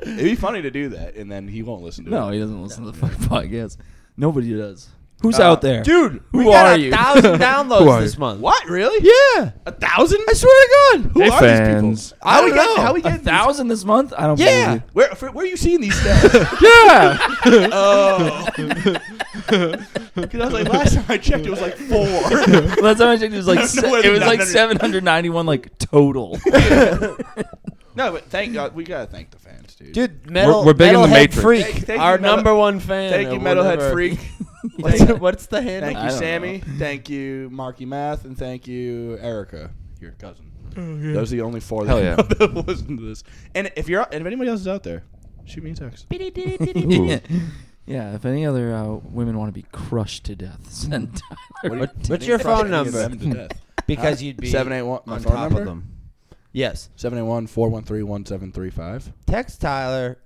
[SPEAKER 1] It'd be funny to do that, and then he won't listen to
[SPEAKER 2] no,
[SPEAKER 1] it.
[SPEAKER 2] he doesn't listen to the fucking podcast. Nobody does. Who's
[SPEAKER 1] Uh,
[SPEAKER 2] out there,
[SPEAKER 4] Dude,
[SPEAKER 2] Who
[SPEAKER 4] we got
[SPEAKER 2] are
[SPEAKER 4] a
[SPEAKER 2] you?
[SPEAKER 4] thousand
[SPEAKER 3] Who
[SPEAKER 4] downloads
[SPEAKER 3] are
[SPEAKER 4] this
[SPEAKER 3] you?
[SPEAKER 4] month.
[SPEAKER 1] What? Really?
[SPEAKER 4] Yeah.
[SPEAKER 1] A thousand?
[SPEAKER 4] I swear to God.
[SPEAKER 1] Who
[SPEAKER 3] Hey,
[SPEAKER 1] are these
[SPEAKER 3] fans.
[SPEAKER 1] people? How
[SPEAKER 4] I
[SPEAKER 1] we
[SPEAKER 4] don't
[SPEAKER 1] get?
[SPEAKER 4] know.
[SPEAKER 1] How we
[SPEAKER 2] a
[SPEAKER 1] get? these-
[SPEAKER 2] thousand this month? I don't.
[SPEAKER 4] Yeah.
[SPEAKER 2] Believe
[SPEAKER 1] Where, for, where are you seeing these stats?
[SPEAKER 2] you. Yeah.
[SPEAKER 1] oh. Because I was like, last time I checked, it was like four.
[SPEAKER 2] Last time I checked, it was like
[SPEAKER 1] No,
[SPEAKER 2] se-
[SPEAKER 1] no,
[SPEAKER 2] it was like
[SPEAKER 1] 900.
[SPEAKER 2] 791 like total.
[SPEAKER 1] no, but thank God. We got to thank the fans, dude.
[SPEAKER 4] Dude, metal,
[SPEAKER 3] we're big in the
[SPEAKER 4] Metalhead
[SPEAKER 3] Matrix.
[SPEAKER 4] Freak,
[SPEAKER 1] Thank- thank you,
[SPEAKER 4] our
[SPEAKER 1] Metal-
[SPEAKER 4] number one fan.
[SPEAKER 1] Thank you,
[SPEAKER 4] of
[SPEAKER 1] Metalhead
[SPEAKER 4] whatever.
[SPEAKER 1] Freak.
[SPEAKER 4] What's,
[SPEAKER 1] Thank-
[SPEAKER 4] what's the handle?
[SPEAKER 1] Thank
[SPEAKER 2] I
[SPEAKER 1] you,
[SPEAKER 2] don't
[SPEAKER 1] Sammy.
[SPEAKER 2] know.
[SPEAKER 1] Thank you, Marky Math, and thank you, Erica, your cousin. Those are the only four
[SPEAKER 3] Oh, Hell
[SPEAKER 1] that,
[SPEAKER 3] yeah.
[SPEAKER 1] that listen to this. And if you're, and if anybody else is out there, shoot me a text.
[SPEAKER 3] Ooh.
[SPEAKER 2] yeah. If any other uh, women want to be crushed to death, send Tyler.
[SPEAKER 4] What- what's your phone number? Because you'd be
[SPEAKER 1] Seven eight one. My
[SPEAKER 4] on
[SPEAKER 1] phone
[SPEAKER 4] top
[SPEAKER 1] number?
[SPEAKER 4] of them. Yes.
[SPEAKER 1] 781 413 1735.
[SPEAKER 4] Text Tyler.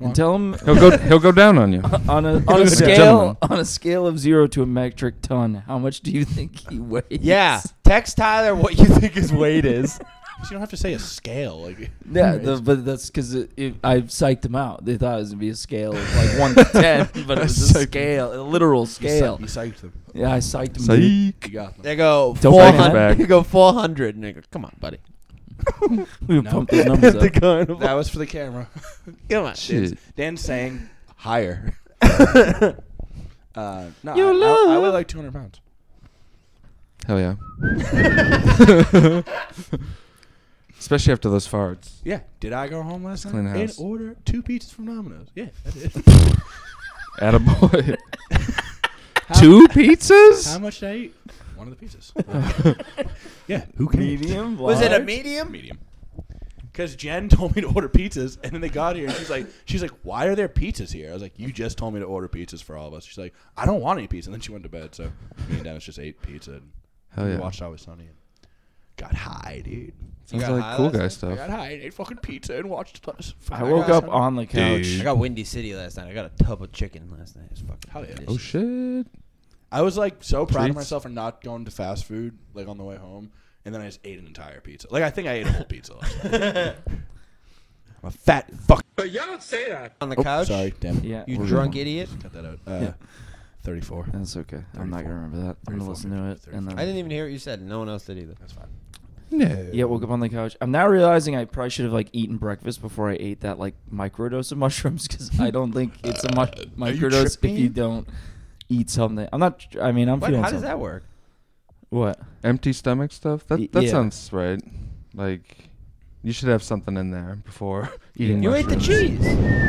[SPEAKER 2] and tell him
[SPEAKER 3] He'll go. He'll go down on you.
[SPEAKER 1] Oh,
[SPEAKER 2] on a on a
[SPEAKER 3] Ladies and
[SPEAKER 2] scale
[SPEAKER 3] gentlemen.
[SPEAKER 2] on a scale of zero to a metric ton, how much do you think he weighs?
[SPEAKER 4] Yeah. Text Tyler what you think his weight is.
[SPEAKER 1] So you don't have to say a scale. Like,
[SPEAKER 2] Yeah, the, but that's because it, it, I psyched him out. They thought it was gonna be a scale of like one to ten, but it was a scale, a literal scale.
[SPEAKER 1] You psyched them.
[SPEAKER 2] Yeah, I psyched him. dude.
[SPEAKER 1] You
[SPEAKER 3] Psych.
[SPEAKER 1] got them.
[SPEAKER 4] They go
[SPEAKER 2] Don't
[SPEAKER 4] four
[SPEAKER 2] bring us
[SPEAKER 4] hundred.
[SPEAKER 3] back.
[SPEAKER 4] They go four hundred. And they go, come on, buddy.
[SPEAKER 2] We
[SPEAKER 1] No.
[SPEAKER 2] pumped those numbers
[SPEAKER 4] The
[SPEAKER 2] up.
[SPEAKER 4] carnival.
[SPEAKER 1] That was for the camera.
[SPEAKER 4] Come on.
[SPEAKER 3] Shit.
[SPEAKER 1] Dan sang higher. uh, no,
[SPEAKER 2] You
[SPEAKER 1] I, I, I weigh
[SPEAKER 2] love-
[SPEAKER 1] like 200 pounds.
[SPEAKER 3] Hell yeah. Especially after those farts.
[SPEAKER 1] Yeah. Did I go home last
[SPEAKER 3] clean
[SPEAKER 1] night
[SPEAKER 3] house.
[SPEAKER 1] and order two pizzas from Domino's? Yeah, I did.
[SPEAKER 3] Attaboy. Two
[SPEAKER 1] How
[SPEAKER 3] pizzas?
[SPEAKER 1] much did I eat? One of the pizzas. yeah. Who can
[SPEAKER 2] Medium.
[SPEAKER 4] Was it a
[SPEAKER 2] large?
[SPEAKER 4] medium?
[SPEAKER 1] Medium. Because Jen told me to order pizzas, and then they got here, and she's like, she's like, why are there pizzas here? I was like, you just told me to order pizzas for all of us. She's like, I don't want any pizza. And then she went to bed, so me and Dennis just ate pizza. And
[SPEAKER 3] Hell
[SPEAKER 1] we
[SPEAKER 3] yeah.
[SPEAKER 1] watched Always Sunny and got high, dude.
[SPEAKER 3] Sounds
[SPEAKER 4] got high
[SPEAKER 3] like cool
[SPEAKER 4] last
[SPEAKER 3] guy
[SPEAKER 4] night?
[SPEAKER 1] I
[SPEAKER 3] stuff.
[SPEAKER 1] got high and ate fucking pizza and watched.
[SPEAKER 2] I woke up on the couch.
[SPEAKER 4] I got Windy City last night. I got a tub of chicken last night. It's fucking
[SPEAKER 1] Hell yeah.
[SPEAKER 3] Oh
[SPEAKER 4] delicious.
[SPEAKER 3] shit!
[SPEAKER 1] I was like so proud of
[SPEAKER 3] Treats.
[SPEAKER 1] myself for not going to fast food like on the way home, and then I just ate an entire pizza. Like I think I ate a whole pizza.
[SPEAKER 4] Oh,
[SPEAKER 1] last night.
[SPEAKER 4] I'm a fat fuck. But y'all don't say that on the couch.
[SPEAKER 1] Sorry, damn it.
[SPEAKER 2] Yeah.
[SPEAKER 4] You
[SPEAKER 2] Oh, We're
[SPEAKER 4] drunk
[SPEAKER 2] going.
[SPEAKER 4] idiot.
[SPEAKER 1] Cut that out. Uh,
[SPEAKER 2] Yeah.
[SPEAKER 1] Thirty-four.
[SPEAKER 2] That's okay. I'm not gonna remember that. I'm gonna
[SPEAKER 1] 34,
[SPEAKER 2] listen to it.
[SPEAKER 1] 34.
[SPEAKER 2] And then
[SPEAKER 4] I didn't even hear what you said. No one else did either.
[SPEAKER 1] That's fine.
[SPEAKER 3] No.
[SPEAKER 2] Yeah, woke up on the couch. I'm now realizing I probably should have like eaten breakfast before I ate that like microdose of mushrooms because I don't think it's a much
[SPEAKER 1] Are you
[SPEAKER 2] microdose if
[SPEAKER 1] tripping?
[SPEAKER 2] you don't eat something. I'm not. tr- I mean, I'm
[SPEAKER 4] What?
[SPEAKER 2] feeling.
[SPEAKER 4] How does
[SPEAKER 2] something.
[SPEAKER 4] that work?
[SPEAKER 2] What?
[SPEAKER 3] Empty stomach stuff.
[SPEAKER 2] Y-
[SPEAKER 3] That that
[SPEAKER 2] yeah.
[SPEAKER 3] sounds right. Like you should have something in there before eating.
[SPEAKER 4] You ate the
[SPEAKER 3] mushrooms.
[SPEAKER 4] cheese.
[SPEAKER 3] Oh,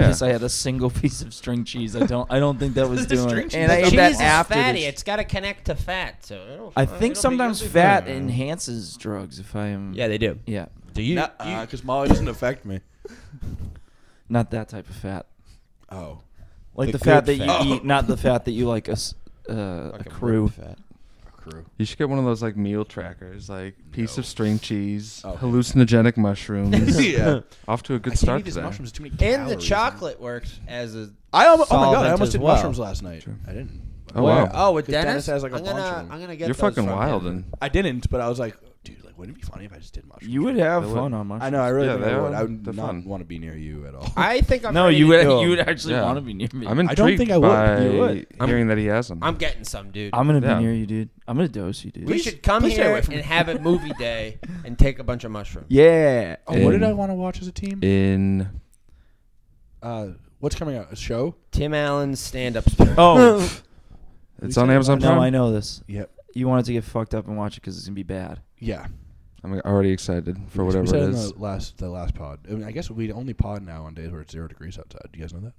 [SPEAKER 3] Yeah.
[SPEAKER 2] Yes, I had a single piece of string cheese. I don't. I don't think that was
[SPEAKER 1] The
[SPEAKER 2] doing.
[SPEAKER 1] string
[SPEAKER 2] it.
[SPEAKER 1] cheese-
[SPEAKER 2] And I
[SPEAKER 1] the
[SPEAKER 2] ate
[SPEAKER 1] cheese
[SPEAKER 2] that
[SPEAKER 1] is
[SPEAKER 2] after. the
[SPEAKER 5] fatty.
[SPEAKER 2] sh-
[SPEAKER 5] It's got to connect to fat. So it'll-
[SPEAKER 2] I
[SPEAKER 4] Oh,
[SPEAKER 5] it'll
[SPEAKER 2] think
[SPEAKER 5] be
[SPEAKER 2] sometimes
[SPEAKER 5] good for
[SPEAKER 2] fat
[SPEAKER 5] you.
[SPEAKER 2] enhances drugs. If I am.
[SPEAKER 4] Yeah, they do.
[SPEAKER 2] Yeah.
[SPEAKER 4] Do you?
[SPEAKER 1] Nah, uh, because Molly doesn't affect me.
[SPEAKER 2] Not that type of fat.
[SPEAKER 1] Oh,
[SPEAKER 2] Like the,
[SPEAKER 4] The
[SPEAKER 2] fat that
[SPEAKER 4] good fat.
[SPEAKER 2] you
[SPEAKER 1] Oh.
[SPEAKER 2] eat, not the fat that you like. as- Uh,
[SPEAKER 4] Fucking
[SPEAKER 2] accrue.
[SPEAKER 4] fat.
[SPEAKER 1] a crew.
[SPEAKER 3] You should get one of those like meal trackers, like piece
[SPEAKER 1] No.
[SPEAKER 3] of string cheese,
[SPEAKER 1] Okay.
[SPEAKER 3] hallucinogenic mushrooms.
[SPEAKER 1] yeah.
[SPEAKER 3] Off to a
[SPEAKER 1] I
[SPEAKER 3] good
[SPEAKER 1] can't
[SPEAKER 3] start
[SPEAKER 1] eat these
[SPEAKER 3] today.
[SPEAKER 1] mushrooms. Too many
[SPEAKER 5] And the
[SPEAKER 1] calories.
[SPEAKER 5] chocolate works as a.
[SPEAKER 1] I almost, oh my god! I
[SPEAKER 4] solvent
[SPEAKER 1] almost
[SPEAKER 4] as
[SPEAKER 1] did
[SPEAKER 4] well.
[SPEAKER 1] mushrooms last night. I didn't.
[SPEAKER 3] Oh
[SPEAKER 4] Where?
[SPEAKER 3] wow!
[SPEAKER 4] Oh, with
[SPEAKER 1] 'Cause
[SPEAKER 4] Dennis?
[SPEAKER 1] has like a
[SPEAKER 4] I'm
[SPEAKER 1] bunch
[SPEAKER 4] gonna,
[SPEAKER 1] of them.
[SPEAKER 4] I'm gonna get
[SPEAKER 3] You're
[SPEAKER 4] those
[SPEAKER 3] fucking
[SPEAKER 4] from
[SPEAKER 3] wild
[SPEAKER 4] him.
[SPEAKER 3] and
[SPEAKER 1] I didn't, but I was like, dude, like, wouldn't it be funny if I just did mushrooms?
[SPEAKER 2] You would have
[SPEAKER 3] They would.
[SPEAKER 2] fun on mushrooms.
[SPEAKER 1] I know. I really
[SPEAKER 3] Yeah,
[SPEAKER 1] think
[SPEAKER 3] they
[SPEAKER 1] I would.
[SPEAKER 3] are.
[SPEAKER 1] I would
[SPEAKER 3] They're
[SPEAKER 1] not
[SPEAKER 3] fun.
[SPEAKER 1] want to be near you at all.
[SPEAKER 5] I think I'm.
[SPEAKER 2] No,
[SPEAKER 5] ready
[SPEAKER 2] you
[SPEAKER 5] to
[SPEAKER 2] would.
[SPEAKER 5] go.
[SPEAKER 2] You would actually
[SPEAKER 3] Yeah.
[SPEAKER 2] want to be near me.
[SPEAKER 3] I'm
[SPEAKER 2] I'm,
[SPEAKER 1] don't
[SPEAKER 3] intrigued
[SPEAKER 1] think I would.
[SPEAKER 3] by
[SPEAKER 1] You would.
[SPEAKER 3] hearing that he has them.
[SPEAKER 5] I'm getting some, dude.
[SPEAKER 2] gonna
[SPEAKER 3] Yeah.
[SPEAKER 2] be near you, dude. I'm gonna dose you, dude.
[SPEAKER 5] we
[SPEAKER 1] Please-
[SPEAKER 5] should come
[SPEAKER 1] please stay
[SPEAKER 5] here
[SPEAKER 1] away from
[SPEAKER 5] and
[SPEAKER 1] me.
[SPEAKER 5] have a movie day and take a bunch of mushrooms.
[SPEAKER 2] yeah.
[SPEAKER 1] oh, what did I
[SPEAKER 3] Um,
[SPEAKER 1] want to watch as a team?
[SPEAKER 3] in
[SPEAKER 1] Uh, what's coming out? A show?
[SPEAKER 5] Tim Allen's stand-up special.
[SPEAKER 2] Oh
[SPEAKER 3] it's
[SPEAKER 1] said
[SPEAKER 3] on
[SPEAKER 1] it
[SPEAKER 3] Amazon
[SPEAKER 1] was
[SPEAKER 2] no,
[SPEAKER 3] Prime.
[SPEAKER 2] I know this.
[SPEAKER 1] Yep.
[SPEAKER 2] You wanted to get fucked up and watch it because it's gonna be bad.
[SPEAKER 1] Yeah.
[SPEAKER 3] I'm already excited for
[SPEAKER 1] We
[SPEAKER 3] whatever
[SPEAKER 1] said
[SPEAKER 3] it
[SPEAKER 1] in
[SPEAKER 3] is.
[SPEAKER 1] The last, the last pod. I, mean, I guess we the only pod now on days where it's zero degrees outside. Do you guys know that?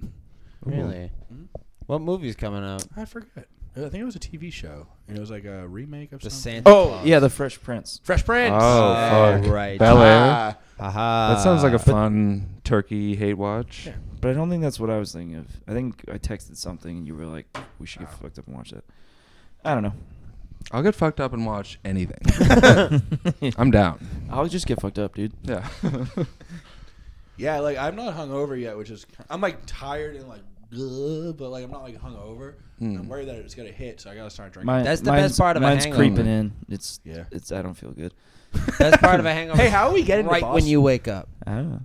[SPEAKER 4] Really?
[SPEAKER 1] Hmm?
[SPEAKER 4] What movie's coming out?
[SPEAKER 1] I forget. I think it was a TV show, and it was like a remake of
[SPEAKER 5] The
[SPEAKER 1] something.
[SPEAKER 5] Santa
[SPEAKER 2] Oh
[SPEAKER 5] Claus.
[SPEAKER 2] yeah, The Fresh Prince.
[SPEAKER 1] Fresh Prince.
[SPEAKER 3] Oh
[SPEAKER 4] Yeah,
[SPEAKER 3] fuck!
[SPEAKER 4] right.
[SPEAKER 3] Bel Air.
[SPEAKER 1] Ah.
[SPEAKER 4] Haha.
[SPEAKER 3] That sounds like a fun turkey hate watch.
[SPEAKER 1] Yeah.
[SPEAKER 2] But I don't think that's what I was thinking of. I think I texted something and you were like, "We should get fucked up and watch that." I don't
[SPEAKER 3] I'll get fucked up and watch anything.
[SPEAKER 2] know.
[SPEAKER 3] I'm down.
[SPEAKER 2] I'll just get fucked up, dude.
[SPEAKER 3] Yeah.
[SPEAKER 1] Yeah, like I'm not hungover yet, which is I'm like tired and like, ugh, but like I'm not like hungover.
[SPEAKER 3] Hmm.
[SPEAKER 1] I'm worried that it's gonna hit, so I gotta start drinking.
[SPEAKER 2] Mine-
[SPEAKER 4] That's the best
[SPEAKER 2] mine's-
[SPEAKER 4] part of a
[SPEAKER 2] Mine's
[SPEAKER 4] hangover.
[SPEAKER 2] creeping in. It's
[SPEAKER 1] Yeah.
[SPEAKER 2] It's I don't feel good.
[SPEAKER 4] That's part of a hangover.
[SPEAKER 1] hey, how are we getting
[SPEAKER 4] right
[SPEAKER 1] to
[SPEAKER 4] when
[SPEAKER 1] Boston?
[SPEAKER 4] you wake up.
[SPEAKER 2] I don't know.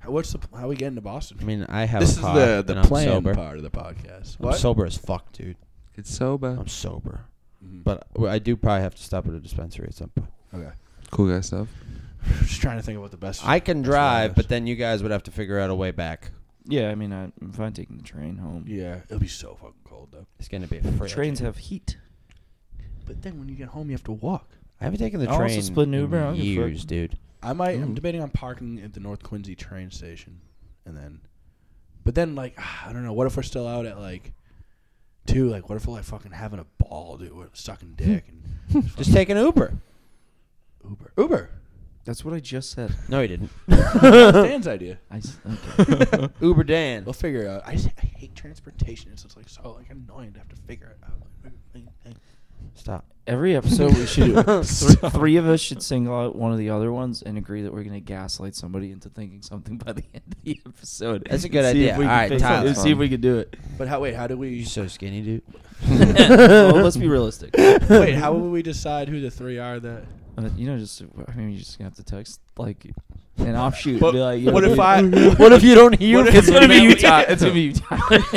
[SPEAKER 1] How- What's the how are we getting to Boston?
[SPEAKER 4] I mean, I have.
[SPEAKER 1] this
[SPEAKER 4] a
[SPEAKER 1] is
[SPEAKER 4] car,
[SPEAKER 1] the
[SPEAKER 4] and
[SPEAKER 1] the
[SPEAKER 4] I'm
[SPEAKER 1] plan
[SPEAKER 4] sober.
[SPEAKER 1] part of the podcast.
[SPEAKER 4] I'm
[SPEAKER 1] What?
[SPEAKER 4] sober as fuck, dude.
[SPEAKER 3] it's sober.
[SPEAKER 4] I'm sober,
[SPEAKER 1] Mhm.
[SPEAKER 4] but well, I do probably have to stop at a dispensary at some point.
[SPEAKER 1] okay,
[SPEAKER 3] Cool guy stuff.
[SPEAKER 1] just trying to think of what the best.
[SPEAKER 4] I can
[SPEAKER 1] best
[SPEAKER 4] drive,
[SPEAKER 1] route
[SPEAKER 4] but
[SPEAKER 1] is.
[SPEAKER 4] then you guys would have to figure out a way back.
[SPEAKER 2] Yeah, I mean, I, I'm fine taking the train home.
[SPEAKER 1] yeah, it'll be so fucking cold though.
[SPEAKER 4] It's gonna be a frick.
[SPEAKER 2] Trains have heat.
[SPEAKER 1] But then when you get home, you have to walk.
[SPEAKER 4] I haven't taken the
[SPEAKER 2] I also
[SPEAKER 4] train
[SPEAKER 2] split an Uber, I
[SPEAKER 4] in
[SPEAKER 2] don't give a
[SPEAKER 4] years,
[SPEAKER 2] fuck.
[SPEAKER 4] dude.
[SPEAKER 1] I might. I'm
[SPEAKER 3] Mm.
[SPEAKER 1] debating on parking at the North Quincy train station, and then, but then like I don't know. What if we're still out at like two? Like what if we're like fucking having a ball, dude? We're sucking dick and
[SPEAKER 4] Just take an Uber.
[SPEAKER 1] Uber. Uber.
[SPEAKER 2] That's what I just said.
[SPEAKER 4] No, he didn't.
[SPEAKER 1] Dan's idea.
[SPEAKER 2] I s- okay.
[SPEAKER 4] Uber Dan.
[SPEAKER 1] We'll figure it out. I just I hate transportation. It's just like so like annoying to have to figure it out.
[SPEAKER 4] Stop.
[SPEAKER 2] Every episode we should three, three of us should single out one of the other ones and agree that we're gonna gaslight somebody into thinking something by the end of the episode.
[SPEAKER 4] That's a good
[SPEAKER 2] See if
[SPEAKER 4] idea.
[SPEAKER 2] we can
[SPEAKER 4] All right,
[SPEAKER 2] fix it.
[SPEAKER 4] Tyler.
[SPEAKER 2] See if we can do it.
[SPEAKER 1] But how? Wait, how do
[SPEAKER 4] You're
[SPEAKER 1] we?
[SPEAKER 4] so skinny, dude.
[SPEAKER 2] well, let's be realistic.
[SPEAKER 1] Wait, how will we decide who the three are that?
[SPEAKER 2] Uh, You know, just I mean, you're just gonna have to text like an offshoot.
[SPEAKER 1] But
[SPEAKER 2] and be like, yo,
[SPEAKER 1] what if
[SPEAKER 2] dude.
[SPEAKER 1] I?
[SPEAKER 4] What if you don't hear?
[SPEAKER 1] What if-
[SPEAKER 2] It's gonna be you,
[SPEAKER 1] What
[SPEAKER 2] Tyler. It's gonna be you, Tyler.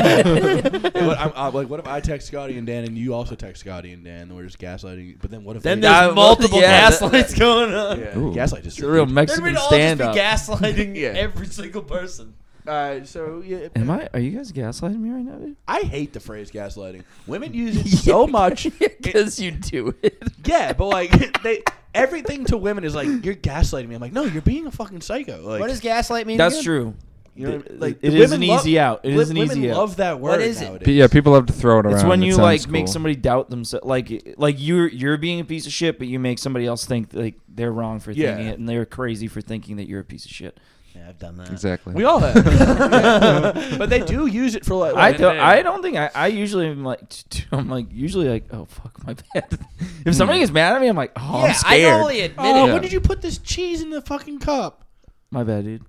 [SPEAKER 1] Hey, what, I'm, I'm like, what if I text Scotty and Dan, and you also text Scotty and Dan, and we're just gaslighting? But then what if
[SPEAKER 5] Then
[SPEAKER 1] they-
[SPEAKER 5] there's
[SPEAKER 2] I-
[SPEAKER 5] multiple
[SPEAKER 2] yeah, that-
[SPEAKER 5] gaslights going on.
[SPEAKER 1] yeah,
[SPEAKER 3] Ooh.
[SPEAKER 1] gaslight just
[SPEAKER 2] It's a real
[SPEAKER 5] Then
[SPEAKER 2] Mexican
[SPEAKER 5] we'd all
[SPEAKER 2] stand
[SPEAKER 5] just
[SPEAKER 2] up.
[SPEAKER 5] be gaslighting
[SPEAKER 1] Yeah.
[SPEAKER 5] every single person.
[SPEAKER 1] Uh, so yeah,
[SPEAKER 2] Am I? Are you guys gaslighting me right now, dude?
[SPEAKER 1] I hate the phrase gaslighting. Women use it so much.
[SPEAKER 2] because you do it.
[SPEAKER 1] Yeah, but like they everything to women is like you're gaslighting me. I'm like, no, you're being a fucking psycho. Like,
[SPEAKER 4] What does gaslight mean?
[SPEAKER 2] That's
[SPEAKER 4] again?
[SPEAKER 2] true.
[SPEAKER 1] you know, what I mean? like
[SPEAKER 2] It
[SPEAKER 1] the
[SPEAKER 2] is
[SPEAKER 1] women
[SPEAKER 2] an
[SPEAKER 1] love-
[SPEAKER 2] easy out. It
[SPEAKER 1] li-
[SPEAKER 2] is an
[SPEAKER 1] women
[SPEAKER 2] easy out.
[SPEAKER 1] Love that word.
[SPEAKER 4] What is it?
[SPEAKER 1] nowadays.
[SPEAKER 3] But yeah, people love to throw it around.
[SPEAKER 2] It's when
[SPEAKER 3] It
[SPEAKER 2] you
[SPEAKER 3] sounds
[SPEAKER 2] like
[SPEAKER 3] cool.
[SPEAKER 2] make somebody doubt themselves, like like you're you're being a piece of shit, but you make somebody else think like they're wrong for
[SPEAKER 1] Yeah.
[SPEAKER 2] thinking it, and they're crazy for thinking that you're a piece of shit.
[SPEAKER 5] Yeah, I've done that.
[SPEAKER 3] Exactly.
[SPEAKER 1] We all have. Yeah. But they do use it for like.
[SPEAKER 2] I
[SPEAKER 1] like-
[SPEAKER 2] don't. I don't think I. I usually am like. I'm like usually like. Oh fuck, my bad. if somebody gets mad at me, I'm like, oh, I'm
[SPEAKER 5] yeah, I
[SPEAKER 2] scared.
[SPEAKER 5] only admit
[SPEAKER 1] oh,
[SPEAKER 5] it.
[SPEAKER 1] when did you put this cheese in the fucking cup?
[SPEAKER 2] my bad, dude.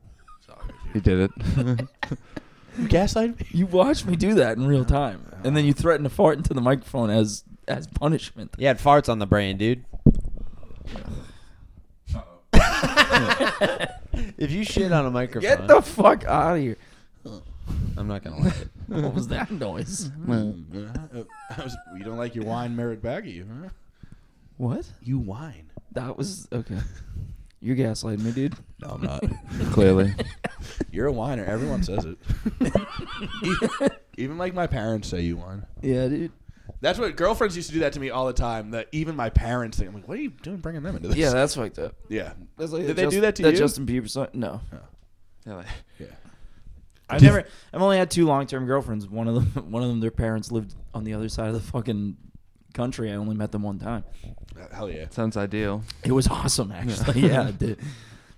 [SPEAKER 3] He did it.
[SPEAKER 1] You gaslighted me.
[SPEAKER 2] You watch me do that in real time, and then you threaten to fart into the microphone as as punishment.
[SPEAKER 4] You had farts on the brain, dude. if you shit on a microphone,
[SPEAKER 2] Get the fuck out of here.
[SPEAKER 4] I'm not gonna like it.
[SPEAKER 2] What was that Hmm. noise?
[SPEAKER 1] Mm, uh, I was- you don't like your wine merit back at you, huh?
[SPEAKER 2] What?
[SPEAKER 1] You wine.
[SPEAKER 2] That was okay. You're gaslighting me, dude.
[SPEAKER 1] No, I'm not.
[SPEAKER 3] Clearly.
[SPEAKER 1] You're a whiner. Everyone says it. even, even like my parents say you whine.
[SPEAKER 2] Yeah, dude.
[SPEAKER 1] That's what girlfriends used to do that to me all the time. That even my parents think. I'm like, what are you doing bringing them into this?
[SPEAKER 2] Yeah, that's fucked up.
[SPEAKER 1] yeah.
[SPEAKER 2] That's like
[SPEAKER 1] Did
[SPEAKER 2] the
[SPEAKER 1] they
[SPEAKER 2] Jus-
[SPEAKER 1] do that to you?
[SPEAKER 2] Justin Bieber song? No.
[SPEAKER 1] yeah.
[SPEAKER 2] I've never. I've only had two long-term girlfriends. One of them, one of them, their parents lived on the other side of the fucking country. I only met them one time.
[SPEAKER 1] Uh, Hell yeah.
[SPEAKER 3] Sounds ideal.
[SPEAKER 2] It was awesome, actually. Yeah. it did.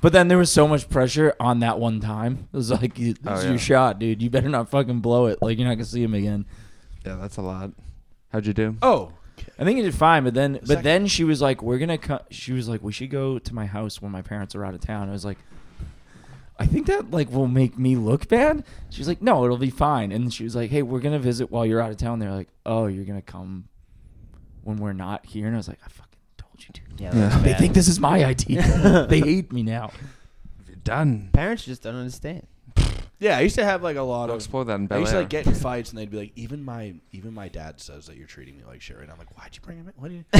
[SPEAKER 2] But then there was so much pressure on that one time. It was like, you, this
[SPEAKER 3] Oh,
[SPEAKER 2] is
[SPEAKER 3] yeah.
[SPEAKER 2] your shot, dude. You better not fucking blow it. Like you're not gonna see him again.
[SPEAKER 3] Yeah, that's a lot. How'd you do?
[SPEAKER 1] Oh.
[SPEAKER 2] I think he did fine, but then, but
[SPEAKER 1] second-
[SPEAKER 2] then she was like, "We're gonna come." She was like, "We should go to my house when my parents are out of town." I was like, "I think that like will make me look bad." She was like, "No, it'll be fine." And she was like, "Hey, we're gonna visit while you're out of town." They're like, "Oh, you're gonna come when we're not here?" And I was like, "I fucking told you to."
[SPEAKER 5] Yeah, that's
[SPEAKER 2] They
[SPEAKER 5] bad.
[SPEAKER 2] think this is my idea. they hate me now.
[SPEAKER 3] You're done.
[SPEAKER 4] Parents just don't understand.
[SPEAKER 1] Yeah, I used to have like a lot
[SPEAKER 3] I'll
[SPEAKER 1] of.
[SPEAKER 3] explore that in
[SPEAKER 1] I
[SPEAKER 3] Bel
[SPEAKER 1] used to
[SPEAKER 3] Air.
[SPEAKER 1] like get in fights, and they'd be like, "Even my even my dad says that you're treating me like shit." And I'm like, "Why'd you bring him in? What are you?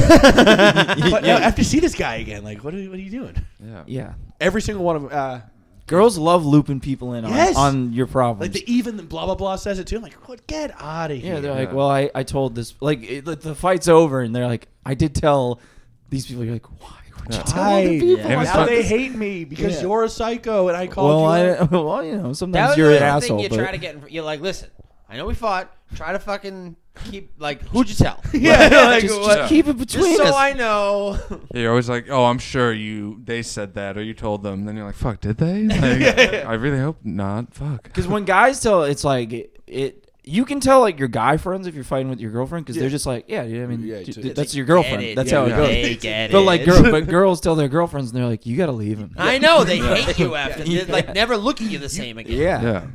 [SPEAKER 1] But I have to see this guy again. Like, what are what are you doing?"
[SPEAKER 3] yeah.
[SPEAKER 2] Yeah,
[SPEAKER 1] Every single one of them. Uh,
[SPEAKER 2] girls love looping people in on,
[SPEAKER 1] Yes!
[SPEAKER 2] on your problems.
[SPEAKER 1] like the even the blah blah blah says it too. I'm like, "What? Get out of here!"
[SPEAKER 2] Yeah, they're like,
[SPEAKER 3] Yeah.
[SPEAKER 2] well, I, I told this, like, it, like, the fight's over, and they're like, I did tell these people. You're like, why would you tell other
[SPEAKER 1] Right.
[SPEAKER 2] people?
[SPEAKER 3] And
[SPEAKER 1] now
[SPEAKER 3] it's fun-
[SPEAKER 1] they hate me because
[SPEAKER 2] Yeah.
[SPEAKER 1] you're a psycho and I called
[SPEAKER 2] well,
[SPEAKER 1] you.
[SPEAKER 2] I,
[SPEAKER 1] out.
[SPEAKER 2] well, you know,
[SPEAKER 5] That
[SPEAKER 2] sometimes
[SPEAKER 5] was
[SPEAKER 2] you're an
[SPEAKER 5] another
[SPEAKER 2] asshole.
[SPEAKER 5] Thing you
[SPEAKER 2] but
[SPEAKER 5] try to get. In, fr- you're like, listen. I know we fought. Try to fucking keep like. Who'd you tell?
[SPEAKER 1] Yeah, like,
[SPEAKER 2] just,
[SPEAKER 1] what-
[SPEAKER 2] just keep it
[SPEAKER 5] Just
[SPEAKER 2] between
[SPEAKER 5] so
[SPEAKER 2] us.
[SPEAKER 5] I know.
[SPEAKER 3] You're always like, oh, I'm sure you. They said that, or you told them. Then you're like, fuck, did they? Like, I really hope not. Fuck.
[SPEAKER 2] Because when guys tell, it's like it. you can tell like your guy friends if you're fighting with your girlfriend because
[SPEAKER 1] Yeah.
[SPEAKER 2] they're just like, yeah, yeah I mean,
[SPEAKER 1] Yeah,
[SPEAKER 2] d-
[SPEAKER 1] it's-
[SPEAKER 2] d-
[SPEAKER 1] it's
[SPEAKER 2] that's your girlfriend.
[SPEAKER 5] Get it,
[SPEAKER 2] That's
[SPEAKER 5] dude.
[SPEAKER 2] how it
[SPEAKER 3] yeah.
[SPEAKER 2] goes.
[SPEAKER 5] They get
[SPEAKER 2] But
[SPEAKER 5] it.
[SPEAKER 2] like, girl, but girls tell their girlfriends and they're like, you got to leave him.
[SPEAKER 5] I know they hate you after. they Like, never look at you the same again.
[SPEAKER 2] Yeah.
[SPEAKER 3] Yeah.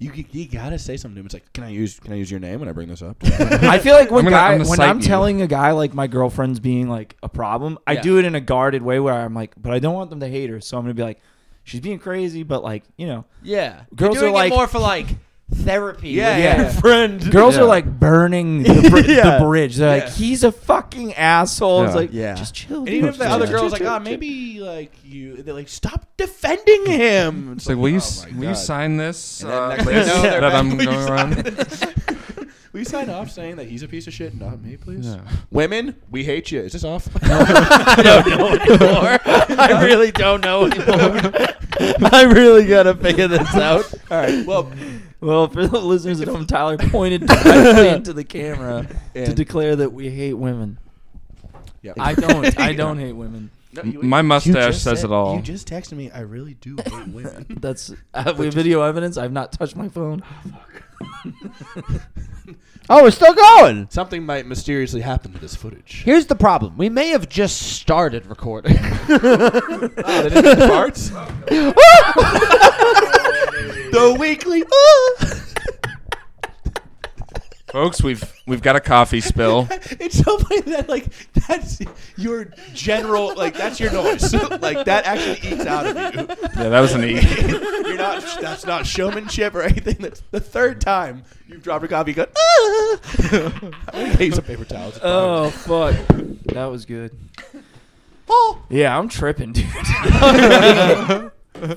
[SPEAKER 1] You, g- you gotta say something to him. It's like, can I use can I use your name when I bring this up?
[SPEAKER 2] I feel like when
[SPEAKER 3] I'm gonna-
[SPEAKER 2] guy,
[SPEAKER 3] I'm gonna
[SPEAKER 2] when
[SPEAKER 3] cite
[SPEAKER 2] I'm
[SPEAKER 3] you.
[SPEAKER 2] telling a guy like my girlfriend's being like a problem, I
[SPEAKER 5] Yeah.
[SPEAKER 2] do it in a guarded way where I'm like, but I don't want them to hate her, so I'm gonna be like, she's being crazy, but like you know,
[SPEAKER 5] Yeah.
[SPEAKER 2] Girls
[SPEAKER 5] You're doing
[SPEAKER 2] are like-
[SPEAKER 5] it more for like therapy.
[SPEAKER 1] Yeah,
[SPEAKER 5] where-
[SPEAKER 2] yeah.
[SPEAKER 1] friend.
[SPEAKER 2] girls
[SPEAKER 3] Yeah.
[SPEAKER 2] are like burning the, br- the bridge. They're
[SPEAKER 1] Yeah.
[SPEAKER 2] like, he's a fucking asshole. It's
[SPEAKER 3] Yeah.
[SPEAKER 2] like,
[SPEAKER 4] Yeah.
[SPEAKER 2] just chill.
[SPEAKER 1] And
[SPEAKER 2] dude.
[SPEAKER 1] even if the
[SPEAKER 2] Just
[SPEAKER 1] other
[SPEAKER 2] chill,
[SPEAKER 1] girl's
[SPEAKER 2] chill,
[SPEAKER 1] like, ah,
[SPEAKER 2] chill,
[SPEAKER 1] maybe like you, they're like, stop defending him.
[SPEAKER 3] It's like, will you s
[SPEAKER 1] Oh
[SPEAKER 3] will you sign this
[SPEAKER 1] And then
[SPEAKER 3] uh,
[SPEAKER 1] next thing you
[SPEAKER 3] list
[SPEAKER 1] know, they're
[SPEAKER 3] that
[SPEAKER 1] back,
[SPEAKER 3] I'm
[SPEAKER 1] "Will you
[SPEAKER 3] going around?
[SPEAKER 1] Will you sign off saying that he's a piece of shit, not me, please?
[SPEAKER 3] Yeah.
[SPEAKER 1] Women, we hate you. Is this off?
[SPEAKER 5] I don't know anymore. I really don't know anymore.
[SPEAKER 4] I really gotta figure this out.
[SPEAKER 1] All right. Well,
[SPEAKER 2] chill. Well, for the listeners at home, Tyler pointed directly into the camera to declare that we hate women.
[SPEAKER 1] yeah.
[SPEAKER 2] I don't. I don't hate women.
[SPEAKER 1] No, you-
[SPEAKER 3] My
[SPEAKER 1] you
[SPEAKER 3] mustache
[SPEAKER 1] just
[SPEAKER 3] says
[SPEAKER 1] said-
[SPEAKER 3] it all.
[SPEAKER 1] You just texted me. I really do hate women.
[SPEAKER 2] That's uh, we have video evidence. I've not touched my phone.
[SPEAKER 4] Oh, we're still going.
[SPEAKER 1] Something might mysteriously happen to this footage.
[SPEAKER 4] Here's the problem. We may have just started recording.
[SPEAKER 1] Oh, they didn't get the parts? the weekly.
[SPEAKER 3] Folks, we've we've got a coffee spill.
[SPEAKER 1] it's so funny that like that's your general like that's your noise like that actually eats out of you.
[SPEAKER 3] Yeah, that was an E.
[SPEAKER 1] You're not that's not showmanship or anything. That's the third time you've dropped a coffee. You go. Ah! Use some paper towels.
[SPEAKER 2] Oh fuck, that was good. Yeah, I'm tripping, dude.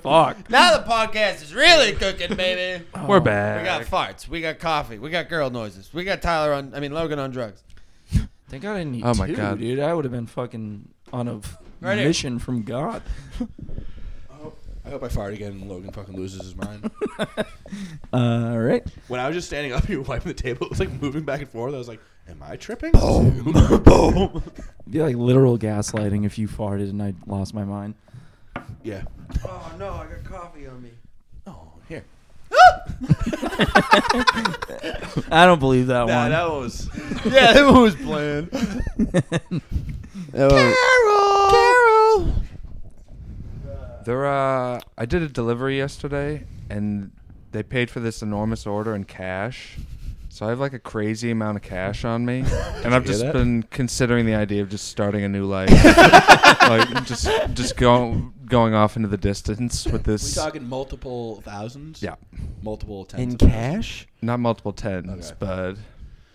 [SPEAKER 2] fuck.
[SPEAKER 5] Now the podcast is really cooking, baby.
[SPEAKER 3] We're
[SPEAKER 5] We got
[SPEAKER 3] back.
[SPEAKER 5] farts. We got coffee. We got girl noises. We got Tyler on. I mean Logan on drugs.
[SPEAKER 2] Thank God I didn't eat
[SPEAKER 3] Oh my
[SPEAKER 2] two,
[SPEAKER 3] God.
[SPEAKER 2] dude. I would have been fucking on a f-
[SPEAKER 5] Right here.
[SPEAKER 2] mission from God.
[SPEAKER 1] I hope I fart again and Logan fucking loses his mind.
[SPEAKER 2] All Uh, right.
[SPEAKER 1] when I was just standing up, you were wiping the table. It was like moving back and forth. I was like, "Am I tripping?"
[SPEAKER 2] It'd be like literal gaslighting if you farted and I lost my mind.
[SPEAKER 1] Yeah.
[SPEAKER 4] Oh no, I got coffee on me.
[SPEAKER 1] Oh, here.
[SPEAKER 2] I don't believe that
[SPEAKER 4] Nah,
[SPEAKER 2] one.
[SPEAKER 4] that one was. Yeah, that one was bland. Carol. Carol.
[SPEAKER 3] There, uh, I did a delivery yesterday, and they paid for this enormous order in cash. So I have like a crazy amount of cash on me, and I've
[SPEAKER 1] hear
[SPEAKER 3] just
[SPEAKER 1] that?
[SPEAKER 3] been considering the idea of just starting a new life, like just just going going off into the distance with
[SPEAKER 1] We
[SPEAKER 3] this.
[SPEAKER 1] talking multiple thousands?
[SPEAKER 3] Yeah,
[SPEAKER 1] Multiple tens.
[SPEAKER 4] In
[SPEAKER 1] of thousands?
[SPEAKER 4] cash?
[SPEAKER 3] not multiple tens,
[SPEAKER 1] Okay.
[SPEAKER 3] but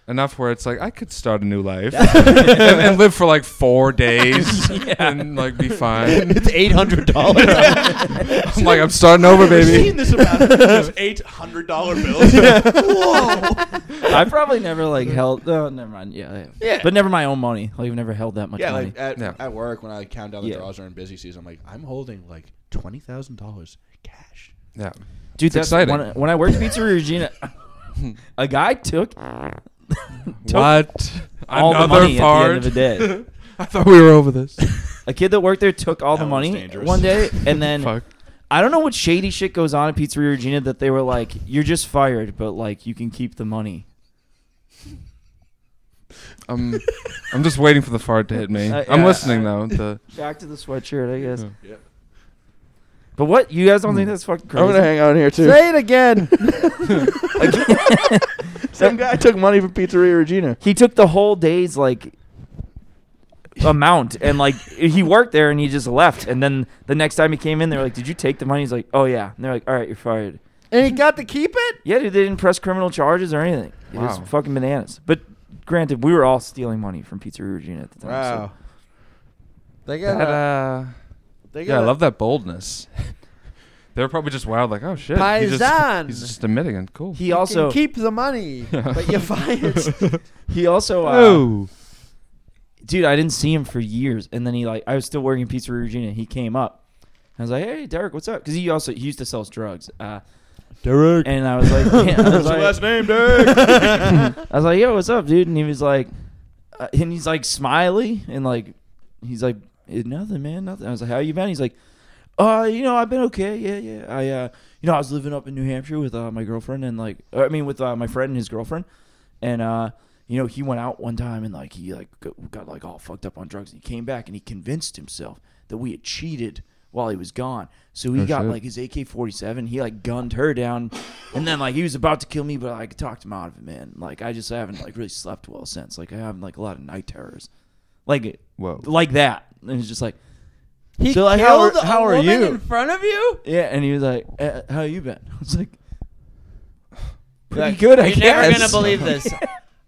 [SPEAKER 3] enough where it's like I could start a new life and, and live for like four days and like be fine.
[SPEAKER 4] It's eight hundred dollars.
[SPEAKER 3] I'm like I'm starting over,
[SPEAKER 1] I've
[SPEAKER 3] baby.
[SPEAKER 1] seen this amount of eight hundred dollar bills.
[SPEAKER 2] I probably never like held. Oh, never mind. Yeah, I have.
[SPEAKER 1] Yeah.
[SPEAKER 2] But never my own money. Like I've never held that much
[SPEAKER 1] Yeah,
[SPEAKER 2] money.
[SPEAKER 1] like uh, at,
[SPEAKER 3] Yeah.
[SPEAKER 1] at work when I count down the
[SPEAKER 2] Yeah.
[SPEAKER 1] draws during busy season, I'm like, I'm holding like twenty thousand dollars cash.
[SPEAKER 3] Yeah.
[SPEAKER 2] Dude, that's
[SPEAKER 3] exciting.
[SPEAKER 2] When, when I worked Pizzeria Regina, a guy took Took
[SPEAKER 3] What?
[SPEAKER 2] all the money at the end of the day.
[SPEAKER 3] I thought we were over this.
[SPEAKER 2] A kid that worked there took all the
[SPEAKER 1] That one's
[SPEAKER 2] money
[SPEAKER 1] dangerous.
[SPEAKER 2] one day, and then
[SPEAKER 3] Fuck.
[SPEAKER 2] I don't know what shady shit goes on at Pizzeria Regina that they were like, "You're just fired, but like you can keep the money."
[SPEAKER 3] I'm, I'm just waiting for the fart to hit me.
[SPEAKER 2] Uh,
[SPEAKER 3] I'm
[SPEAKER 2] yeah,
[SPEAKER 3] listening
[SPEAKER 2] I-
[SPEAKER 3] though. The,
[SPEAKER 2] Back to the sweatshirt, I guess.
[SPEAKER 3] Yeah.
[SPEAKER 1] Yep.
[SPEAKER 2] But what you guys don't think that's fucking crazy?
[SPEAKER 7] out here too.
[SPEAKER 4] Say it again.
[SPEAKER 7] Some guy took money from Pizzeria Regina.
[SPEAKER 2] he took the whole day's like amount and like he worked there and he just left and then the next time he came in they were like did you take the money he's like oh yeah and they're like all right you're fired
[SPEAKER 4] and he got to keep it.
[SPEAKER 2] yeah dude they didn't press criminal charges or anything it was
[SPEAKER 3] Wow.
[SPEAKER 2] fucking bananas but granted we were all stealing money from pizzeria regina at the time
[SPEAKER 4] Wow. They got.
[SPEAKER 3] that, uh,
[SPEAKER 4] they got
[SPEAKER 3] yeah, I love that boldness. they were probably just wild, like, oh shit. He just,
[SPEAKER 4] Paisan.
[SPEAKER 3] he's just admitting it. Cool.
[SPEAKER 2] so he also
[SPEAKER 4] keep the money, but you're fired.
[SPEAKER 2] he also uh,
[SPEAKER 3] oh.
[SPEAKER 2] dude i didn't see him for years and then he like i was still working at pizzeria regina he came up i was like hey derek what's up because he also he used to sell us drugs uh
[SPEAKER 4] Derek.
[SPEAKER 2] and i was like, yeah, I was like
[SPEAKER 1] name, Derek.
[SPEAKER 2] I was like, "Yo, what's up, dude?" And he was like, uh, and he's like smiley and like, he's like, "Eh, "Nothing, man, nothing." I was like, "How you been?" He's like, "Uh, you know, I've been okay. Yeah, yeah. I, uh, you know, I was living up in New Hampshire with uh, my girlfriend and like, or, I mean, with uh, my friend and his girlfriend, and uh." You know, he went out one time and like he like got, got like all fucked up on drugs, and he came back and he convinced himself that we had cheated while he was gone. So he
[SPEAKER 3] Oh,
[SPEAKER 2] got
[SPEAKER 3] shit.
[SPEAKER 2] like his AK forty seven. He like gunned her down, and then like he was about to kill me, but I like, talked him out of it, man. Like I just haven't like really slept well since. Like I have like a lot of night terrors, like
[SPEAKER 3] Whoa.
[SPEAKER 2] like that. And it's just like
[SPEAKER 4] He
[SPEAKER 2] So, like, how
[SPEAKER 4] killed
[SPEAKER 2] are- how
[SPEAKER 4] a
[SPEAKER 2] are
[SPEAKER 4] woman
[SPEAKER 2] you?
[SPEAKER 4] in front of you.
[SPEAKER 2] yeah. And he was like, eh, "How you been?" I was like, "Pretty
[SPEAKER 4] Like,
[SPEAKER 2] good, I
[SPEAKER 4] You're
[SPEAKER 2] guess."
[SPEAKER 4] never gonna believe this.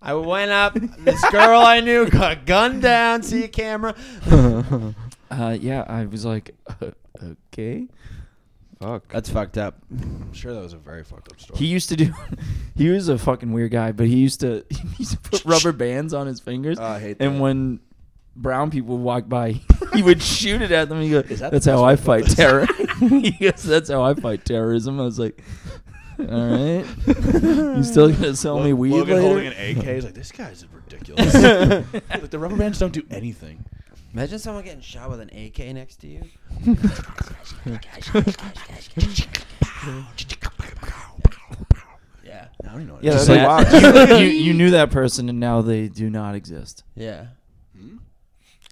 [SPEAKER 4] I went up. This girl I knew got gunned down. See a camera.
[SPEAKER 2] Uh, yeah, I was like, uh, "Okay."
[SPEAKER 3] Fuck.
[SPEAKER 4] That's fucked up.
[SPEAKER 1] I'm sure that was a very fucked up story.
[SPEAKER 2] He used to do. he was a fucking weird guy, but he used to he used to put rubber bands on his fingers.
[SPEAKER 1] Oh, I hate
[SPEAKER 2] and
[SPEAKER 1] that.
[SPEAKER 2] when brown people walked by, he would shoot it at them. And he goes,
[SPEAKER 1] Is that the
[SPEAKER 2] "That's
[SPEAKER 1] best
[SPEAKER 2] how
[SPEAKER 1] way
[SPEAKER 2] I
[SPEAKER 1] to put
[SPEAKER 2] fight
[SPEAKER 1] this?"
[SPEAKER 2] terror." he goes, "That's how I fight terrorism." I was like, "All right, you still gonna sell me
[SPEAKER 1] Log-
[SPEAKER 2] weed
[SPEAKER 1] Logan
[SPEAKER 2] later?"
[SPEAKER 1] holding an AK. He's like, this guy's ridiculous. like, the rubber bands don't do anything.
[SPEAKER 4] Imagine someone getting shot with an AK next to you. yeah.
[SPEAKER 1] I don't even know. What
[SPEAKER 2] Yeah,
[SPEAKER 1] it is.
[SPEAKER 2] that's
[SPEAKER 4] Just
[SPEAKER 2] like,
[SPEAKER 4] like
[SPEAKER 2] wow, you, you, you knew that person, and now they do not exist.
[SPEAKER 4] Yeah.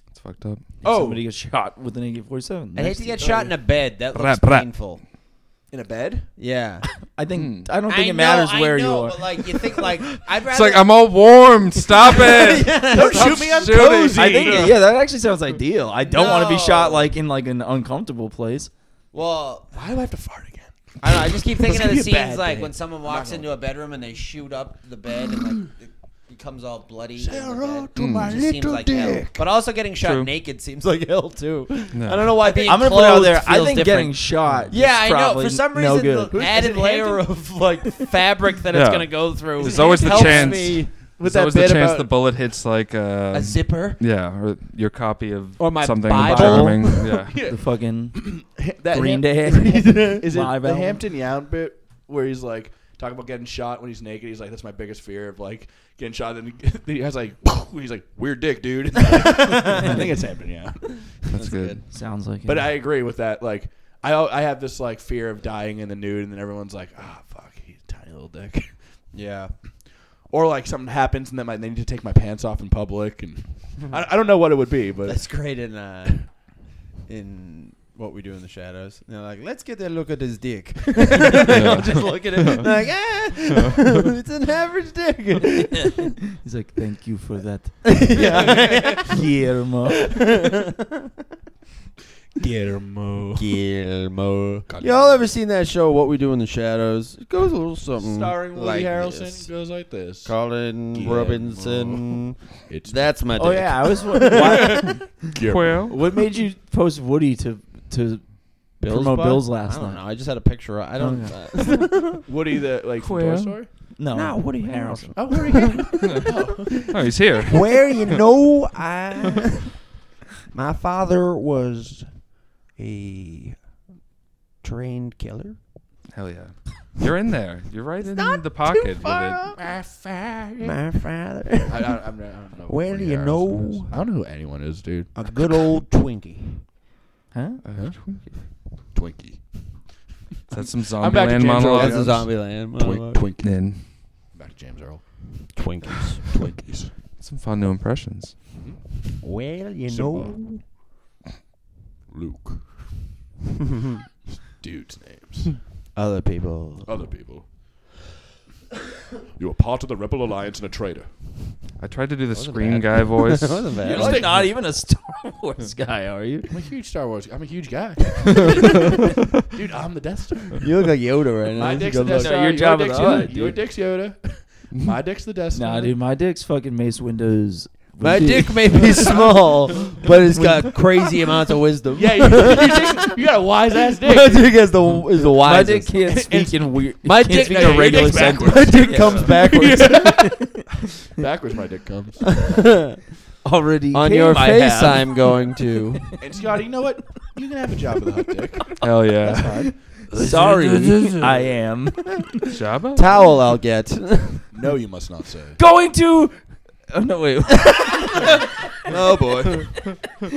[SPEAKER 3] That's fucked up.
[SPEAKER 4] Oh.
[SPEAKER 2] somebody gets shot with an AK-47.
[SPEAKER 4] I hate
[SPEAKER 2] next
[SPEAKER 4] to
[SPEAKER 2] you.
[SPEAKER 4] get shot in a bed. That looks
[SPEAKER 3] Brah, brah.
[SPEAKER 4] painful.
[SPEAKER 1] in a bed.
[SPEAKER 4] Yeah.
[SPEAKER 2] I think
[SPEAKER 3] Hmm.
[SPEAKER 2] I don't think
[SPEAKER 4] I
[SPEAKER 2] it matters
[SPEAKER 4] know,
[SPEAKER 2] where
[SPEAKER 4] I know,
[SPEAKER 2] you are.
[SPEAKER 4] But like you think like I'd rather
[SPEAKER 3] It's like I'm all warm. Stop it.
[SPEAKER 1] Don't
[SPEAKER 3] Stop
[SPEAKER 1] shoot me, I'm
[SPEAKER 3] shooting.
[SPEAKER 1] cozy.
[SPEAKER 2] I think yeah, that actually sounds ideal. I don't want to be
[SPEAKER 4] No.
[SPEAKER 2] shot like in like an uncomfortable place.
[SPEAKER 4] Well,
[SPEAKER 1] Why do I have to fart again?
[SPEAKER 4] I don't know. I just keep thinking of
[SPEAKER 1] gonna
[SPEAKER 4] the
[SPEAKER 1] be a bad
[SPEAKER 4] scenes like
[SPEAKER 1] day.
[SPEAKER 4] when someone walks into a bedroom and they shoot up the bed and like it becomes all bloody. in the bed.
[SPEAKER 1] to my
[SPEAKER 4] It just seems like hell. But also getting shot
[SPEAKER 3] True.
[SPEAKER 4] naked seems like hell too.
[SPEAKER 3] No.
[SPEAKER 4] I don't know why. Being
[SPEAKER 2] I'm gonna put it out
[SPEAKER 4] clothed
[SPEAKER 2] there. I
[SPEAKER 4] feels
[SPEAKER 2] think
[SPEAKER 4] different.
[SPEAKER 2] getting shot.
[SPEAKER 4] Yeah,
[SPEAKER 2] is
[SPEAKER 4] I know.
[SPEAKER 2] probably
[SPEAKER 4] For some
[SPEAKER 2] no
[SPEAKER 4] reason,
[SPEAKER 2] good.
[SPEAKER 4] the added layer of like fabric that
[SPEAKER 3] Yeah.
[SPEAKER 4] it's gonna go through.
[SPEAKER 3] There's always the
[SPEAKER 4] helps
[SPEAKER 3] chance.
[SPEAKER 4] Me
[SPEAKER 7] With
[SPEAKER 3] There's always the
[SPEAKER 7] bit
[SPEAKER 3] chance
[SPEAKER 7] about-
[SPEAKER 3] the bullet hits like uh,
[SPEAKER 4] a zipper.
[SPEAKER 3] Yeah, or your copy of
[SPEAKER 4] Or my
[SPEAKER 3] something
[SPEAKER 4] Bible.
[SPEAKER 3] charming. Yeah.
[SPEAKER 2] the fucking
[SPEAKER 1] that
[SPEAKER 2] Green
[SPEAKER 1] Green
[SPEAKER 2] Day.
[SPEAKER 1] Is it
[SPEAKER 2] My
[SPEAKER 1] the
[SPEAKER 2] bad.
[SPEAKER 1] Hampton Yown bit where he's like talking about getting shot when he's naked? He's like, "That's my biggest fear of like getting shot." Then he, then he has like, he's like, "Weird dick, dude." I think it's Hampton Yown.
[SPEAKER 3] That's good.
[SPEAKER 2] Sounds like
[SPEAKER 1] But
[SPEAKER 2] it.
[SPEAKER 1] I agree with that. Like, I al- I have this like fear of dying in the nude, and then everyone's like, ah, fuck, he's a tiny little dick. yeah. Or like something happens, and then my, they need to take my pants off in public, and I, I don't know what it would be, but
[SPEAKER 4] That's great in uh, in what we do in the shadows. And they're like, let's get a look at his dick. I'm just looking at him like, ah, it's an average dick.
[SPEAKER 2] He's like, thank you for that,
[SPEAKER 4] yeah.
[SPEAKER 2] Guillermo.
[SPEAKER 1] Guillermo.
[SPEAKER 4] Guillermo. Y'all ever seen that show, What We Do in the Shadows? It goes a little something
[SPEAKER 1] Starring Woody
[SPEAKER 4] like
[SPEAKER 1] Harrelson
[SPEAKER 4] this.
[SPEAKER 1] goes like this.
[SPEAKER 4] Colin
[SPEAKER 1] Guillermo.
[SPEAKER 4] Robinson.
[SPEAKER 1] It's
[SPEAKER 4] That's my.
[SPEAKER 2] Oh
[SPEAKER 4] dick.
[SPEAKER 2] yeah, I was. What,
[SPEAKER 3] Well,
[SPEAKER 2] what made you post Woody to to promote
[SPEAKER 4] bud?
[SPEAKER 2] Bills last
[SPEAKER 4] I don't
[SPEAKER 2] night?
[SPEAKER 4] know. I just had a picture. of- I don't.
[SPEAKER 1] Woody the like from Toy
[SPEAKER 2] Queer.
[SPEAKER 1] Story.
[SPEAKER 2] No, no, Woody Harrelson.
[SPEAKER 1] Oh, where are you?
[SPEAKER 3] oh, he's here.
[SPEAKER 4] Where you know I, my father was a trained killer.
[SPEAKER 3] Hell yeah. You're in there. You're right in the pocket with it.
[SPEAKER 4] My father,
[SPEAKER 1] I, I, I don't know. who
[SPEAKER 4] Well,
[SPEAKER 1] Woody
[SPEAKER 4] you
[SPEAKER 1] Harrelson
[SPEAKER 4] know-
[SPEAKER 1] is. I don't know who anyone is, dude.
[SPEAKER 4] a good old Twinkie.
[SPEAKER 2] Huh?
[SPEAKER 1] Twinkie.
[SPEAKER 3] Is that some
[SPEAKER 1] I'm back to
[SPEAKER 3] Zombieland
[SPEAKER 1] James Earl
[SPEAKER 3] monologue?
[SPEAKER 1] That's a zombie
[SPEAKER 4] land.
[SPEAKER 1] Twink, Twinkie.
[SPEAKER 3] Then
[SPEAKER 1] Back to James Earl.
[SPEAKER 4] Twinkies.
[SPEAKER 1] Twinkies.
[SPEAKER 3] some fun new impressions.
[SPEAKER 4] Well, you
[SPEAKER 1] Simba.
[SPEAKER 4] know.
[SPEAKER 1] Luke. Dudes' names.
[SPEAKER 4] Other people.
[SPEAKER 1] Other people. You are part of the Rebel Alliance and a traitor.
[SPEAKER 3] I tried to do the scream guy voice.
[SPEAKER 2] You're like not even a Star Wars guy, are you?
[SPEAKER 1] I'm a huge Star Wars. I'm a huge guy. Dude, I'm the Death Star.
[SPEAKER 4] You look like Yoda right now.
[SPEAKER 1] My dick's the Death
[SPEAKER 2] No,
[SPEAKER 1] Star.
[SPEAKER 2] your job
[SPEAKER 1] dick's
[SPEAKER 2] is odd,
[SPEAKER 1] Yoda. Your
[SPEAKER 2] dude.
[SPEAKER 1] dick's Yoda. My dick's the Death Star.
[SPEAKER 2] Nah, dude, my dick's fucking Mace Windows.
[SPEAKER 4] My dick may be small, but it's got crazy amounts of wisdom.
[SPEAKER 1] Yeah, you, you, dick- you got a wise ass dick.
[SPEAKER 4] My dick is the is the
[SPEAKER 2] My dick
[SPEAKER 4] wisest.
[SPEAKER 2] can't speak in weird.
[SPEAKER 4] My
[SPEAKER 2] can't
[SPEAKER 4] dick-
[SPEAKER 2] speak
[SPEAKER 4] no,
[SPEAKER 2] in
[SPEAKER 4] your
[SPEAKER 2] regular
[SPEAKER 1] dick's
[SPEAKER 2] sentences.
[SPEAKER 1] backwards.
[SPEAKER 4] My dick comes backwards.
[SPEAKER 1] Backwards, my dick comes.
[SPEAKER 2] Already
[SPEAKER 4] On
[SPEAKER 2] came,
[SPEAKER 4] your
[SPEAKER 2] I
[SPEAKER 4] face,
[SPEAKER 2] have.
[SPEAKER 4] I'm going to.
[SPEAKER 1] And Scotty, you know what? You can have a job with a hot dick.
[SPEAKER 4] Oh.
[SPEAKER 3] Hell yeah.
[SPEAKER 1] Fine.
[SPEAKER 2] Sorry, I am
[SPEAKER 3] Jabba?
[SPEAKER 4] Towel I'll get.
[SPEAKER 1] No, you must not say.
[SPEAKER 2] going to. Oh no, wait.
[SPEAKER 4] oh boy.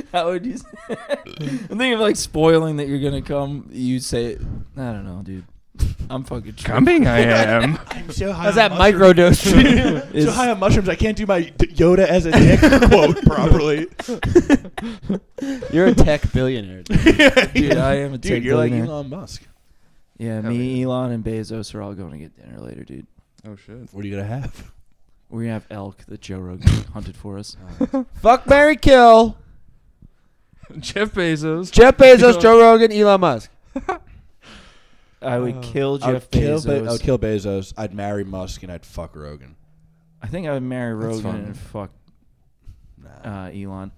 [SPEAKER 2] How would you? Say? I'm thinking of like spoiling that you're gonna come. You say, I don't know, dude. I'm fucking tripping.
[SPEAKER 3] Coming, I am.
[SPEAKER 1] I'm so high.
[SPEAKER 4] How's that microdose?
[SPEAKER 1] so
[SPEAKER 2] It's-
[SPEAKER 1] high on mushrooms, I can't do my d- Yoda as a dick quote properly.
[SPEAKER 4] You're a tech billionaire. dude.
[SPEAKER 2] dude, I am a
[SPEAKER 1] Dude,
[SPEAKER 2] tech
[SPEAKER 1] you're like
[SPEAKER 2] billionaire.
[SPEAKER 1] Elon Musk.
[SPEAKER 2] Yeah,
[SPEAKER 3] Hell
[SPEAKER 2] me, Elon, and Bezos are all going to get dinner later, dude.
[SPEAKER 3] Oh, shit.
[SPEAKER 1] What are you gonna have?
[SPEAKER 2] We're gonna have elk that Joe Rogan hunted for us.
[SPEAKER 4] Fuck Mary Kill.
[SPEAKER 3] Jeff Bezos.
[SPEAKER 4] Jeff Bezos, Joe Rogan, Elon Musk.
[SPEAKER 2] I would kill
[SPEAKER 1] I
[SPEAKER 2] Jeff
[SPEAKER 1] would kill,
[SPEAKER 2] Bezos.
[SPEAKER 1] Be- I would kill Bezos. I'd marry Musk and I'd fuck Rogan.
[SPEAKER 2] I think I would marry Rogan
[SPEAKER 3] fine.
[SPEAKER 2] and fuck
[SPEAKER 1] Nah.
[SPEAKER 2] uh, Elon.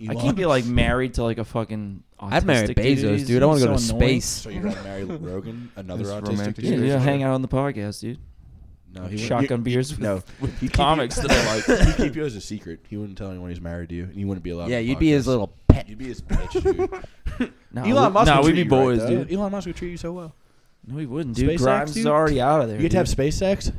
[SPEAKER 2] I
[SPEAKER 1] Elon?
[SPEAKER 2] can't be like married to like a fucking.
[SPEAKER 4] I'd marry
[SPEAKER 2] autistic
[SPEAKER 4] Bezos,
[SPEAKER 2] He's-
[SPEAKER 4] dude. I want
[SPEAKER 2] he's
[SPEAKER 4] to go to
[SPEAKER 2] so annoying.
[SPEAKER 4] space.
[SPEAKER 1] So you'd rather marry Rogan, another
[SPEAKER 3] This
[SPEAKER 1] autistic?
[SPEAKER 3] romantic
[SPEAKER 1] dude?
[SPEAKER 2] Yeah,
[SPEAKER 3] Dude,
[SPEAKER 2] yeah,
[SPEAKER 3] sure.
[SPEAKER 2] hang out on the podcast, dude.
[SPEAKER 1] No, he wouldn't-
[SPEAKER 2] Shotgun
[SPEAKER 1] you-
[SPEAKER 2] beers. with-
[SPEAKER 1] No,
[SPEAKER 2] with comics that I like.
[SPEAKER 1] he'd keep you as a secret. He wouldn't tell anyone he's married to you, and you wouldn't be allowed.
[SPEAKER 4] Yeah,
[SPEAKER 1] to
[SPEAKER 4] you'd be
[SPEAKER 1] podcast.
[SPEAKER 4] his little pet.
[SPEAKER 1] You'd be his bitch, dude.
[SPEAKER 2] Nah,
[SPEAKER 1] Elon
[SPEAKER 2] we-
[SPEAKER 1] Musk.
[SPEAKER 2] Nah,
[SPEAKER 1] would
[SPEAKER 2] we'd be
[SPEAKER 1] treat you right,
[SPEAKER 2] boys,
[SPEAKER 1] though.
[SPEAKER 2] dude.
[SPEAKER 1] Elon Musk would treat you so well.
[SPEAKER 2] No, he wouldn't, dude.
[SPEAKER 1] SpaceX,
[SPEAKER 2] Grimes
[SPEAKER 1] dude?
[SPEAKER 2] is already out of there.
[SPEAKER 1] You get to have
[SPEAKER 2] dude.
[SPEAKER 1] SpaceX,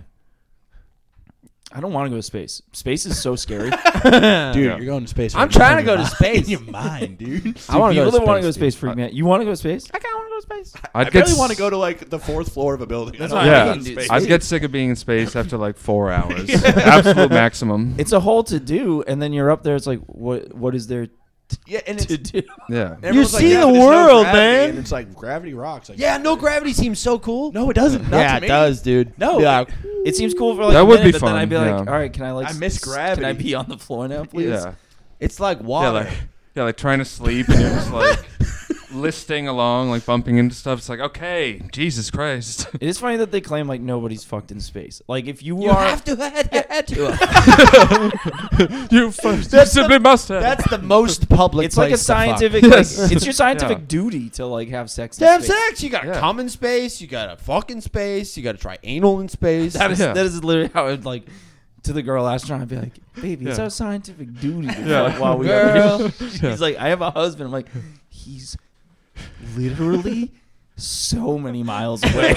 [SPEAKER 2] I don't want to go to space. Space is so scary.
[SPEAKER 1] dude.
[SPEAKER 3] Yeah.
[SPEAKER 1] You're going to space.
[SPEAKER 4] I'm
[SPEAKER 1] right now.
[SPEAKER 4] trying to
[SPEAKER 1] In
[SPEAKER 4] go
[SPEAKER 1] your
[SPEAKER 4] to
[SPEAKER 1] mind-
[SPEAKER 4] space.
[SPEAKER 1] In your mind, dude.
[SPEAKER 4] I
[SPEAKER 2] People
[SPEAKER 4] want to go to
[SPEAKER 2] that want to
[SPEAKER 4] space.
[SPEAKER 2] go to space freak me out. You want to go to space?
[SPEAKER 4] I kind of want to go to space.
[SPEAKER 1] I,
[SPEAKER 3] I'd
[SPEAKER 1] I
[SPEAKER 3] get
[SPEAKER 1] barely want to
[SPEAKER 3] s-
[SPEAKER 1] go to like the fourth floor of a building. That's
[SPEAKER 2] what I
[SPEAKER 3] Yeah.
[SPEAKER 2] mean, dude.
[SPEAKER 3] I'd get sick of being in space after like four hours. Absolute maximum.
[SPEAKER 2] It's a whole to do, and then you're up there. It's like, what? What is there
[SPEAKER 1] Yeah, and
[SPEAKER 2] to
[SPEAKER 1] it's
[SPEAKER 2] do?
[SPEAKER 3] yeah.
[SPEAKER 1] and everyone's
[SPEAKER 4] see
[SPEAKER 1] yeah,
[SPEAKER 4] the
[SPEAKER 1] but there's no
[SPEAKER 4] world,
[SPEAKER 1] gravity,
[SPEAKER 4] man.
[SPEAKER 1] And it's like gravity rocks. Like,
[SPEAKER 4] Yeah, no gravity seems so cool.
[SPEAKER 1] no, it doesn't. Not
[SPEAKER 4] yeah,
[SPEAKER 1] to
[SPEAKER 4] it
[SPEAKER 1] me.
[SPEAKER 4] does, dude.
[SPEAKER 1] No,
[SPEAKER 4] Yeah.
[SPEAKER 1] it-
[SPEAKER 2] It seems cool for like
[SPEAKER 3] That
[SPEAKER 2] a
[SPEAKER 3] would
[SPEAKER 2] minute,
[SPEAKER 3] be
[SPEAKER 2] but
[SPEAKER 3] fun,
[SPEAKER 2] Then I'd be like,
[SPEAKER 3] yeah.
[SPEAKER 2] all right, can I like?
[SPEAKER 1] I miss
[SPEAKER 2] s-
[SPEAKER 1] gravity.
[SPEAKER 2] Can I be on the floor now, please?
[SPEAKER 3] Yeah.
[SPEAKER 4] It's like
[SPEAKER 3] Yeah,
[SPEAKER 4] water.
[SPEAKER 3] like, yeah, like trying to sleep and you're just like listing along, like bumping into stuff. It's like, okay, Jesus Christ.
[SPEAKER 2] It is funny that they claim like nobody's fucked in space. Like if you,
[SPEAKER 4] you
[SPEAKER 2] are,
[SPEAKER 4] have to head, head to.
[SPEAKER 3] you first, you simply must have.
[SPEAKER 4] That's the most public.
[SPEAKER 2] it's like a
[SPEAKER 4] place to fuck.
[SPEAKER 2] scientific.
[SPEAKER 3] fuck.
[SPEAKER 2] like,
[SPEAKER 3] Yes.
[SPEAKER 2] it's your scientific
[SPEAKER 3] Yeah.
[SPEAKER 2] duty to like have sex.
[SPEAKER 4] To have
[SPEAKER 2] in space.
[SPEAKER 4] sex, you gotta
[SPEAKER 3] Yeah.
[SPEAKER 4] come in space, you gotta fuck in space, you gotta try anal in space.
[SPEAKER 2] That is
[SPEAKER 3] Yeah.
[SPEAKER 2] that is literally how I'd like to the girl astronaut. I'd be like, baby, it's
[SPEAKER 3] Yeah.
[SPEAKER 2] our scientific duty to
[SPEAKER 3] Yeah.
[SPEAKER 2] fuck while we are
[SPEAKER 4] Girl.
[SPEAKER 2] here. He's like, I have a husband. I'm like, he's literally so many miles away.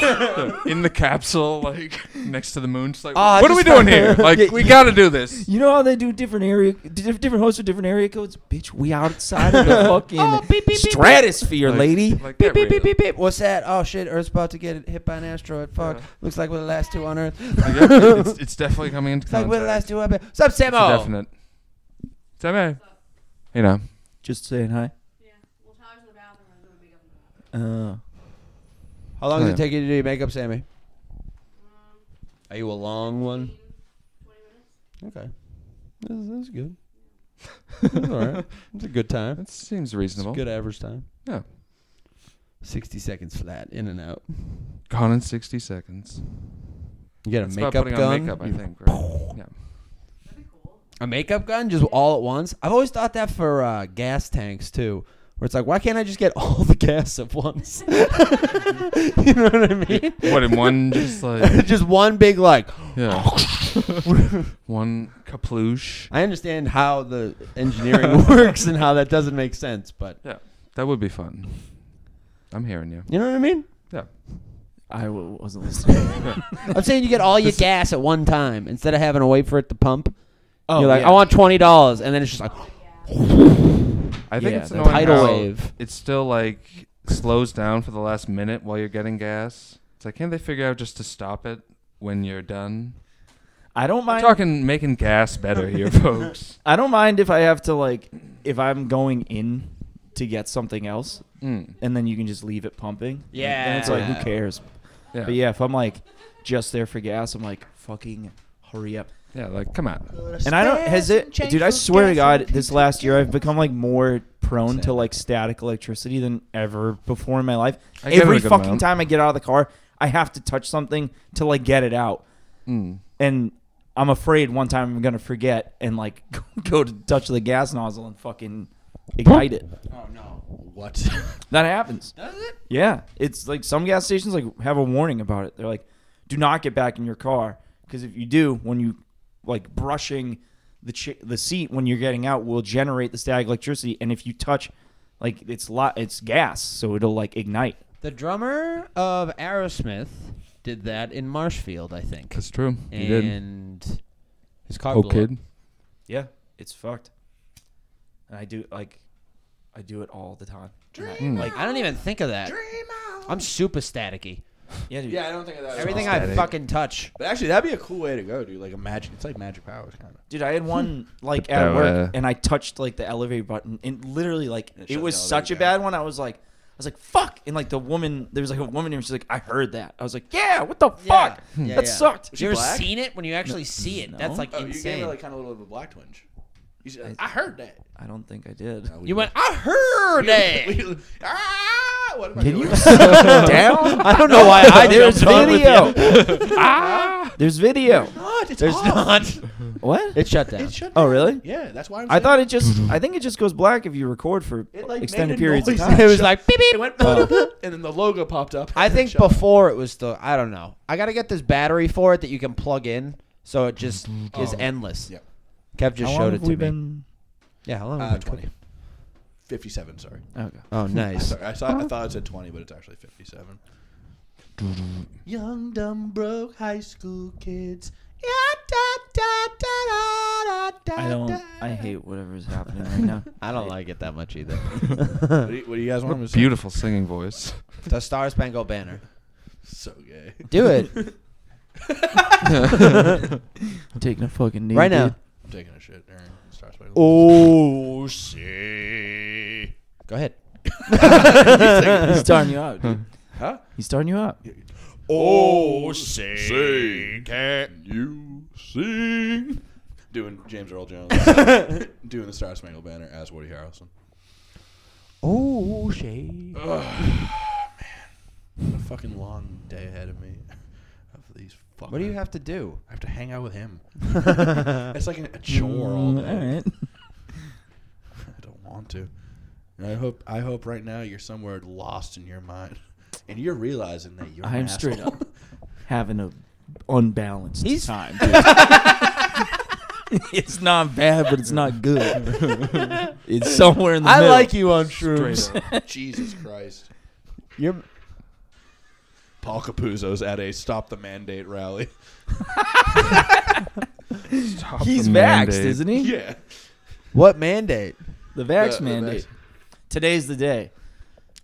[SPEAKER 3] in the capsule, like next to the moon. Just like,
[SPEAKER 2] Ah,
[SPEAKER 3] what are we
[SPEAKER 2] just-
[SPEAKER 3] doing here? Like,
[SPEAKER 2] Yeah.
[SPEAKER 3] we got to do this.
[SPEAKER 2] You know how they do different area, di- different hosts with different area codes? Bitch, we outside of the fucking stratosphere,
[SPEAKER 3] Like-
[SPEAKER 2] lady.
[SPEAKER 3] Like,
[SPEAKER 4] Beep, beep,
[SPEAKER 3] get
[SPEAKER 4] beep,
[SPEAKER 3] real.
[SPEAKER 4] beep, beep. What's that? Oh shit, Earth's about to get hit by an asteroid. Fuck.
[SPEAKER 3] Yeah.
[SPEAKER 4] Looks like we're the last two on Earth.
[SPEAKER 3] Yeah, it's, it's definitely coming into
[SPEAKER 4] Looks like we're the last
[SPEAKER 3] contact.
[SPEAKER 4] two on Earth. What's up,
[SPEAKER 3] It's a
[SPEAKER 4] Samo?
[SPEAKER 3] definite. Sammy. You know.
[SPEAKER 2] Just saying hi. Uh,
[SPEAKER 4] How long does
[SPEAKER 3] Yeah.
[SPEAKER 4] it take you to do your makeup, Sammy? Are you a long one? Okay. That's, that's good. that's all right. It's a good time.
[SPEAKER 3] That seems
[SPEAKER 4] It's a
[SPEAKER 3] reasonable.
[SPEAKER 4] good average time.
[SPEAKER 3] Yeah.
[SPEAKER 4] 60 seconds flat, in and out.
[SPEAKER 3] Gone in 60 seconds.
[SPEAKER 4] You got a
[SPEAKER 3] It's about
[SPEAKER 4] makeup
[SPEAKER 3] putting
[SPEAKER 4] gun?
[SPEAKER 3] on makeup, I
[SPEAKER 4] You-
[SPEAKER 3] think. Right? Yeah.
[SPEAKER 4] A makeup gun just all at once? I've always thought that for uh, gas tanks too. Where it's like, why can't I just get all the gas at once? you know what I mean?
[SPEAKER 3] What in one just like
[SPEAKER 4] just one big like.
[SPEAKER 3] yeah. one kaplush.
[SPEAKER 4] I understand how the engineering works and how that doesn't make sense, but
[SPEAKER 3] Yeah, that would be fun. I'm hearing you.
[SPEAKER 4] you know what I mean?
[SPEAKER 3] Yeah.
[SPEAKER 2] I w- wasn't listening.
[SPEAKER 4] I'm saying you get all your gas at one time instead of having to wait for it to pump.
[SPEAKER 2] Oh,
[SPEAKER 4] You're like,
[SPEAKER 2] yeah.
[SPEAKER 4] I want twenty dollars, and then it's just like
[SPEAKER 3] I think
[SPEAKER 2] Yeah,
[SPEAKER 3] it's
[SPEAKER 2] the
[SPEAKER 3] annoying
[SPEAKER 4] tidal
[SPEAKER 3] how
[SPEAKER 4] wave.
[SPEAKER 3] It still like slows down for the last minute while you're getting gas. It's like, can't they figure out just to stop it when you're done?
[SPEAKER 2] I don't
[SPEAKER 3] I'm
[SPEAKER 2] mind.
[SPEAKER 3] talking making gas better here, folks.
[SPEAKER 2] I don't mind if I have to like if I'm going in to get something else,
[SPEAKER 3] Mm,
[SPEAKER 2] and then you can just leave it pumping.
[SPEAKER 4] Yeah.
[SPEAKER 2] Then it's like who cares?
[SPEAKER 3] yeah.
[SPEAKER 2] But yeah, if I'm like just there for gas, I'm like fucking hurry up.
[SPEAKER 3] Yeah, like come on.
[SPEAKER 2] And I don't has it, dude. I swear to God, this last year I've become like more prone to like static electricity than ever before in my life.
[SPEAKER 3] I get it
[SPEAKER 2] Every
[SPEAKER 3] a good
[SPEAKER 2] fucking
[SPEAKER 3] amount.
[SPEAKER 2] time I get out of the car, I have to touch something to like get it out,
[SPEAKER 3] Mm.
[SPEAKER 2] and I'm afraid one time I'm gonna forget and like go to touch the gas nozzle and fucking ignite it.
[SPEAKER 1] Oh, What?
[SPEAKER 2] That happens. Does it? Yeah. It's like some gas stations like have a warning about it. They're like, do not get back in your car because if you do, when you like brushing the ch- the seat when you're getting out will generate the static electricity, and if you touch, like it's lot it's gas, so it'll like ignite.
[SPEAKER 4] the drummer of Aerosmith did that in Marshfield, I think,
[SPEAKER 3] That's true. You did.
[SPEAKER 4] and his car
[SPEAKER 3] Oh, kid.
[SPEAKER 2] Yeah, it's fucked. And I do like, I do it all the time. And I-
[SPEAKER 3] Mm.
[SPEAKER 4] Like I don't even think of that. I'm super staticky.
[SPEAKER 2] yeah, dude.
[SPEAKER 1] Yeah, I don't think of that.
[SPEAKER 4] Everything
[SPEAKER 1] I.
[SPEAKER 4] I fucking touch.
[SPEAKER 1] But actually, that'd be a cool way to go, dude. Like a magic. It's like magic powers, kind of.
[SPEAKER 2] Dude, I had one
[SPEAKER 1] Hmm.
[SPEAKER 2] like
[SPEAKER 4] Oh,
[SPEAKER 3] That,
[SPEAKER 2] at work,
[SPEAKER 3] uh,
[SPEAKER 2] and I touched like the elevator button, and literally like it,
[SPEAKER 1] shut
[SPEAKER 2] was
[SPEAKER 1] the
[SPEAKER 2] such a
[SPEAKER 1] elevator down.
[SPEAKER 2] bad one. I was like, I was like, fuck, and like the woman, there was like a woman here, and she's like, I heard that. I was like, yeah, what the
[SPEAKER 4] Yeah.
[SPEAKER 2] fuck?
[SPEAKER 4] Yeah,
[SPEAKER 2] that
[SPEAKER 4] yeah.
[SPEAKER 2] sucked.
[SPEAKER 4] You ever
[SPEAKER 1] black?
[SPEAKER 4] seen it when you actually see it? That's
[SPEAKER 2] No.
[SPEAKER 4] like
[SPEAKER 1] Oh, you
[SPEAKER 4] insane.
[SPEAKER 1] gave
[SPEAKER 4] You,
[SPEAKER 1] it like kind of a little bit of a black twinge. You said, I heard that.
[SPEAKER 2] I don't think I did.
[SPEAKER 4] went, I heard it.
[SPEAKER 1] We- ah, what am I
[SPEAKER 2] Can
[SPEAKER 1] doing?
[SPEAKER 2] you slow down?
[SPEAKER 4] I don't know why I
[SPEAKER 2] There's
[SPEAKER 4] jumped on with
[SPEAKER 2] video.
[SPEAKER 4] you.
[SPEAKER 2] ah, there's video.
[SPEAKER 1] Not, it's
[SPEAKER 4] There's
[SPEAKER 1] off.
[SPEAKER 4] not.
[SPEAKER 2] What?
[SPEAKER 4] It shut down.
[SPEAKER 1] It should.
[SPEAKER 2] Oh, really?
[SPEAKER 1] Yeah, that's why I'm
[SPEAKER 2] I
[SPEAKER 1] saying-
[SPEAKER 2] thought it just. I think it just goes black if you record for
[SPEAKER 1] It, like,
[SPEAKER 2] extended
[SPEAKER 1] made a
[SPEAKER 2] periods of
[SPEAKER 1] noise.
[SPEAKER 2] time.
[SPEAKER 4] It was like beep beep.
[SPEAKER 1] it went, and then the logo popped up.
[SPEAKER 4] Oh. I think
[SPEAKER 1] Shut up.
[SPEAKER 4] before it was the I don't know. I gotta get this battery for it that you can plug in, so it just is
[SPEAKER 1] Oh.
[SPEAKER 4] endless.
[SPEAKER 1] Yep.
[SPEAKER 4] Kev just
[SPEAKER 2] How long
[SPEAKER 4] showed it
[SPEAKER 2] have
[SPEAKER 4] to
[SPEAKER 2] we
[SPEAKER 4] me.
[SPEAKER 2] been?
[SPEAKER 4] yeah, how long?
[SPEAKER 1] Uh,
[SPEAKER 4] have we been
[SPEAKER 1] 20.
[SPEAKER 4] cooking?
[SPEAKER 1] 57, sorry.
[SPEAKER 2] Okay.
[SPEAKER 4] Oh, nice.
[SPEAKER 1] Sorry, I, saw, I thought it said 20, but it's actually 57. Young, dumb, broke high school kids. Yeah, da, da, da, da, da,
[SPEAKER 2] I
[SPEAKER 1] da,
[SPEAKER 2] don't.
[SPEAKER 1] da.
[SPEAKER 2] I hate whatever's happening right now.
[SPEAKER 4] I don't like it that much either.
[SPEAKER 1] What do you, what do you guys want me to say?
[SPEAKER 3] Beautiful singing voice.
[SPEAKER 4] the Star Spangled Banner.
[SPEAKER 1] So gay.
[SPEAKER 4] Do it
[SPEAKER 2] I'm taking a fucking knee
[SPEAKER 4] right now.
[SPEAKER 1] I'm taking a shit, Aaron. It starts by-
[SPEAKER 4] Oh, see. Go ahead.
[SPEAKER 2] He's starting you out. Dude.
[SPEAKER 1] Huh?
[SPEAKER 2] He's starting you out.
[SPEAKER 1] Oh, sing, can you sing? Doing James Earl Jones. doing the Star Spangled Banner as Woody Harrelson.
[SPEAKER 4] Oh, shade.
[SPEAKER 1] What a fucking long day ahead of me. Of these fuckers.
[SPEAKER 4] What do you have to do?
[SPEAKER 1] I have to hang out with him. It's like an, a chore. all
[SPEAKER 2] Mm,
[SPEAKER 1] day.
[SPEAKER 2] all right.
[SPEAKER 1] I don't want to. And I hope I hope right now you're somewhere lost in your mind, and you're realizing that you're. an
[SPEAKER 2] I'm straight
[SPEAKER 1] asshole.
[SPEAKER 2] up having a unbalanced
[SPEAKER 4] He's-
[SPEAKER 2] time. dude. it's not bad, but it's not good. it's somewhere in the
[SPEAKER 4] I
[SPEAKER 2] middle.
[SPEAKER 4] like you on shrooms.
[SPEAKER 1] Jesus Christ.
[SPEAKER 4] You're
[SPEAKER 1] Paul Capuzzo's at a stop the mandate rally.
[SPEAKER 3] Stop
[SPEAKER 2] He's
[SPEAKER 3] the
[SPEAKER 2] vaxxed,
[SPEAKER 3] mandate.
[SPEAKER 2] isn't he?
[SPEAKER 1] yeah.
[SPEAKER 4] What mandate?
[SPEAKER 2] The vax
[SPEAKER 1] The- the
[SPEAKER 2] mandate.
[SPEAKER 1] vax-
[SPEAKER 2] Today's the day.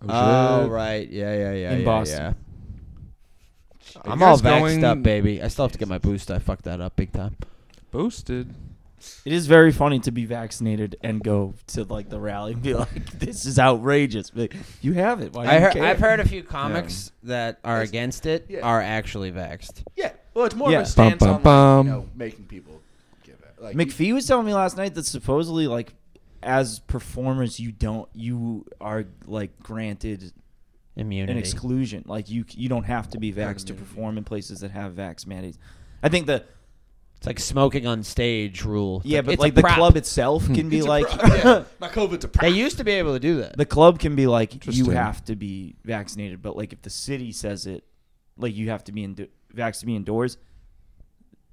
[SPEAKER 4] Oh,
[SPEAKER 3] shit.
[SPEAKER 4] right. Yeah, yeah, yeah.
[SPEAKER 2] In
[SPEAKER 4] yeah,
[SPEAKER 2] Boston.
[SPEAKER 4] yeah.
[SPEAKER 3] Are
[SPEAKER 4] I'm
[SPEAKER 3] you
[SPEAKER 4] all
[SPEAKER 3] guys
[SPEAKER 4] vaxxed
[SPEAKER 3] going-
[SPEAKER 4] up, baby. I still have to get my boost. I fucked that up big time.
[SPEAKER 3] Boosted.
[SPEAKER 2] It is very funny to be vaccinated and go to like the rally and be like, "This is outrageous." Be Like, you have it. Why do
[SPEAKER 4] I
[SPEAKER 2] you
[SPEAKER 4] heard,
[SPEAKER 2] care?
[SPEAKER 4] I've heard a few comics that are
[SPEAKER 1] It's-
[SPEAKER 4] against it
[SPEAKER 1] yeah.
[SPEAKER 4] are actually vaxxed.
[SPEAKER 1] Yeah. Well, it's more
[SPEAKER 2] Yeah.
[SPEAKER 1] of a
[SPEAKER 2] Bum,
[SPEAKER 1] stance
[SPEAKER 3] bum,
[SPEAKER 1] on like,
[SPEAKER 3] bum.
[SPEAKER 1] you know, making people give it. Like,
[SPEAKER 2] McPhee was telling me last night that supposedly, like, as performers, you don't you are like granted an
[SPEAKER 4] Immunity.
[SPEAKER 2] exclusion. Like you you don't have to be vaxxed to
[SPEAKER 1] immunity.
[SPEAKER 2] perform in places that have vax mandates. I think the
[SPEAKER 4] it's like smoking on stage rule.
[SPEAKER 2] yeah,
[SPEAKER 4] It's
[SPEAKER 2] but
[SPEAKER 4] it's a
[SPEAKER 2] like the
[SPEAKER 4] prop.
[SPEAKER 2] club itself can be
[SPEAKER 1] It's a
[SPEAKER 2] like
[SPEAKER 1] pro- yeah. my COVID's a
[SPEAKER 4] They
[SPEAKER 1] problem.
[SPEAKER 4] used to be able to do that.
[SPEAKER 2] the club can be like you
[SPEAKER 3] Interesting.
[SPEAKER 2] have to be vaccinated, but like if the city says it, like you have to be in vax to be indoors,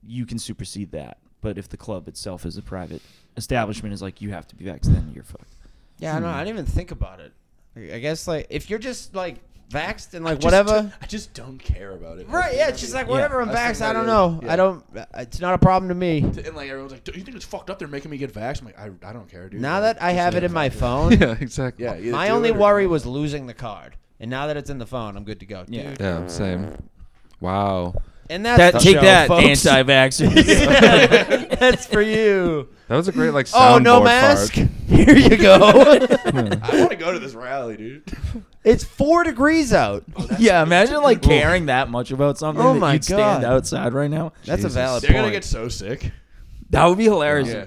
[SPEAKER 2] you can supersede that. But if the club itself is a private establishment is like you have to be vaxxed, then you're fucked.
[SPEAKER 4] yeah, I don't know. I didn't even think about it. Like, I guess like if you're just like vaxxed and like
[SPEAKER 1] Just
[SPEAKER 4] whatever.
[SPEAKER 1] don't- I just don't care about it.
[SPEAKER 4] Right, yeah, it's just like whatever I'm
[SPEAKER 1] That's
[SPEAKER 4] vaxxed.
[SPEAKER 1] the
[SPEAKER 4] I
[SPEAKER 1] way
[SPEAKER 4] don't
[SPEAKER 1] it-
[SPEAKER 4] know.
[SPEAKER 1] yeah.
[SPEAKER 4] I don't. uh, It's not a problem to me.
[SPEAKER 1] And like everyone's like, "Do you think it's fucked up? They're making me get vaxxed." I'm like, I, I don't care, dude.
[SPEAKER 4] Now
[SPEAKER 1] Like,
[SPEAKER 4] that I
[SPEAKER 1] just
[SPEAKER 4] have
[SPEAKER 1] get
[SPEAKER 4] it in my
[SPEAKER 1] vaxxed.
[SPEAKER 4] phone,
[SPEAKER 3] Yeah, exactly.
[SPEAKER 1] Yeah, either
[SPEAKER 4] my
[SPEAKER 1] do
[SPEAKER 4] only
[SPEAKER 1] it or
[SPEAKER 4] worry
[SPEAKER 1] don't.
[SPEAKER 4] was losing the card. And now that it's in the phone, I'm good to go.
[SPEAKER 2] Yeah.
[SPEAKER 4] Dude.
[SPEAKER 3] Yeah, same. Wow.
[SPEAKER 4] And that's the show, folks.
[SPEAKER 2] anti-vaxxer.
[SPEAKER 4] that's for you.
[SPEAKER 3] That was a great like
[SPEAKER 4] Oh,
[SPEAKER 3] soundboard
[SPEAKER 4] no mask. Here you go.
[SPEAKER 3] fart.
[SPEAKER 1] I want to go to this rally, dude.
[SPEAKER 4] it's four degrees out.
[SPEAKER 2] yeah, imagine like caring that much about something
[SPEAKER 4] Oh
[SPEAKER 2] that
[SPEAKER 4] my
[SPEAKER 2] you'd stand
[SPEAKER 4] God.
[SPEAKER 2] outside right now.
[SPEAKER 4] That's a
[SPEAKER 3] Jesus.
[SPEAKER 4] valid
[SPEAKER 1] They're gonna
[SPEAKER 4] point.
[SPEAKER 1] get so sick.
[SPEAKER 2] That would be hilarious.
[SPEAKER 1] Yeah.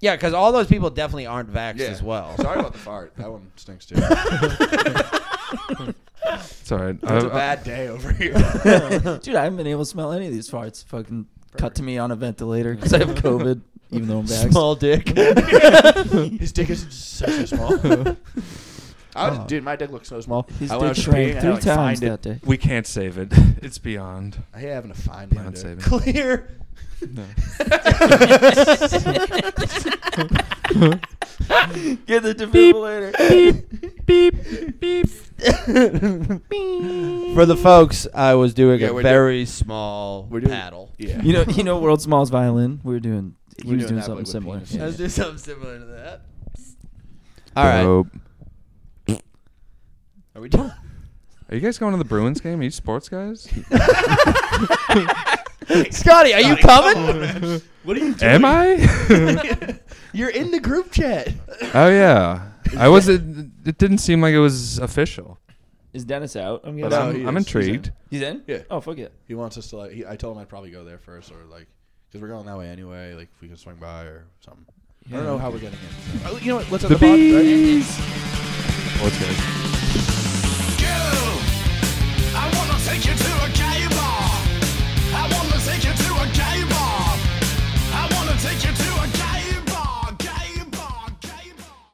[SPEAKER 4] yeah, because all those people definitely aren't vaxxed as well.
[SPEAKER 1] Sorry about the fart. That one stinks too.
[SPEAKER 3] it's all right.
[SPEAKER 1] It's
[SPEAKER 3] I-
[SPEAKER 1] a
[SPEAKER 3] I-
[SPEAKER 1] bad day over here.
[SPEAKER 2] Dude, I haven't been able to smell any of these farts. Fucking cut to me on a ventilator because I have COVID, even though I'm vaxxed.
[SPEAKER 4] Small dick.
[SPEAKER 1] His dick is so, so small. I was, Dude, my dick looks so small.
[SPEAKER 2] His
[SPEAKER 1] I, when I
[SPEAKER 2] dick
[SPEAKER 1] was peeing,
[SPEAKER 2] shrank
[SPEAKER 1] I
[SPEAKER 2] three
[SPEAKER 1] like,
[SPEAKER 2] times
[SPEAKER 1] find
[SPEAKER 2] that
[SPEAKER 1] it.
[SPEAKER 2] day.
[SPEAKER 3] we can't save it. It's beyond.
[SPEAKER 1] I hate having to find my
[SPEAKER 3] Beyond
[SPEAKER 1] dick.
[SPEAKER 3] saving.
[SPEAKER 4] Clear.
[SPEAKER 3] No.
[SPEAKER 2] Get the defibrillator.
[SPEAKER 4] For the folks, I was doing
[SPEAKER 1] Yeah,
[SPEAKER 4] a
[SPEAKER 1] we're
[SPEAKER 4] very small
[SPEAKER 1] We're doing-
[SPEAKER 4] paddle.
[SPEAKER 1] Yeah.
[SPEAKER 2] You know, you know, world's smallest violin. We were doing. He
[SPEAKER 1] We're
[SPEAKER 2] was
[SPEAKER 1] doing
[SPEAKER 2] doing,
[SPEAKER 1] that,
[SPEAKER 2] something
[SPEAKER 1] but
[SPEAKER 2] similar.
[SPEAKER 1] with penis.
[SPEAKER 4] I was
[SPEAKER 2] Yeah.
[SPEAKER 4] doing something similar to that. All right.
[SPEAKER 3] Dope.
[SPEAKER 4] Are we done?
[SPEAKER 3] Are you guys going to the Bruins game? Are you sports guys?
[SPEAKER 4] Scotty, are you coming?
[SPEAKER 1] what are you doing?
[SPEAKER 3] Am I?
[SPEAKER 1] You're in the group chat.
[SPEAKER 3] oh yeah. I was. It, it didn't seem like it was official.
[SPEAKER 2] Is Dennis out? I'm
[SPEAKER 1] But
[SPEAKER 2] guessing.
[SPEAKER 1] No,
[SPEAKER 3] I'm,
[SPEAKER 1] Oh, he
[SPEAKER 3] I'm
[SPEAKER 1] is. He's
[SPEAKER 3] intrigued.
[SPEAKER 1] in.
[SPEAKER 2] He's in.
[SPEAKER 1] Yeah.
[SPEAKER 2] Oh fuck it.
[SPEAKER 1] He wants us to like. He, I told him I'd probably go there first, or like, because we're going that way anyway. Like, if we can swing by or something. I don't know how we're getting in. Oh, you know what? Let's end
[SPEAKER 3] The
[SPEAKER 1] the pod, right?
[SPEAKER 3] bees. Sports guys.